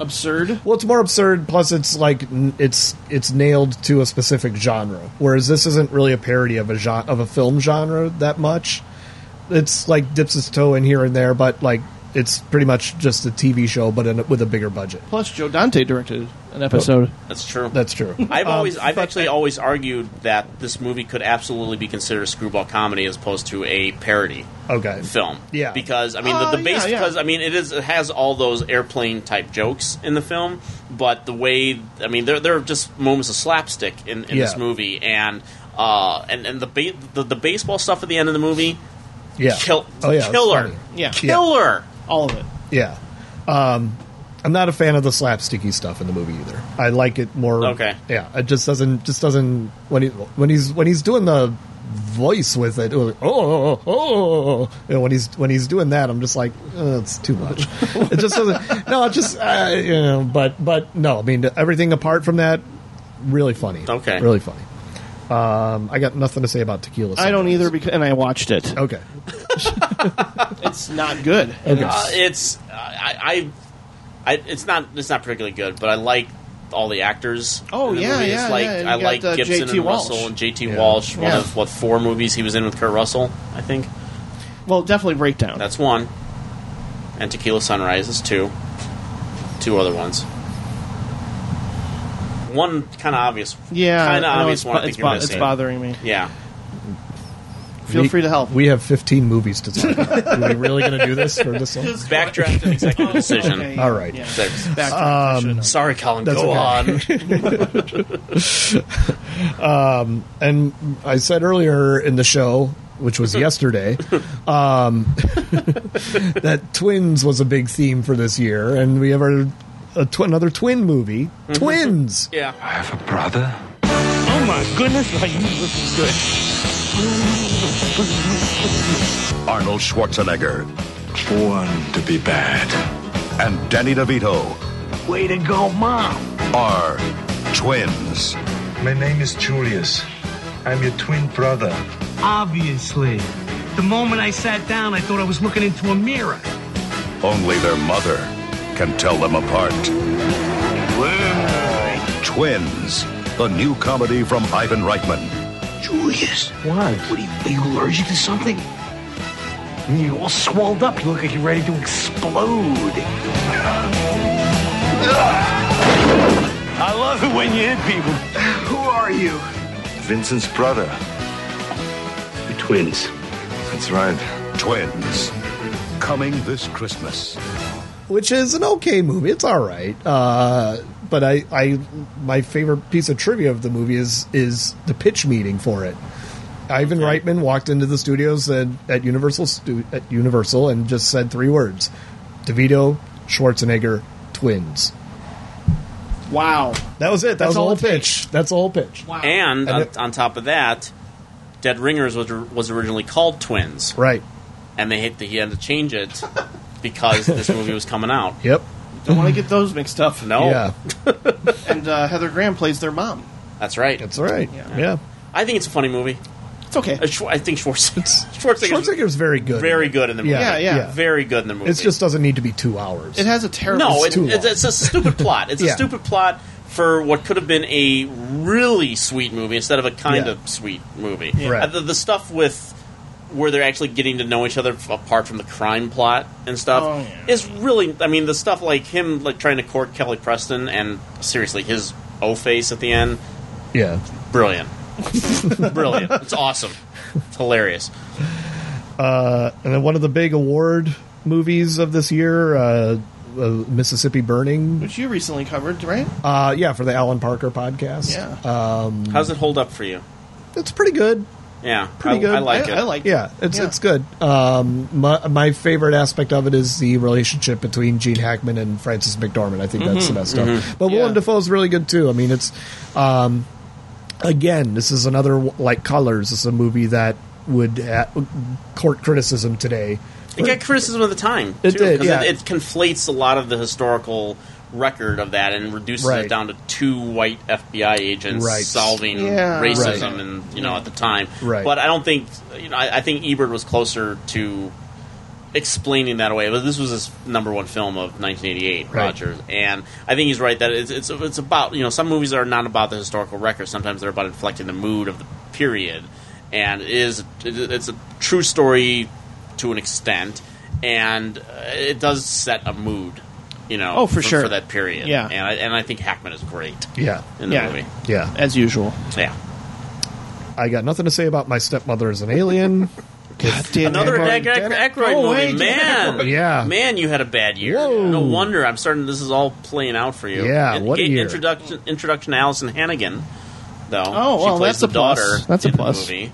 S2: absurd.
S3: Well, it's more absurd. Plus, it's like n- it's it's nailed to a specific genre. Whereas this isn't really a parody of a genre, of a film genre that much. It's like dips its toe in here and there, but like it's pretty much just a TV show, but in, a- with a bigger budget.
S2: Plus, Joe Dante directed an episode.
S1: That's true.
S3: That's true.
S1: I've
S3: Um,
S1: always, I've actually always argued that this movie could absolutely be considered a screwball comedy as opposed to a parody
S3: okay.
S1: film.
S3: Yeah.
S1: because I mean
S3: Oh,
S2: Uh,
S1: the, the
S3: yeah,
S1: base
S3: yeah.
S1: because I mean it is it has all those airplane type jokes in the film, but the way I mean there there are just moments of slapstick in, in this
S3: Yeah.
S1: movie and uh and and the, ba- the the baseball stuff at the end of the movie,
S3: Yeah.
S1: kill,
S3: Oh, yeah, it's
S1: killer,
S3: funny.
S2: yeah,
S1: killer,
S2: all of it.
S3: Yeah. Um, I'm not a fan of the slapsticky stuff in the movie either. I like it more.
S1: Okay.
S3: Yeah, it just doesn't just doesn't when he when he's when he's doing the voice with it. it was like, oh, oh, oh, You know, when he's when he's doing that, I'm just like, uh, it's too much. it just doesn't. No, it just uh, you know. But but no, I mean everything apart from that, really funny.
S1: Okay.
S3: really funny. Um, I got nothing to say about tequila.
S2: I don't either, because and I watched it.
S3: Okay,
S2: it's not good. And
S1: Oh. Uh,
S2: it's-
S1: it's I, I, I it's not it's not particularly good, but I like all the actors.
S2: Oh,
S1: in the
S2: yeah,
S1: movie. It's
S2: yeah,
S1: like
S2: yeah, and
S1: I
S2: you got,
S1: like
S2: uh,
S1: Gibson
S2: J.T.
S1: and
S2: Walsh.
S1: Russell and J.T. Walsh. One
S2: Yeah.
S1: of what four movies he was in with Kurt Russell, I think.
S2: well, definitely breakdown.
S1: That's one. And Tequila Sunrise is two. Two other ones. One kind of obvious.
S2: Yeah,
S1: kind of
S2: I know,
S1: obvious
S2: it's
S1: one. I
S2: bo-
S1: think
S2: it's
S1: you're
S2: bo- it's
S1: missing.
S2: bothering me.
S1: Yeah.
S2: Feel
S3: We-
S2: free to help.
S3: We have 15 movies to talk. about. Are we really going to do this for this one?
S1: Backdraft and executive decision.
S3: okay. All right. Yeah.
S1: Six. Um,
S3: Backdraft, I should know.
S1: Sorry, Colin.
S3: That's
S1: go
S3: okay.
S1: on.
S3: um, and I said earlier in the show, which was yesterday, um, that twins was a big theme for this year, and we have our, a tw- another twin movie, Twins.
S1: Yeah.
S3: I have a brother.
S11: Oh my goodness, I knew this was good.
S14: Arnold Schwarzenegger. Born to be bad. And Danny DeVito
S11: Way to go, Mom.
S14: are twins.
S15: My name is Julius. I'm your twin brother.
S17: Obviously. The moment I sat down, I thought I was looking into a mirror.
S14: Only their mother can tell them apart. Twins, the new comedy from Ivan Reitman.
S17: Julius. What? What are you, are you allergic to something? You're all swelled up. You look like you're ready to explode.
S11: I love it when you hit people. Who are you?
S14: Vincent's brother. We're twins. That's right. Twins. Coming this Christmas.
S3: which is an okay movie. It's all right, uh, but I, I, my favorite piece of trivia of the movie is is the pitch meeting for it. I Ivan Reitman walked into the studios at, at Universal stu- at Universal and just said three words: DeVito, Schwarzenegger, twins.
S2: Wow.
S3: That was it. That
S2: That's
S3: was the
S2: all
S3: whole
S2: it takes.
S3: pitch. That's the whole pitch.
S1: And,
S3: And
S1: on,
S3: it-
S1: on top of that, Dead Ringers was was originally called Twins,
S3: Right.
S1: and they hit the, he had to change it because this movie was coming out.
S3: Yep.
S2: Don't want to get those mixed up.
S1: No. Yeah.
S2: and uh, Heather Graham plays their mom.
S1: That's right. That's
S3: right.
S1: Yeah.
S3: Yeah.
S1: I think it's a funny movie.
S2: It's okay.
S1: Uh, Schwar- I think Schwarzenegger. Schwarzenegger's,
S3: Schwarzenegger's very good.
S1: Very good in the movie.
S3: Yeah, Yeah, yeah.
S1: Very good in the movie.
S3: It just doesn't need to be two hours.
S2: It has a terrible.
S1: No,
S3: It's
S1: it,
S3: too
S1: it's, it's a stupid plot. It's
S3: Yeah.
S1: a stupid plot for what could have been a really sweet movie instead of a kind
S3: Yeah.
S1: of sweet movie.
S3: Yeah. Right.
S1: Uh, the, the stuff with where they're actually getting to know each other f- apart from the crime plot and stuff
S2: Oh,
S1: is really I mean the stuff like him like trying to court Kelly Preston and seriously his O face at the end
S3: Yeah.
S1: brilliant. brilliant. It's awesome. It's hilarious.
S3: Uh, and then one of the big award movies of this year, uh, uh, Mississippi Burning.
S2: Which you recently covered, right?
S3: Uh, yeah, for the Alan Parker podcast.
S1: uh,
S3: Yeah. Um,
S1: How's it hold up for you?
S3: It's pretty good.
S1: Yeah.
S3: Pretty
S1: I,
S3: good.
S1: I like it.
S3: yeah, it's it's good. Um, my, my favorite aspect of it is the relationship between Gene Hackman and Francis McDormand. I think
S1: Mm-hmm.
S3: that's the
S2: Mhm,
S3: best stuff.
S2: mhm.
S3: But Willem Dafoe is really good too. I mean, it's um, again, this is another like Colors. This is a movie that would uh, court criticism today.
S1: It got criticism of the time.
S3: It
S1: too,
S3: did,
S1: 'cause
S3: yeah.
S1: It, it conflates a lot of the historical record of that and reduces
S3: Right.
S1: it down to two white FBI agents
S3: Right.
S1: solving
S3: Yeah.
S1: racism,
S3: Right.
S1: and you know at the time.
S3: Right.
S1: But I don't think you know. I, I think Ebert was closer to explaining that away. But this was his number one film of 1988,
S3: Right.
S1: Rogers, and I think he's right that it's, it's it's about you know some movies are not about the historical record. Sometimes they're about inflecting the mood of the period, and it is it, it's a true story to an extent, and uh, it does set a mood. You know,
S2: Oh, for sure.
S1: for that period.
S2: Yeah.
S1: and I, and I think Hackman is great.
S3: Yeah.
S1: in the
S2: Yeah.
S1: movie.
S3: Yeah.
S2: As usual.
S1: Yeah.
S3: I got nothing to say about my stepmother as an alien.
S1: Another Ack- Ack- Ackroyd
S2: Oh,
S1: movie,
S2: wait, Dan
S1: man.
S3: Aykroyd. Yeah.
S1: man, you had a bad year. No wonder. I'm starting. This is all playing out for you.
S3: Yeah, what a
S1: gate-
S3: year.
S1: Introduction. Introduction. to Allison Hannigan, though.
S2: Oh,
S1: she
S2: well,
S1: plays
S2: that's
S1: the
S2: a plus.
S1: daughter.
S2: That's a
S1: in the
S2: plus.
S1: movie.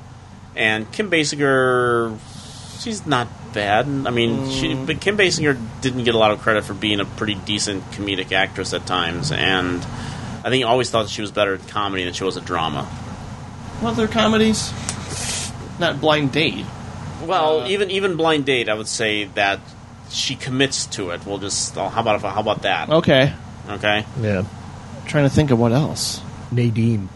S1: And Kim Basinger, she's not bad. I mean, she, but Kim Basinger didn't get a lot of credit for being a pretty decent comedic actress at times, and I think I always thought that she was better at comedy than she was at drama.
S2: Well, they're comedies. Not Blind Date.
S1: Well, even even blind date, I would say that she commits to it. We'll just oh, how about if, how about that?
S2: Okay.
S1: Okay.
S3: Yeah.
S2: trying to think of what else.
S3: Nadine.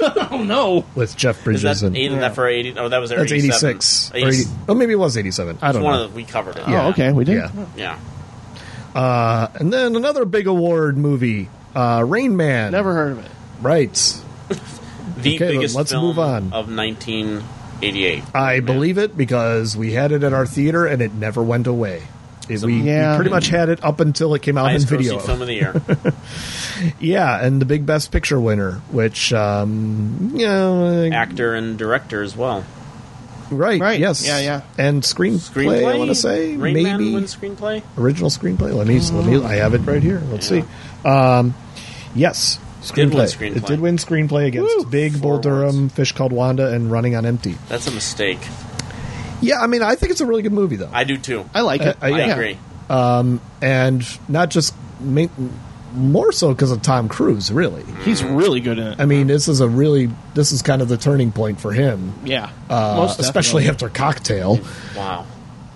S2: oh, no.
S3: with Jeff Bridges.
S1: Is that
S3: and,
S1: eight? That for eighty? Oh, that was
S3: That's 86. Or 80, oh, maybe it was 87. I
S1: It's
S3: don't
S1: one
S3: know.
S1: of the- we covered it.
S3: Yeah.
S1: Oh, okay,
S2: we did.
S3: Yeah.
S1: Yeah.
S3: Uh, and then another big award movie, uh, Rain Man.
S2: Never heard of it.
S3: Right.
S1: The
S3: Okay,
S1: biggest
S3: let's
S1: film
S3: move on.
S1: of 1988.
S3: I believe it because we had it at our theater and it never went away. It- we, we
S1: Yeah.
S3: pretty much had it up until it came out in
S1: Highest
S3: video.
S1: grossing film of the year.
S3: yeah, and the big best picture winner, which um, you know,
S1: Actor and director as well.
S3: right, right, yes,
S1: Yeah, yeah.
S3: and screenplay.
S1: Screenplay.
S3: I want to say
S1: Rain
S3: maybe
S1: Man wins screenplay.
S3: original screenplay. Let me, let me. I have it right here. Let's see. Um, yes,
S1: Did win
S3: screenplay.
S1: screenplay.
S3: It did win screenplay against Big Bull Durham, Fish Called Wanda, and Running on Empty.
S1: That's a mistake.
S3: Yeah, I mean, I think it's a really good movie, though.
S1: I do too.
S3: I like it.
S1: I,
S3: Uh, yeah.
S1: agree.
S3: Um, and not just ma- more so because of Tom Cruise. Really,
S2: He's really good in it.
S3: I mean, this is a really this is kind of the turning point for him.
S2: Yeah.
S3: uh,
S2: Most
S3: especially
S2: definitely.
S3: after Cocktail.
S1: Wow.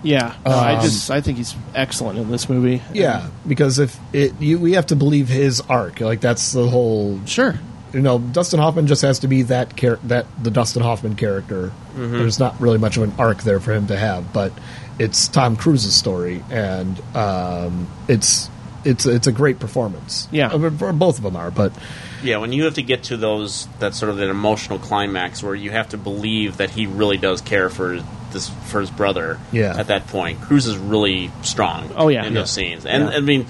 S2: Yeah. No, I
S3: Um,
S2: just I think he's excellent in this movie.
S3: Yeah, because if it, you, we have to believe his arc. Like that's the whole.
S2: Sure.
S3: You know, Dustin Hoffman just has to be that char- that the Dustin Hoffman character.
S2: Mhm.
S3: There's not really much of an arc there for him to have, but it's Tom Cruise's story, and um, it's it's it's a great performance. Yeah, I mean, for- both of them are, but
S1: Yeah, when you have to get to those that sort of that emotional climax where you have to believe that he really does care for this for his brother.
S3: Yeah.
S1: At that point, Cruz is really strong.
S2: Oh, yeah.
S1: in
S2: Yeah.
S1: those scenes, and
S2: Yeah.
S1: I mean,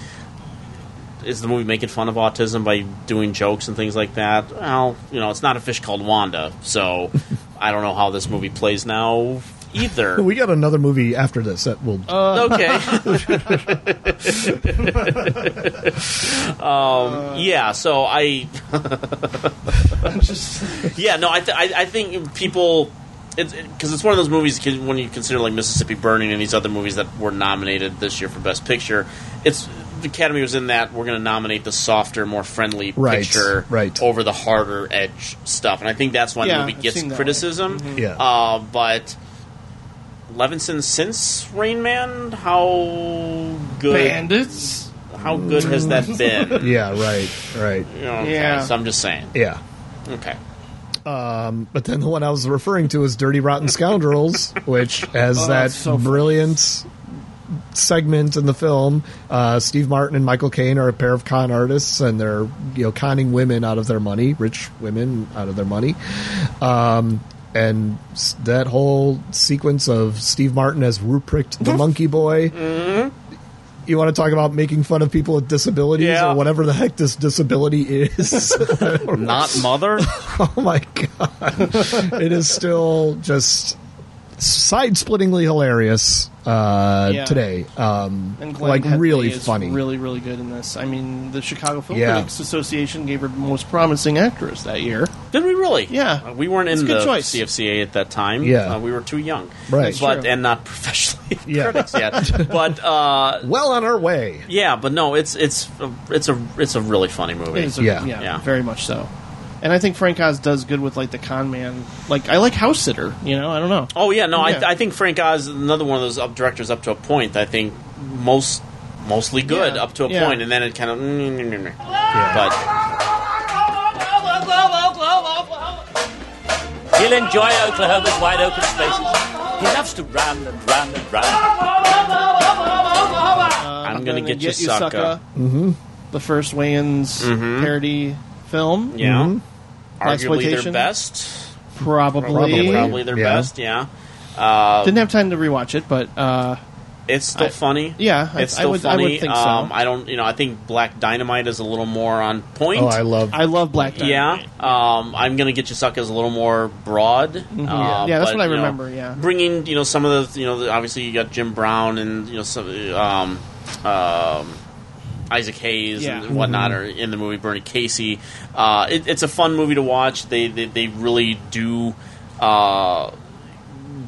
S1: is the movie making fun of autism by doing jokes and things like that? Well, you know, it's not a fish called Wanda, so I don't know how this movie plays now. either.
S3: We got another movie after this that will.
S1: okay. um, yeah. So I. just. Yeah. No. I. Th- I, I think people. Because it, because it's one of those movies 'cause when you consider like Mississippi Burning and these other movies that were nominated this year for Best Picture, it's the Academy was in that we're going to nominate the softer, more friendly
S3: Right,
S1: picture
S3: right.
S1: over the harder edge stuff, and I think that's why
S3: Yeah,
S1: the movie
S3: I've
S1: gets
S3: seen that
S1: criticism.
S3: one. Mhm. Yeah.
S1: Uh, but Levinson since Rain Man, how good
S2: Bandits?
S1: How good has that been?
S3: yeah. Right. Right.
S1: You know, okay,
S3: Yeah.
S1: So I'm just saying.
S3: Yeah.
S1: Okay.
S3: Um, but then the one I was referring to is Dirty Rotten Scoundrels, which has
S8: Oh,
S3: that
S8: that's so funny.
S3: brilliant segment in the film. Uh, Steve Martin and Michael Caine are a pair of con artists, and they're you know conning women out of their money, rich women out of their money. Um, and s- that whole sequence of Steve Martin as Ruprecht
S8: Mm-hmm.
S3: the Monkey Boy. You want to talk about making fun of people with disabilities or whatever the heck this disability is? I don't know
S1: Not mother.
S3: oh my god it is still just side-splittingly hilarious uh
S2: Yeah.
S3: today um
S2: And Glenn
S3: like
S2: Headley
S3: really
S2: is
S3: funny
S2: really, really good in this. I mean, the Chicago Film
S3: Yeah.
S2: Critics Association gave her most promising actress that year.
S1: Did we really?
S2: Yeah,
S1: Uh, we weren't
S2: It's
S1: in
S2: a good
S1: the
S2: choice.
S1: CFCA at that time.
S3: Yeah.
S1: Uh, we were too young,
S3: Right. That's
S1: But
S3: true.
S1: and not professionally
S3: Yeah.
S1: critics yet. But uh,
S3: well on our way.
S1: Yeah, but no, it's it's a, it's a it's a really funny movie.
S2: It is a- Yeah. yeah, very much so. And I think Frank Oz does good with like the con man. Like I like House Sitter. You know, I don't know.
S1: Oh yeah, no,
S2: Yeah.
S1: I, I think Frank Oz is another one of those up directors up to a point. I think most mostly good
S2: Yeah.
S1: up to a
S2: Yeah.
S1: point, and then it kind of. mm, But
S19: He'll enjoy Oklahoma's wide open spaces. He loves to run and run and run.
S1: Uh, I'm gonna get you, sucker. Mm-hmm.
S2: Mm-hmm. The first Wayans parody film.
S1: Yeah, arguably their
S2: Exploitation?
S1: best.
S2: Probably.
S1: probably their
S2: Yeah.
S1: best. Yeah. Uh,
S2: Didn't have time to rewatch it, but uh,
S1: It's still
S2: I-
S1: funny.
S2: Yeah, I-
S1: it's
S2: I
S1: still
S2: would- I would
S1: funny.
S2: think so.
S1: um, I don't, you know, I think Black Dynamite is a little more on point.
S3: Oh, I love-
S2: I love Black Dynamite.
S1: Yeah, um, I'm gonna get you suck is a little more broad. Uh,
S2: Yeah, that's
S1: but,
S2: what I
S1: you know,
S2: remember, yeah.
S1: bringing you know some of the you know the, obviously you got Jim Brown and you know some um, um, Isaac Hayes
S2: Yeah.
S1: and whatnot
S2: Mhm.
S1: are in the movie. Bernie Casey. Uh, it, it's a fun movie to watch. They they, they really do. Uh,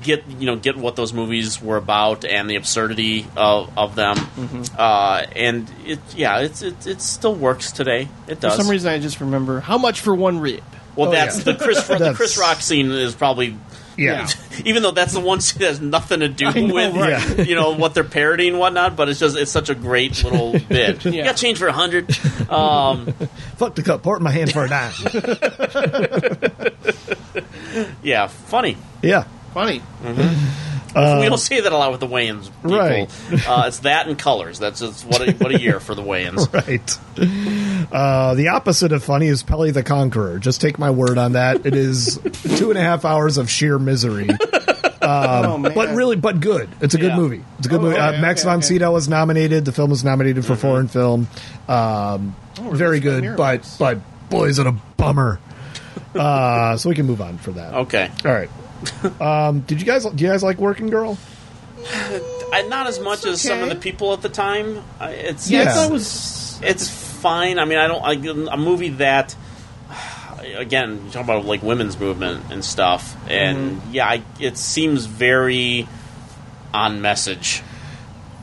S1: get you know get what those movies were about and the absurdity of, of them,
S2: Mm-hmm.
S1: uh, and it yeah it's it, it still works today. It does.
S2: For some reason, I just remember how much for one rib.
S3: Oh,
S1: well, that's the Chris the Chris Rock scene is probably
S2: Yeah.
S1: even though that's the one scene that has nothing to do
S2: I know,
S1: with
S2: right.
S1: you know what they're parodying and whatnot, but it's just it's such a great little bit. You got change for a hundred. Um,
S3: fuck the cup port in my hand for a dime
S1: yeah, funny.
S3: yeah
S2: Funny.
S3: Uh,
S1: we don't see that a lot with the Wayans people.
S3: Right.
S1: Uh, it's that and colors. That's it's what a, what a year for the Wayans.
S3: right uh the opposite of funny is Pelly the Conqueror just take my word on that it is two and a half hours of sheer misery
S2: Oh,
S3: um, but really but good it's a good
S8: Yeah.
S3: movie it's a good
S8: Oh,
S3: movie
S8: okay,
S3: uh, Max
S8: okay,
S3: von
S8: okay. Mm-hmm.
S3: Sydow was nominated the film was nominated for foreign film um
S8: Oh,
S3: very good but but boy is it a bummer uh so we can move on for that
S1: Okay.
S3: all right um did you guys do you guys like working girl
S1: I, not as much as some of the people at the time. I- It's
S3: Yeah, I
S1: it's,
S3: thought it
S1: it's fine. I mean, I don't I, a movie that again you talk about like women's movement and stuff, and
S2: Mm-hmm.
S1: yeah, I, it seems very on message.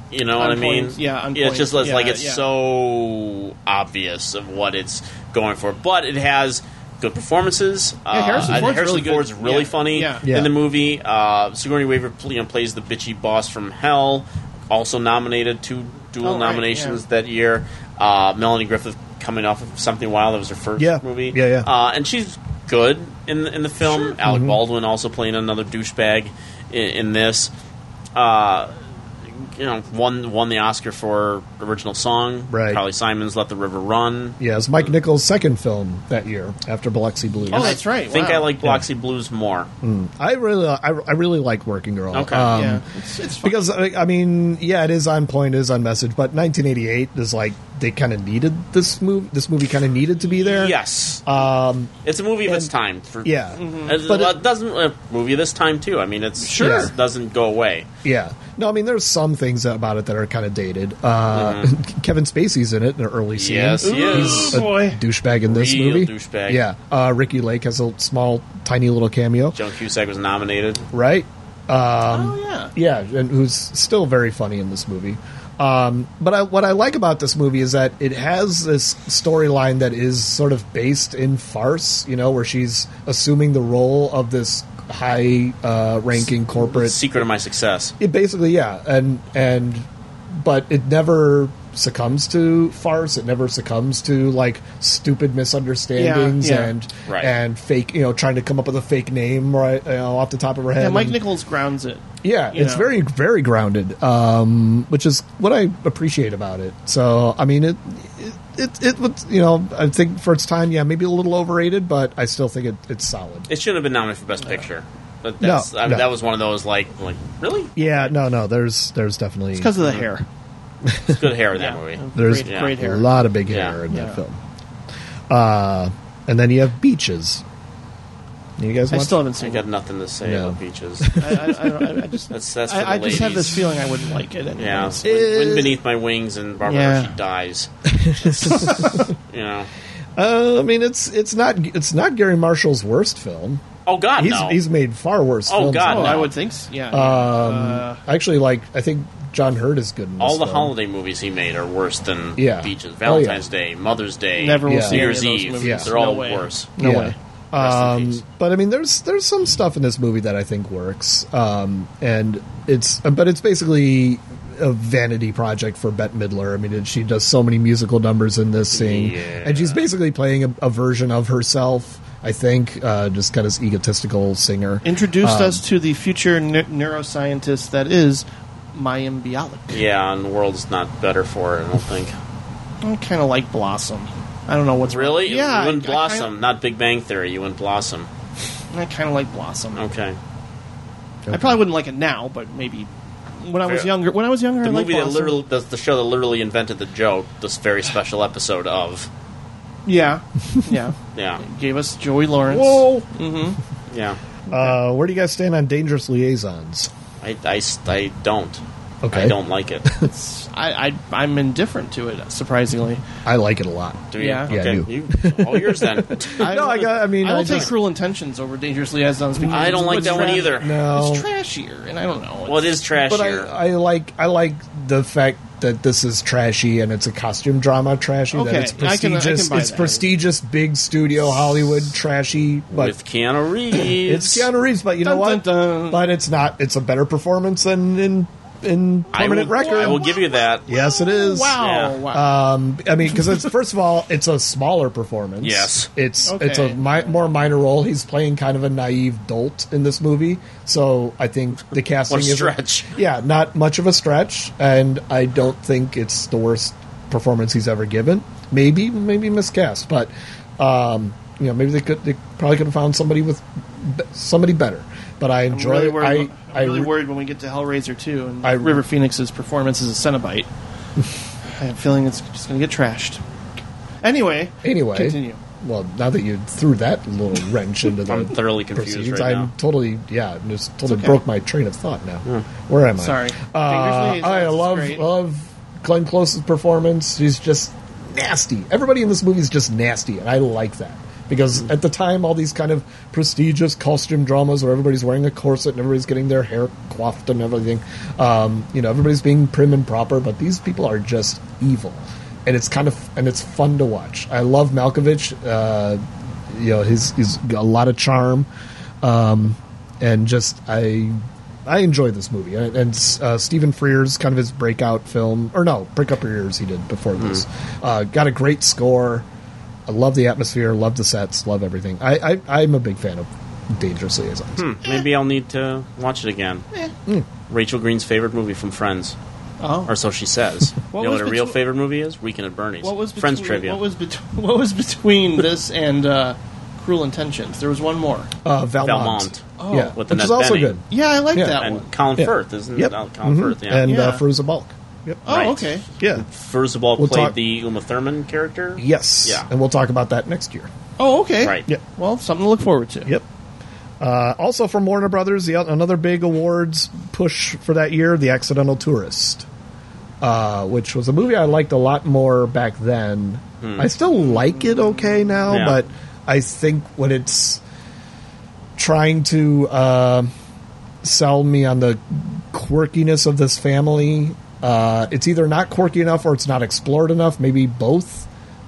S1: You know
S2: On
S1: what I mean?
S2: point. Yeah, on
S1: it's
S2: point.
S1: just it's like
S2: Yeah,
S1: it's
S2: yeah.
S1: so obvious of what it's going for, but it has good performances.
S2: Yeah, Harrison
S1: uh,
S2: Ford's
S1: Harrison
S2: really good.
S1: Ford's really
S2: Yeah.
S1: funny
S2: Yeah.
S1: in the
S2: Yeah.
S1: movie movie. Uh, Sigourney Weaver pl- you know, plays the bitchy boss from Hell, also nominated two dual
S2: Oh, right,
S1: nominations
S2: yeah.
S1: that year. Uh, Melanie Griffith coming off of Something Wild, that was her first
S3: Yeah.
S1: movie.
S3: Yeah, yeah. Mm-hmm.
S1: Uh, and she's good in the, in the film. Alec Baldwin also playing another douchebag in, in this. Uh, you know, won won the Oscar for original song.
S3: Right.
S1: Carly Simon's "Let the River Run."
S3: yeah it's Mike Nichols second film that year after Biloxi Blues
S1: And I Think I like Bloxy Blues more.
S3: Mm. I really, I, I really like Working Girl. Um,
S1: Okay. Yeah.
S3: because I I mean, yeah, it is on point, it is on message. But 1988 is like they kind of needed this movie. This movie kind of needed to be there.
S1: Yes.
S3: Um,
S1: it's a movie of its time. For,
S3: yeah.
S1: As-
S3: But
S1: well, it doesn't a movie of this time too. I mean, it's
S3: Sure.
S1: it doesn't go away.
S3: Yeah. No, I mean, there's some things about it that are kind of dated. Uh, Kevin Spacey's in it in an early scene.
S1: Mm-hmm. Yes, he is.
S3: He's a douchebag in this
S1: Real
S3: movie.
S1: douchebag.
S3: Yeah. Uh, Ricky Lake has a small, tiny little cameo.
S1: Joan Cusack was nominated.
S3: Right? Um,
S2: oh, yeah.
S3: Yeah, and who's still very funny in this movie. Um, but I, what I like about this movie is that it has this storyline that is sort of based in farce, you know, where she's assuming the role of this high uh, ranking corporate
S1: Secret of my success.
S3: it basically, yeah, and and but it never succumbs to farce. It never succumbs to like stupid misunderstandings
S2: Yeah, yeah.
S3: and
S2: Right.
S3: and fake, you know, trying to come up with a fake name right you know, off the top of her head.
S2: Yeah, Mike
S3: and-
S2: Nichols grounds it.
S3: yeah,
S2: you
S3: it's
S2: know.
S3: very very grounded, um, which is what I appreciate about it. So I mean, it it it, it was you know I think for its time, yeah, maybe a little overrated, but I still think it, it's solid.
S1: It shouldn't have been nominated for Best Picture. But that's,
S3: No,
S1: I mean,
S3: no.
S1: that was one of those like like really
S3: Yeah, no, no, there's there's definitely
S2: It's because of the hair.
S1: it's good hair in that movie.
S3: There's
S1: Yeah.
S3: a lot of big hair
S1: Yeah.
S3: in that
S1: Yeah.
S3: film. Uh, and then you have beaches. You guys,
S2: I
S3: watch-
S2: still haven't seen
S1: I got nothing to say
S3: No.
S1: about beaches.
S2: I, I, I, don't- I just,
S1: That's that's. For
S2: I, I
S1: the
S2: just have
S1: ladies.
S2: this feeling I wouldn't like it. Anyway.
S1: Yeah,
S2: It's-
S1: Wind- wind beneath my wings, and Barbara
S3: Yeah.
S1: Hershey dies. you know.
S3: Uh, I mean, it's it's not it's not Gary Marshall's worst film.
S1: Oh God,
S3: he's
S1: no.
S3: he's made far worse.
S1: Oh,
S3: films
S1: God,
S3: than
S1: no.
S3: that.
S1: I
S2: would think s- yeah,
S3: Um,
S2: yeah. Uh,
S3: actually, like I think John Hurt is good. in this
S1: All the
S3: film.
S1: holiday movies he made are worse than
S3: Yeah.
S1: Beaches.
S3: Oh,
S1: Valentine's Day, Mother's Day,
S3: Never will
S1: New
S3: Yeah. see any
S1: Year's
S3: of those
S1: Eve.
S3: movies. Yeah.
S1: They're
S3: No
S1: all
S2: way.
S1: worse.
S3: No way. Um, but I mean, there's there's some stuff in this movie that I think works, um, and it's but it's basically a vanity project for Bette Midler. I mean, and she does so many musical numbers in this thing, and she's basically playing a, a version of herself. I think uh, just kind of egotistical singer
S2: introduced
S3: Um,
S2: us to the future neu- neuroscientist that is Mayim Bialik.
S1: Yeah, and the world's not better for it. I don't think.
S2: I kind of like Blossom. I don't know what's
S1: Really?
S2: Yeah,
S1: You wouldn't
S2: I- I
S1: Blossom, not Big Bang Theory. You wouldn't Blossom.
S2: I kind of like Blossom.
S1: Okay.
S2: I probably wouldn't like it now, but maybe when I was
S1: Fair.
S2: younger. When I was younger,
S1: The
S2: I liked
S1: movie that
S2: Blossom.
S1: literally, the, the show that literally invented the joke. This very special episode of.
S2: yeah, yeah,
S1: Yeah.
S2: gave us Joey Lawrence.
S3: Whoa.
S2: Mm-hmm.
S1: Yeah.
S3: Uh, where do you guys stand on Dangerous Liaisons?
S1: I, I, I don't.
S3: Okay.
S1: I don't like it.
S2: I, I I'm indifferent to it. Surprisingly,
S3: I like it a lot.
S1: Do you?
S2: Yeah.
S1: Okay.
S2: Yeah, I
S1: You, all yours then.
S3: No, I got- I mean,
S2: I will
S3: I
S2: take
S3: just-
S2: Cruel Intentions over Dangerous Liaisons. Because
S1: I don't like
S2: it's
S1: that one
S2: trash-
S1: either.
S3: No.
S2: it's trashier, and I don't know.
S1: Well, it is trashier.
S3: But I, I like I like the fact that this is trashy and it's a costume drama trashy.
S2: Okay,
S3: that it's
S2: I can- I can
S3: prestigious.
S2: buy
S3: it's
S2: that.
S3: prestigious, big studio Hollywood trashy. But
S1: With Keanu Reeves.
S3: it's Keanu Reeves. But you know what? But it's not. It's a better performance than in in
S1: I will,
S3: permanent record.
S1: I will give you that.
S3: Yes, it is.
S1: Wow, Yeah.
S2: wow.
S3: Um, I mean, because first of all, it's a smaller performance.
S1: Yes.
S3: it's
S1: Okay.
S3: it's a mi- more minor role. He's playing kind of a naive dolt in this movie, so I think the casting
S1: What a
S3: is
S1: stretch.
S3: Yeah, not much of a stretch, and I don't think it's the worst performance he's ever given. Maybe maybe miscast, but um, you know maybe they could they probably could have found somebody with be- somebody better. But I
S2: I'm
S3: enjoy.
S2: really worried.
S3: I,
S2: am really
S3: I-
S2: worried when we get to Hellraiser 2 and
S3: I-
S2: River Phoenix's performance as a Cenobite. I have a feeling it's just going to get trashed. Anyway,
S3: Anyway,
S2: continue.
S3: Well, now that you threw that little wrench into the
S1: I'm thoroughly confused
S3: proceedings,
S1: right
S3: I'm
S1: now.
S3: totally yeah, I'm just totally
S2: okay.
S3: broke my train of thought now. Where am I?
S2: Sorry.
S3: Uh,
S2: Dangerous Liaisons
S3: I
S2: is
S3: love
S2: great.
S3: love Glenn Close's performance. He's just nasty. Everybody in this movie is just nasty, and I like that. Because at the time, all these kind of prestigious costume dramas where everybody's wearing a corset and everybody's getting their hair coiffed and everything, um, you know, everybody's being prim and proper, but these people are just evil, and it's kind of and it's fun to watch. I love Malkovich. Uh, you know, he's he's got a lot of charm, um, and just I I enjoy this movie, and, and uh, Stephen Frears, kind of his breakout film, or no, Prick Up Your Ears, he did before
S1: Hmm.
S3: this. Uh, got a great score. I love the atmosphere, love the sets, love everything. I, I I'm a big fan of Dangerous Liaisons.
S1: Hmm, maybe I'll need to watch it again.
S3: Hmm.
S1: Rachel Green's favorite movie from Friends.
S2: Oh.
S1: Or so she says.
S2: What
S1: you know
S2: was
S1: what her real
S2: between-
S1: favorite movie is? Weekend at Bernie's.
S2: What was between,
S1: Friends trivia.
S2: What was, bet- what was between this and uh, Cruel Intentions? There was one more.
S3: Uh, Valmont,
S1: Valmont.
S2: Oh.
S3: yeah,
S1: With
S3: which
S1: Annette
S3: is also
S1: Bening.
S3: good.
S2: Yeah, I like that
S1: and
S2: one.
S1: Colin
S3: Yeah.
S1: Firth, isn't
S3: Yep.
S1: it? Oh, Colin
S3: Mhm.
S1: Firth, yeah.
S3: and
S2: Yeah.
S3: uh, Fruza Balk. Yep.
S2: Oh, okay.
S3: Yeah.
S1: First of all,
S3: We'll
S1: played
S3: talk-
S1: the Uma Thurman character.
S3: Yes.
S1: Yeah.
S3: And we'll talk about that next year.
S2: Oh, okay.
S1: Right.
S3: Yep.
S2: Well, something to look forward to.
S3: Yep. Uh, also from Warner Brothers, the, another big awards push for that year, The Accidental Tourist, uh, which was a movie I liked a lot more back then.
S8: Hmm.
S3: I still like it okay now,
S8: Yeah.
S3: but I think when it's trying to uh, sell me on the quirkiness of this family. Uh, it's either not quirky enough or it's not explored enough, maybe both.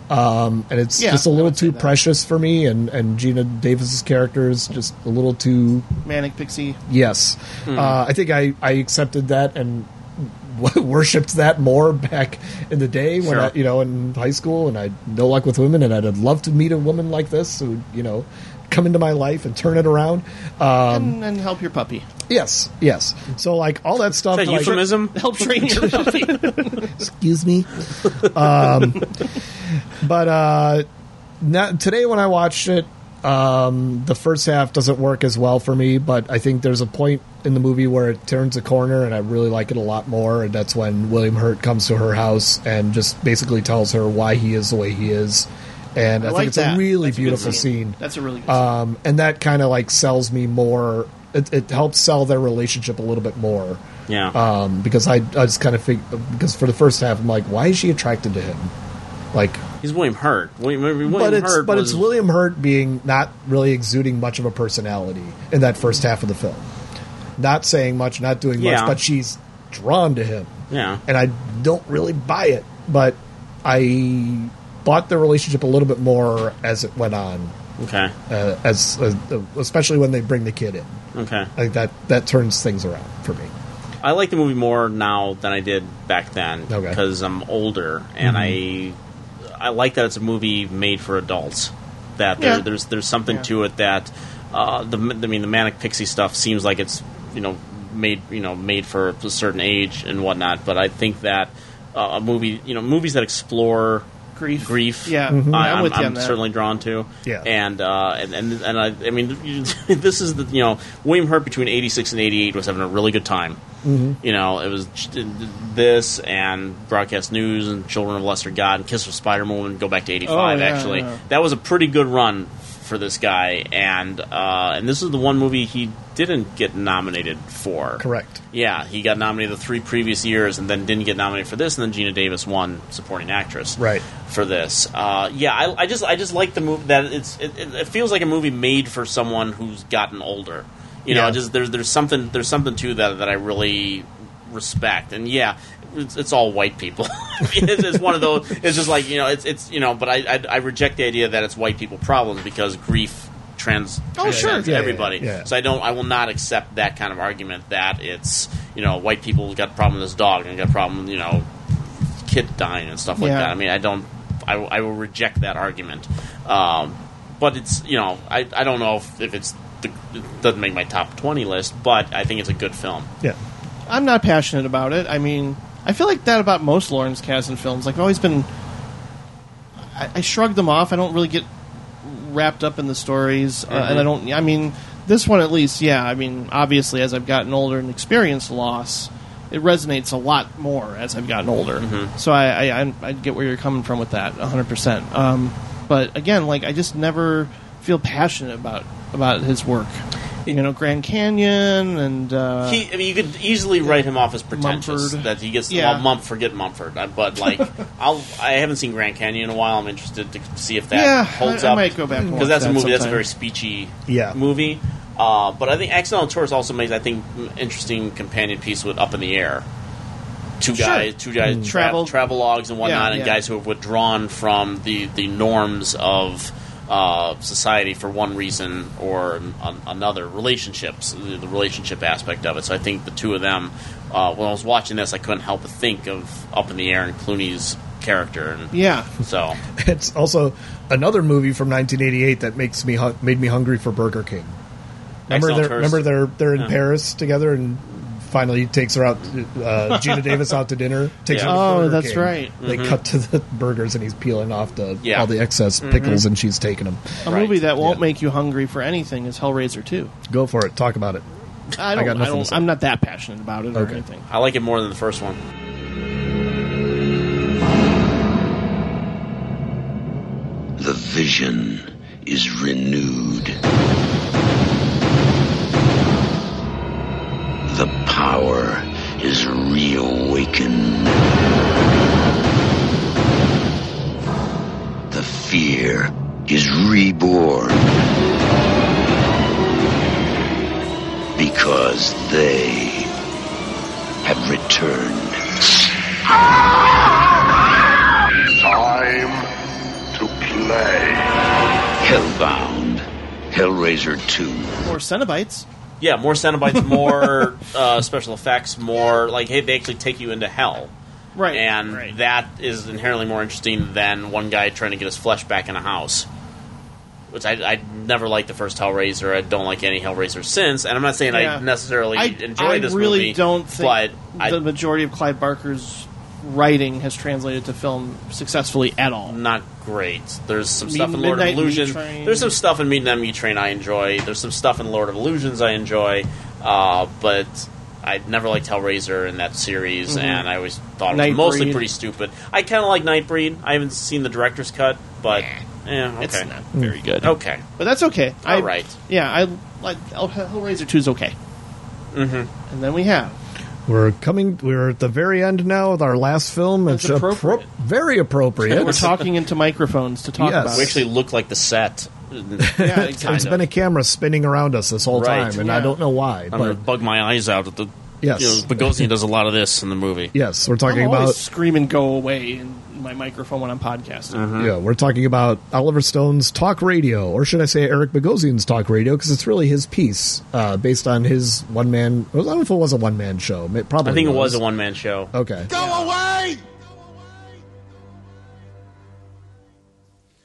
S3: Um, and it's
S2: Yeah,
S3: just a
S2: I
S3: little
S2: would say
S3: too
S2: that.
S3: precious for me, and, and Gina Davis's character is just a little too.
S2: Manic Pixie.
S3: Yes.
S2: Hmm.
S3: Uh, I think I, I accepted that and worshipped that more back in the day when I,
S2: Sure.
S3: you know, in high school, and I had no luck with women, and I'd have loved to meet a woman like this who, you know, come into my life and turn it around. Um,
S2: and, and help your puppy.
S3: Yes, yes. So like all that stuff.
S2: Is that
S3: like-
S2: euphemism? Help train your puppy.
S3: Excuse me. um, but uh, now, today when I watched it, um, the first half doesn't work as well for me. But I think there's a point in the movie where it turns a corner, and I really like it a lot more. And that's when William Hurt comes to her house and just basically tells her why he is the way he is. And I,
S2: I
S3: think
S2: like
S3: it's
S2: that.
S3: a really
S2: That's a good
S3: beautiful
S2: scene.
S3: scene.
S2: That's a really good
S3: Um, and that kind of like sells me more. It, it helps sell their relationship a little bit more.
S1: Yeah.
S3: Um, because I, I just kind of fig- because for the first half I'm like, why is she attracted to him? Like,
S1: He's William Hurt. William, William
S3: but it's
S1: Hurt.
S3: but
S1: was,
S3: it's William Hurt being not really exuding much of a personality in that first half of the film. Not saying much, not doing
S1: Yeah.
S3: much, but she's drawn to him
S1: Yeah.
S3: and I don't really buy it, but I bought the relationship a little bit more as it went on.
S1: Okay.
S3: Uh, as uh, especially when they bring the kid in,
S1: Okay.
S3: like that that turns things around for me.
S1: I like the movie more now than I did back then
S3: Okay.
S1: because I'm older and I I like that it's a movie made for adults. That there,
S2: Yeah.
S1: there's there's something
S2: Yeah.
S1: to it that uh, the I mean the manic pixie stuff seems like it's you know made you know made for a certain age and whatnot. But I think that uh, a movie you know movies that explore
S2: grief
S1: grief
S2: Yeah, Mhm.
S1: I,
S2: I'm
S1: am
S2: with you on that.
S1: certainly drawn to.
S2: Yeah.
S1: and uh, and and, and I, I mean this is the you know William Hurt between '86 and '88 was having a really good time.
S2: Mhm.
S1: You know, it was just this and broadcast news and Children of Lesser God and Kiss of Spider Woman. Go back to '85.
S2: Oh, yeah,
S1: actually,
S2: yeah.
S1: that was a pretty good run for this guy, and uh, and this is the one movie he didn't get nominated for.
S3: Correct.
S1: Yeah, he got nominated the three previous years, and then didn't get nominated for this, and then Gina Davis won supporting actress
S3: Right.
S1: for this. Uh, yeah, I, I just I just like the movie that it's it, it it feels like a movie made for someone who's gotten older. You know,
S3: Yeah.
S1: just there's there's something there's something to that that I really respect. And yeah, it's, it's all white people. it's, it's one of those. It's just like you know, it's it's you know, but I, I I reject the idea that it's white people problems because grief trans
S2: Oh, sure.
S1: transcends
S2: Yeah, yeah,
S1: everybody.
S2: yeah.
S1: So I don't I will not accept that kind of argument that it's you know white people got a problem with this dog and got a problem you know kid dying and stuff like
S2: Yeah.
S1: that. I mean, I don't, I, I will reject that argument. Um, but it's, you know, I, I don't know if, if it's, the, it doesn't make my top 20 list, but I think it's a good film.
S3: Yeah.
S2: I'm not passionate about it. I mean, I feel like that about most Lawrence Kasdan films. Like I've always been, I, I shrug them off. I don't really get wrapped up in the stories, uh,
S3: Mhm.
S2: and I don't. I mean, this one at least, yeah. I mean, obviously, as I've gotten older and experienced loss, it resonates a lot more as I've gotten older. So I, I, I, I get where you're coming from with that, 100. percent um, But again, like I just never feel passionate about about his work. You know, Grand Canyon and uh,
S1: He, I mean, you could easily write him off as pretentious
S2: Mumford.
S1: that he gets.
S2: Yeah.
S1: Well, Mumford, forget Mumford, Uh, but like, I'll. I haven't seen Grand Canyon in a while. I'm interested to see if that
S2: Yeah,
S1: holds
S2: I- I
S1: up.
S2: might go back and watch
S1: because that's a
S2: that
S1: movie that's a
S2: sometime.
S1: very speechy
S3: Yeah.
S1: movie. Uh, but I think Accidental Tourist also makes I think m- interesting companion piece with Up in the Air. Two
S2: Sure.
S1: guys, two guys,
S2: Mm.
S1: travel
S2: Travel.
S1: travel logs and whatnot,
S2: Yeah,
S1: and
S2: yeah.
S1: guys who have withdrawn from the the norms of uh, society for one reason or an, another. Relationships, the, the relationship aspect of it. So I think the two of them. Uh, when I was watching this, I couldn't help but think of Up in the Air and Clooney's character. And
S2: Yeah.
S1: so
S3: It's also another movie from 1988 that makes me hu- made me hungry for Burger King. Remember,
S1: Excellent
S3: they're,
S1: tourist.
S3: remember they're they're in
S1: Yeah.
S3: Paris together, and finally he takes her out, uh, Gina Davis out to dinner. Takes
S2: Yeah.
S3: her to
S2: Oh,
S3: Burger
S2: that's
S3: King.
S2: right.
S3: They
S2: Mhm.
S3: cut to the burgers, and he's peeling off the
S2: Yeah.
S3: all the excess
S2: Mhm.
S3: pickles, and she's taking them.
S2: A movie that won't make you hungry for anything is Hellraiser 2.
S3: Go for it. Talk about it.
S2: I
S3: I
S2: don't, I
S3: got nothing to
S2: don't,
S3: say.
S2: I'm not that passionate about it or
S3: Okay.
S2: anything.
S1: I like it more than the first one.
S8: reborn. Because they have returned.
S15: Time to play.
S8: Hellbound. Hellraiser 2.
S2: More Cenobites.
S1: Yeah, more Cenobites, more uh, special effects, more like hey, they actually take you into hell,
S2: Right.
S1: and that is inherently more interesting than one guy trying to get his flesh back in a house. Which I, I never liked the first Hellraiser. I don't like any Hellraiser since, and I'm not saying
S2: Yeah.
S1: I necessarily enjoy
S2: I
S1: this
S2: really
S1: movie.
S2: don't think
S1: but I-
S2: the majority of Clive Barker's writing has translated to film successfully at all.
S1: not great. There's some
S2: Mid-
S1: stuff in Lord of
S2: Midnight Meat
S1: Illusion.
S2: Train.
S1: There's some stuff in Midnight Meat Train I enjoy. There's some stuff in Lord of Illusions I enjoy. Uh, but I never liked Hellraiser in that series,
S2: Mhm.
S1: and I always thought it was mostly
S2: Nightbreed.
S1: pretty stupid. I kind of like Nightbreed. I haven't seen the director's cut, but eh, okay. Mm.
S2: It's not very good.
S1: Okay,
S2: But that's okay.
S1: all
S2: I,
S1: right.
S2: Yeah, I like El- Hellraiser 2 is okay.
S1: Mm-hmm.
S2: And then we have
S3: We're coming. We're at the very end now with our last film.
S2: That's
S3: it's appro-
S2: appropriate.
S3: very appropriate.
S2: we're talking into microphones to talk
S3: Yes.
S2: about.
S1: We
S2: it.
S1: actually look like the set.
S2: Yeah,
S1: yeah,
S3: It's been a camera spinning around us this whole
S1: Right.
S3: time, and I
S1: Yeah.
S3: don't know why.
S1: I'm
S3: But
S1: gonna bug my eyes out at the.
S3: Yes.
S1: you know, Bogosian does a lot of this in the movie.
S3: yes, we're talking
S2: I'm always
S3: about
S2: screaming "Go away!" in my microphone when I'm podcasting.
S1: Mm-hmm.
S3: yeah, we're talking about Oliver Stone's talk radio, or should I say Eric Bogosian's talk radio, because it's really his piece uh, based on his one man. I don't know if it was a one man show. It probably
S1: I think it
S3: was.
S1: was a one man show.
S3: Okay.
S16: Go away!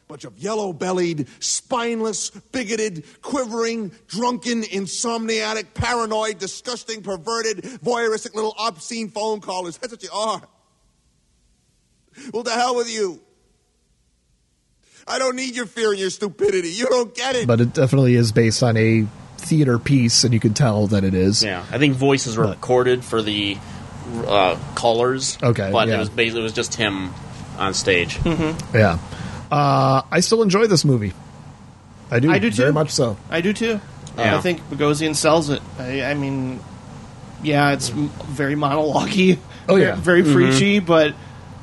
S16: Bunch of yellow bellied, spineless, bigoted, quivering, drunken, insomniatic, paranoid, disgusting, perverted, voyeuristic little obscene phone callers. That's what you are. Well, to hell with you. I don't need your fear and your stupidity. You don't get it.
S3: But it definitely is based on a theater piece, and you can tell that it is.
S1: Yeah, I think voices were recorded for the uh, callers.
S3: Okay,
S1: but
S3: yeah.
S1: it was basically it was just him on stage.
S2: Hmm.
S3: Yeah. Uh, I still enjoy this movie. I do.
S2: I do
S3: Very
S2: too.
S3: much so.
S2: I do too.
S3: Yeah.
S2: I think Bogosian sells it. I, I mean, yeah, it's m- very monologue-y.
S3: Oh,
S2: ve-
S3: yeah.
S2: very
S1: Mhm.
S2: preachy, but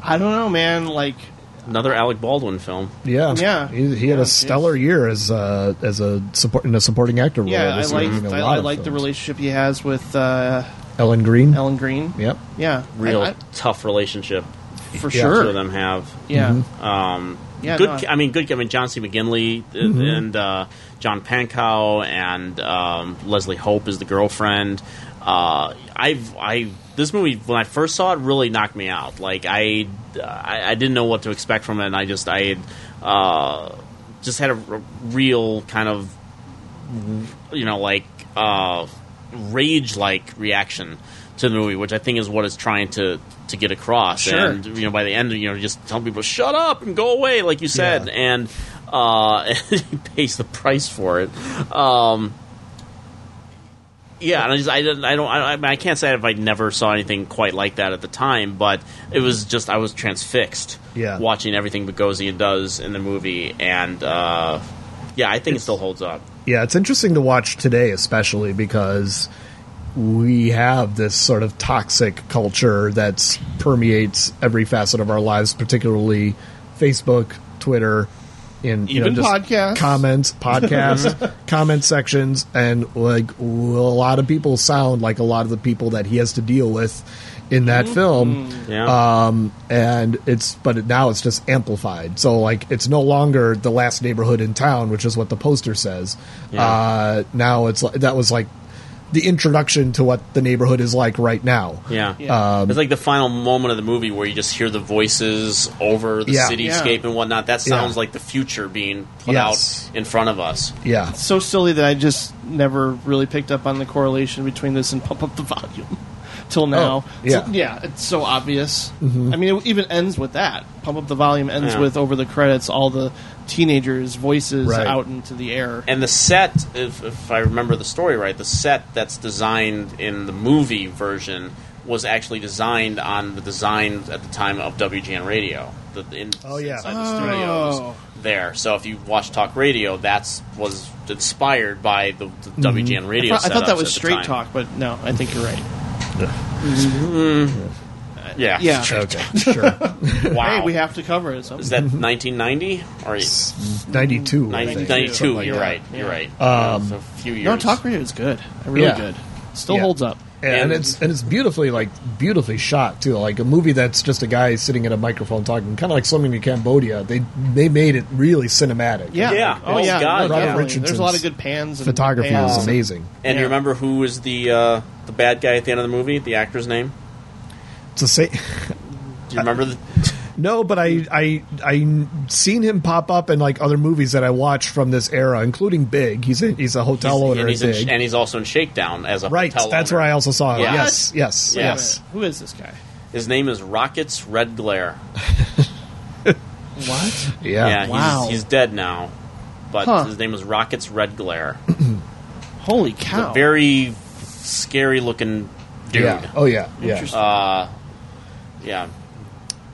S2: I don't know, man. Like,
S1: Another Alec Baldwin film.
S3: Yeah,
S2: Yeah.
S3: He, he had a stellar year as uh, as a support in a supporting actor role.
S2: yeah, I
S3: This is
S2: like
S3: doing a
S2: I,
S3: lot
S2: I
S3: of
S2: like the
S3: films.
S2: relationship he has with uh,
S3: Ellen Green.
S2: Ellen Green.
S3: Yep.
S2: Yeah,
S1: Real
S2: I- I-
S1: tough relationship.
S2: For
S1: the
S2: sure.
S1: two of them have.
S2: Yeah.
S3: Mm-hmm.
S1: Um,
S2: Yeah,
S1: good.
S2: no, I-
S1: I mean, good. I mean, John C. McGinley uh,
S2: Mhm.
S1: and uh, John Pankow and um, Leslie Hope is the girlfriend. Uh, I've I this movie when I first saw it really knocked me out. Like I I, I didn't know what to expect from it. and I just I had, uh, just had a r- real kind of you know like uh, rage like reaction to the movie, which I think is what it's trying to to get across.
S2: Sure.
S1: And you know by the end you know just tell people shut up and go away like you said, and uh, he pays the price for it. Um, yeah, and I just I didn't I don't I, I- I can't say if I never saw anything quite like that at the time, but it was just I was transfixed.
S3: Yeah.
S1: watching everything Bogosian does in the movie, and uh, yeah, I think it still holds up.
S3: Yeah, it's interesting to watch today, especially because we have this sort of toxic culture that permeates every facet of our lives, particularly Facebook, Twitter, and you know,
S2: Even
S3: just
S2: podcasts.
S3: comments, podcasts, comment sections, and like a lot of people sound like a lot of the people that he has to deal with in that
S2: Mm-hmm.
S3: film.
S1: Yeah.
S3: Um, and it's but it, now it's just amplified. So like it's no longer the last neighborhood in town, which is what the poster says.
S1: Yeah.
S3: Uh, now it's like that was like the introduction to what the neighborhood is like right now.
S1: Yeah,
S3: Yeah. Um,
S1: it's like the final moment of the movie where you just hear the voices over the
S3: Yeah.
S1: cityscape and whatnot. That sounds
S3: Yeah.
S1: like the future being put
S3: Yes.
S1: out in front of us.
S3: Yeah.
S2: It's so silly that I just never really picked up on the correlation between this and pump up the volume till now.
S3: Oh, yeah.
S2: So- yeah, it's so obvious.
S3: Mhm.
S2: I mean, it even ends with that. Pump up the volume ends
S1: Yeah.
S2: with over the credits, all the teenagers' voices
S1: Right.
S2: out into the air.
S1: And the set, if, if I remember the story right, the set that's designed in the movie version was actually designed on the design at the time of WGN Radio. The, in,
S3: Oh, yeah.
S1: inside the studios
S2: Oh.
S1: there. So if you watch Talk Radio, that's was inspired by the, the WGN Radio.
S2: Mm-hmm. I thought, I thought
S1: setups
S2: that was
S1: at the
S2: straight
S1: time.
S2: talk, but no, I think you're right.
S1: Mm,
S2: I-
S1: Yeah.
S2: Yeah.
S1: Sure.
S2: Okay.
S3: Sure.
S1: Wow.
S2: Hey, we have Mm-hmm. to cover it. So.
S1: Is that 1990 or
S3: 92. I think.
S1: 92?
S3: Something like
S1: you're
S3: that.
S1: right. You're right.
S3: Um,
S1: It's a few years.
S2: No, Talk Radio is good. Really
S3: Yeah.
S2: good. Still
S3: Yeah.
S2: holds up.
S3: And,
S1: And-
S3: it's and it's beautifully like beautifully shot too. Like a movie that's just a guy sitting at a microphone talking, kind of like swimming in Cambodia. They they made it really cinematic.
S2: Yeah.
S1: Yeah.
S2: Oh,
S1: Oh,
S2: yeah.
S1: God,
S2: no,
S1: yeah.
S2: definitely. There's
S3: Richardson's
S2: a lot of good pans. And
S3: photography
S2: pans
S3: is
S2: and-
S3: amazing.
S1: And you remember who was the uh, the bad guy at the end of the movie? The actor's name?
S3: To say
S1: Do you remember? The,
S3: no, but I I I seen him pop up in like other movies that I watched from this era, including Big. He's a, he's a hotel owner.
S1: and, he's
S3: in
S1: in,
S3: Big.
S1: and he's also in Shakedown as a
S3: right,
S1: hotel
S3: that's
S1: owner.
S3: where I also saw him.
S1: Yeah.
S3: Yes, yes,
S1: Yeah.
S3: yes.
S2: Who is this guy?
S1: His name is Rockets Red Glare.
S2: What?
S3: Yeah.
S1: yeah
S2: Wow.
S1: he's, he's dead now, but
S2: Huh.
S1: his name was Rockets Red Glare.
S2: Holy
S1: He's
S2: cow!
S1: a very scary looking dude.
S3: Yeah. Oh yeah. Yeah.
S2: Interesting.
S1: Uh, yeah.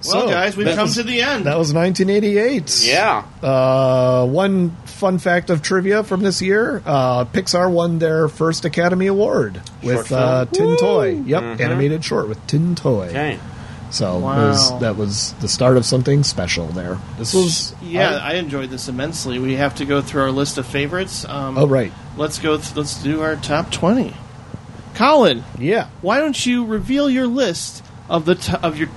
S2: well,
S3: So,
S2: guys, we've
S3: that
S2: come
S3: was-
S2: to the end.
S3: That was 1988.
S1: Yeah.
S3: Uh, one fun fact of trivia from this year: uh, Pixar won their first Academy Award with
S1: film?
S3: uh, Tin Toy. Yep,
S1: Mhm.
S3: animated short with Tin Toy.
S1: Okay.
S3: So it
S2: Wow.
S3: was, that was the start of something special. There. This was
S2: yeah, I, enjoyed this immensely. We have to go through our list of favorites. Um,
S3: Oh right.
S2: Let's go. Th- let's do our top twenty. Colin,
S3: Yeah.
S2: why don't you reveal your list of the t- of your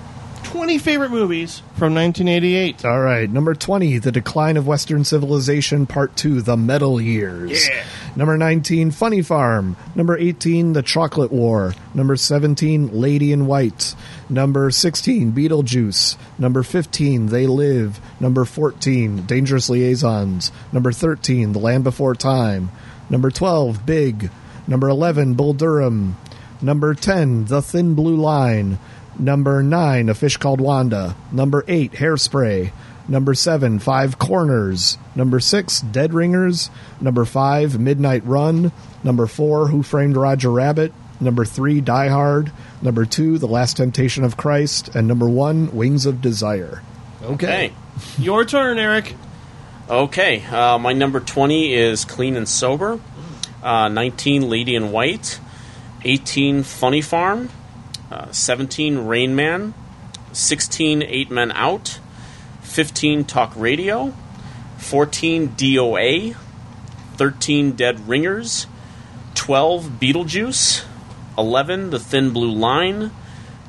S2: twenty favorite movies from 1988?
S3: All right, number 20, The Decline of Western Civilization, Part 2, The Metal Years.
S2: Yeah.
S3: Number 19, Funny Farm. Number 18, The Chocolate War. Number 17, Lady in White. Number 16, Beetlejuice. Number 15, They Live. Number 14, Dangerous Liaisons. Number 13, The Land Before Time. Number 12, Big. Number 11, Bull Durham. Number 10, The Thin Blue Line. Number 9, A Fish Called Wanda. Number 8, Hairspray. Number 7, Five Corners. Number 6, Dead Ringers. Number 5, Midnight Run. Number 4, Who Framed Roger Rabbit. Number 3, Die Hard. Number 2, The Last Temptation of Christ. And number 1, Wings of Desire.
S1: Okay.
S2: Your turn, Eric.
S1: Okay, uh, my number 20 is Clean and Sober, uh, 19 Lady in White, 18 Funny Farm, uh, 17 Rain Man, 16 Eight Men Out, 15 Talk Radio, 14 DOA, 13 Dead Ringers, 12 Beetlejuice, 11 The Thin Blue Line,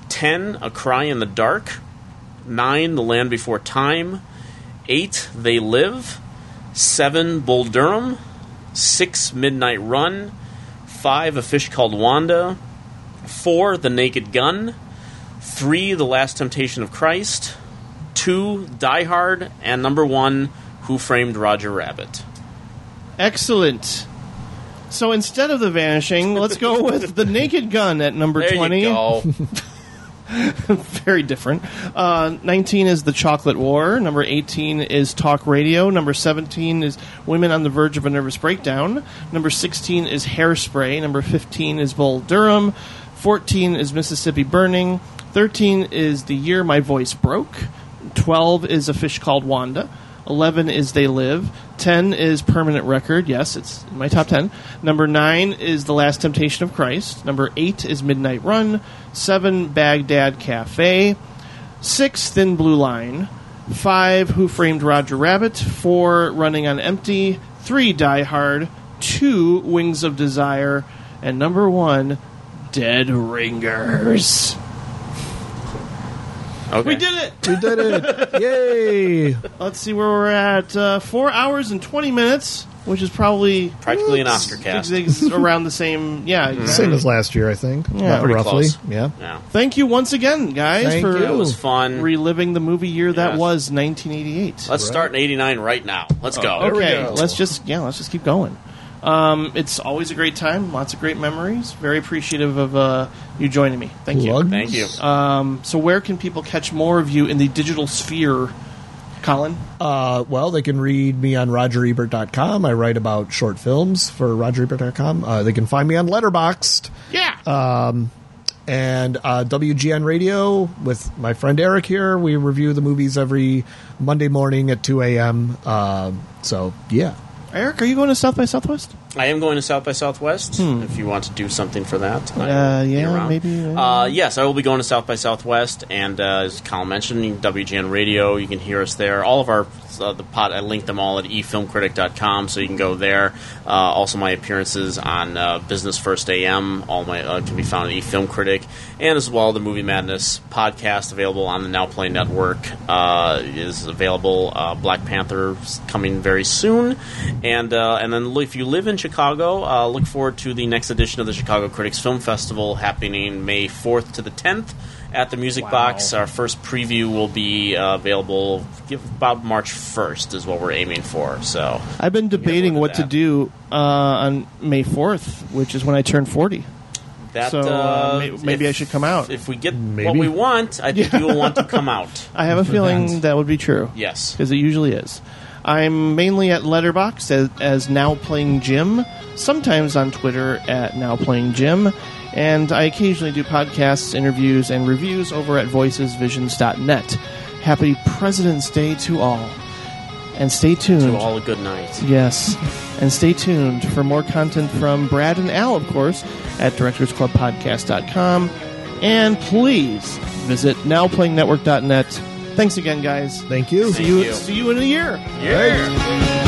S1: 10 A Cry in the Dark, 9 The Land Before Time, 8 They Live, 7 Bull Durham, 6 Midnight Run, 5 A Fish Called Wanda, 4 The Naked Gun, 3 The Last Temptation of Christ, 2 Die Hard, and number 1 Who Framed Roger Rabbit.
S2: Excellent. So instead of the vanishing, let's go with the Naked Gun at number
S1: There
S2: twenty.
S1: you go.
S2: very different. Uh, 19 is The Chocolate War. Number 18 is Talk Radio. Number 17 is Women on the Verge of a Nervous Breakdown. Number 16 is Hairspray. Number 15 is Bull Durham. 14 is Mississippi Burning. 13 is The Year My Voice Broke. 12 is A Fish Called Wanda. 11 is They Live. 10 is Permanent Record. Yes, it's in my top 10. Number 9 is The Last Temptation of Christ. Number 8 is Midnight Run. 7 Baghdad Cafe. 6 Thin Blue Line. 5 Who Framed Roger Rabbit. 4 Running on Empty. 3 Die Hard. 2 Wings of Desire. And number 1 Dead Ringers.
S1: Okay.
S2: We did it!
S3: We did it! Yay!
S2: Let's see where we're at. Uh, four hours and twenty minutes, which is probably
S1: Practically an Oscar cast. Mm-hmm.
S2: zigzags around the same. Yeah, exactly.
S3: Same as last year, I think.
S2: Yeah,
S1: pretty
S3: roughly.
S1: close.
S3: Yeah.
S1: Yeah.
S2: Thank you once again, guys,
S3: Thank
S2: for
S3: you. That
S1: was fun.
S2: reliving the movie year that
S1: Yes.
S2: was 1988.
S1: Let's start in 89 right now. Let's go.
S3: we
S2: Oh, okay,
S3: go.
S2: let's just yeah, let's just keep going. Um, it's always a great time. Lots of great memories. Very appreciative of uh, you joining me. Thank you.
S3: Plugs?
S1: Thank you.
S2: Um, so, where can people catch more of you in the digital sphere, Colin?
S3: Uh, well, they can read me on RogerEbert.com. I write about short films for RogerEbert.com. Uh, they can find me on Letterboxd
S2: Yeah.
S3: Um, and uh, WGN Radio with my friend Eric here. We review the movies every Monday morning at 2 a.m. Uh, so, yeah.
S2: Eric, are you going to South by Southwest?
S1: I am going to South by Southwest.
S2: Hmm.
S1: If you want to do something for that, I
S2: Uh,
S1: will be
S2: yeah,
S1: around.
S2: maybe, yeah.
S1: Uh, yes, I will be going to South by Southwest, and uh, as Kyle mentioned, WGN Radio. You can hear us there. All of our uh, the pot. I link them all at e efilmcritic.com, so you can go there. Uh, also, my appearances on uh, Business First AM. All my uh, can be found at efilmcritic, and as well the Movie Madness podcast available on the Now Play Network uh, is available. Uh, Black Panther's coming very soon, and uh, and then if you live in Chicago, uh, look forward to the next edition of the Chicago Critics Film Festival happening May fourth to the tenth at the Music Box. Our first preview will be uh, available give about March first is what we're aiming for. So
S2: I've been debating what to do uh, on May 4th, which is when I turn 40.
S1: that
S2: so
S1: uh,
S2: may- maybe
S1: if-
S2: I should come out.
S1: if we get what we want. I think you will want to come out.
S2: I have a feeling that would be true.
S1: Yes.
S2: Because it usually is. I'm mainly at Letterbox as, as Now Playing Jim, sometimes on Twitter at Now Playing Jim, and I occasionally do podcasts, interviews, and reviews over at voicesvisions.net. Happy President's Day to all. And stay tuned.
S1: To all a good night.
S2: Yes. And stay tuned for more content from Brad and Al, of course, at directorsclubpodcast.com. And please visit nowplayingnetwork.net. Thanks again, guys. Thank you. See
S1: Thank
S2: you,
S1: you.
S2: See you in a year.
S1: Yeah.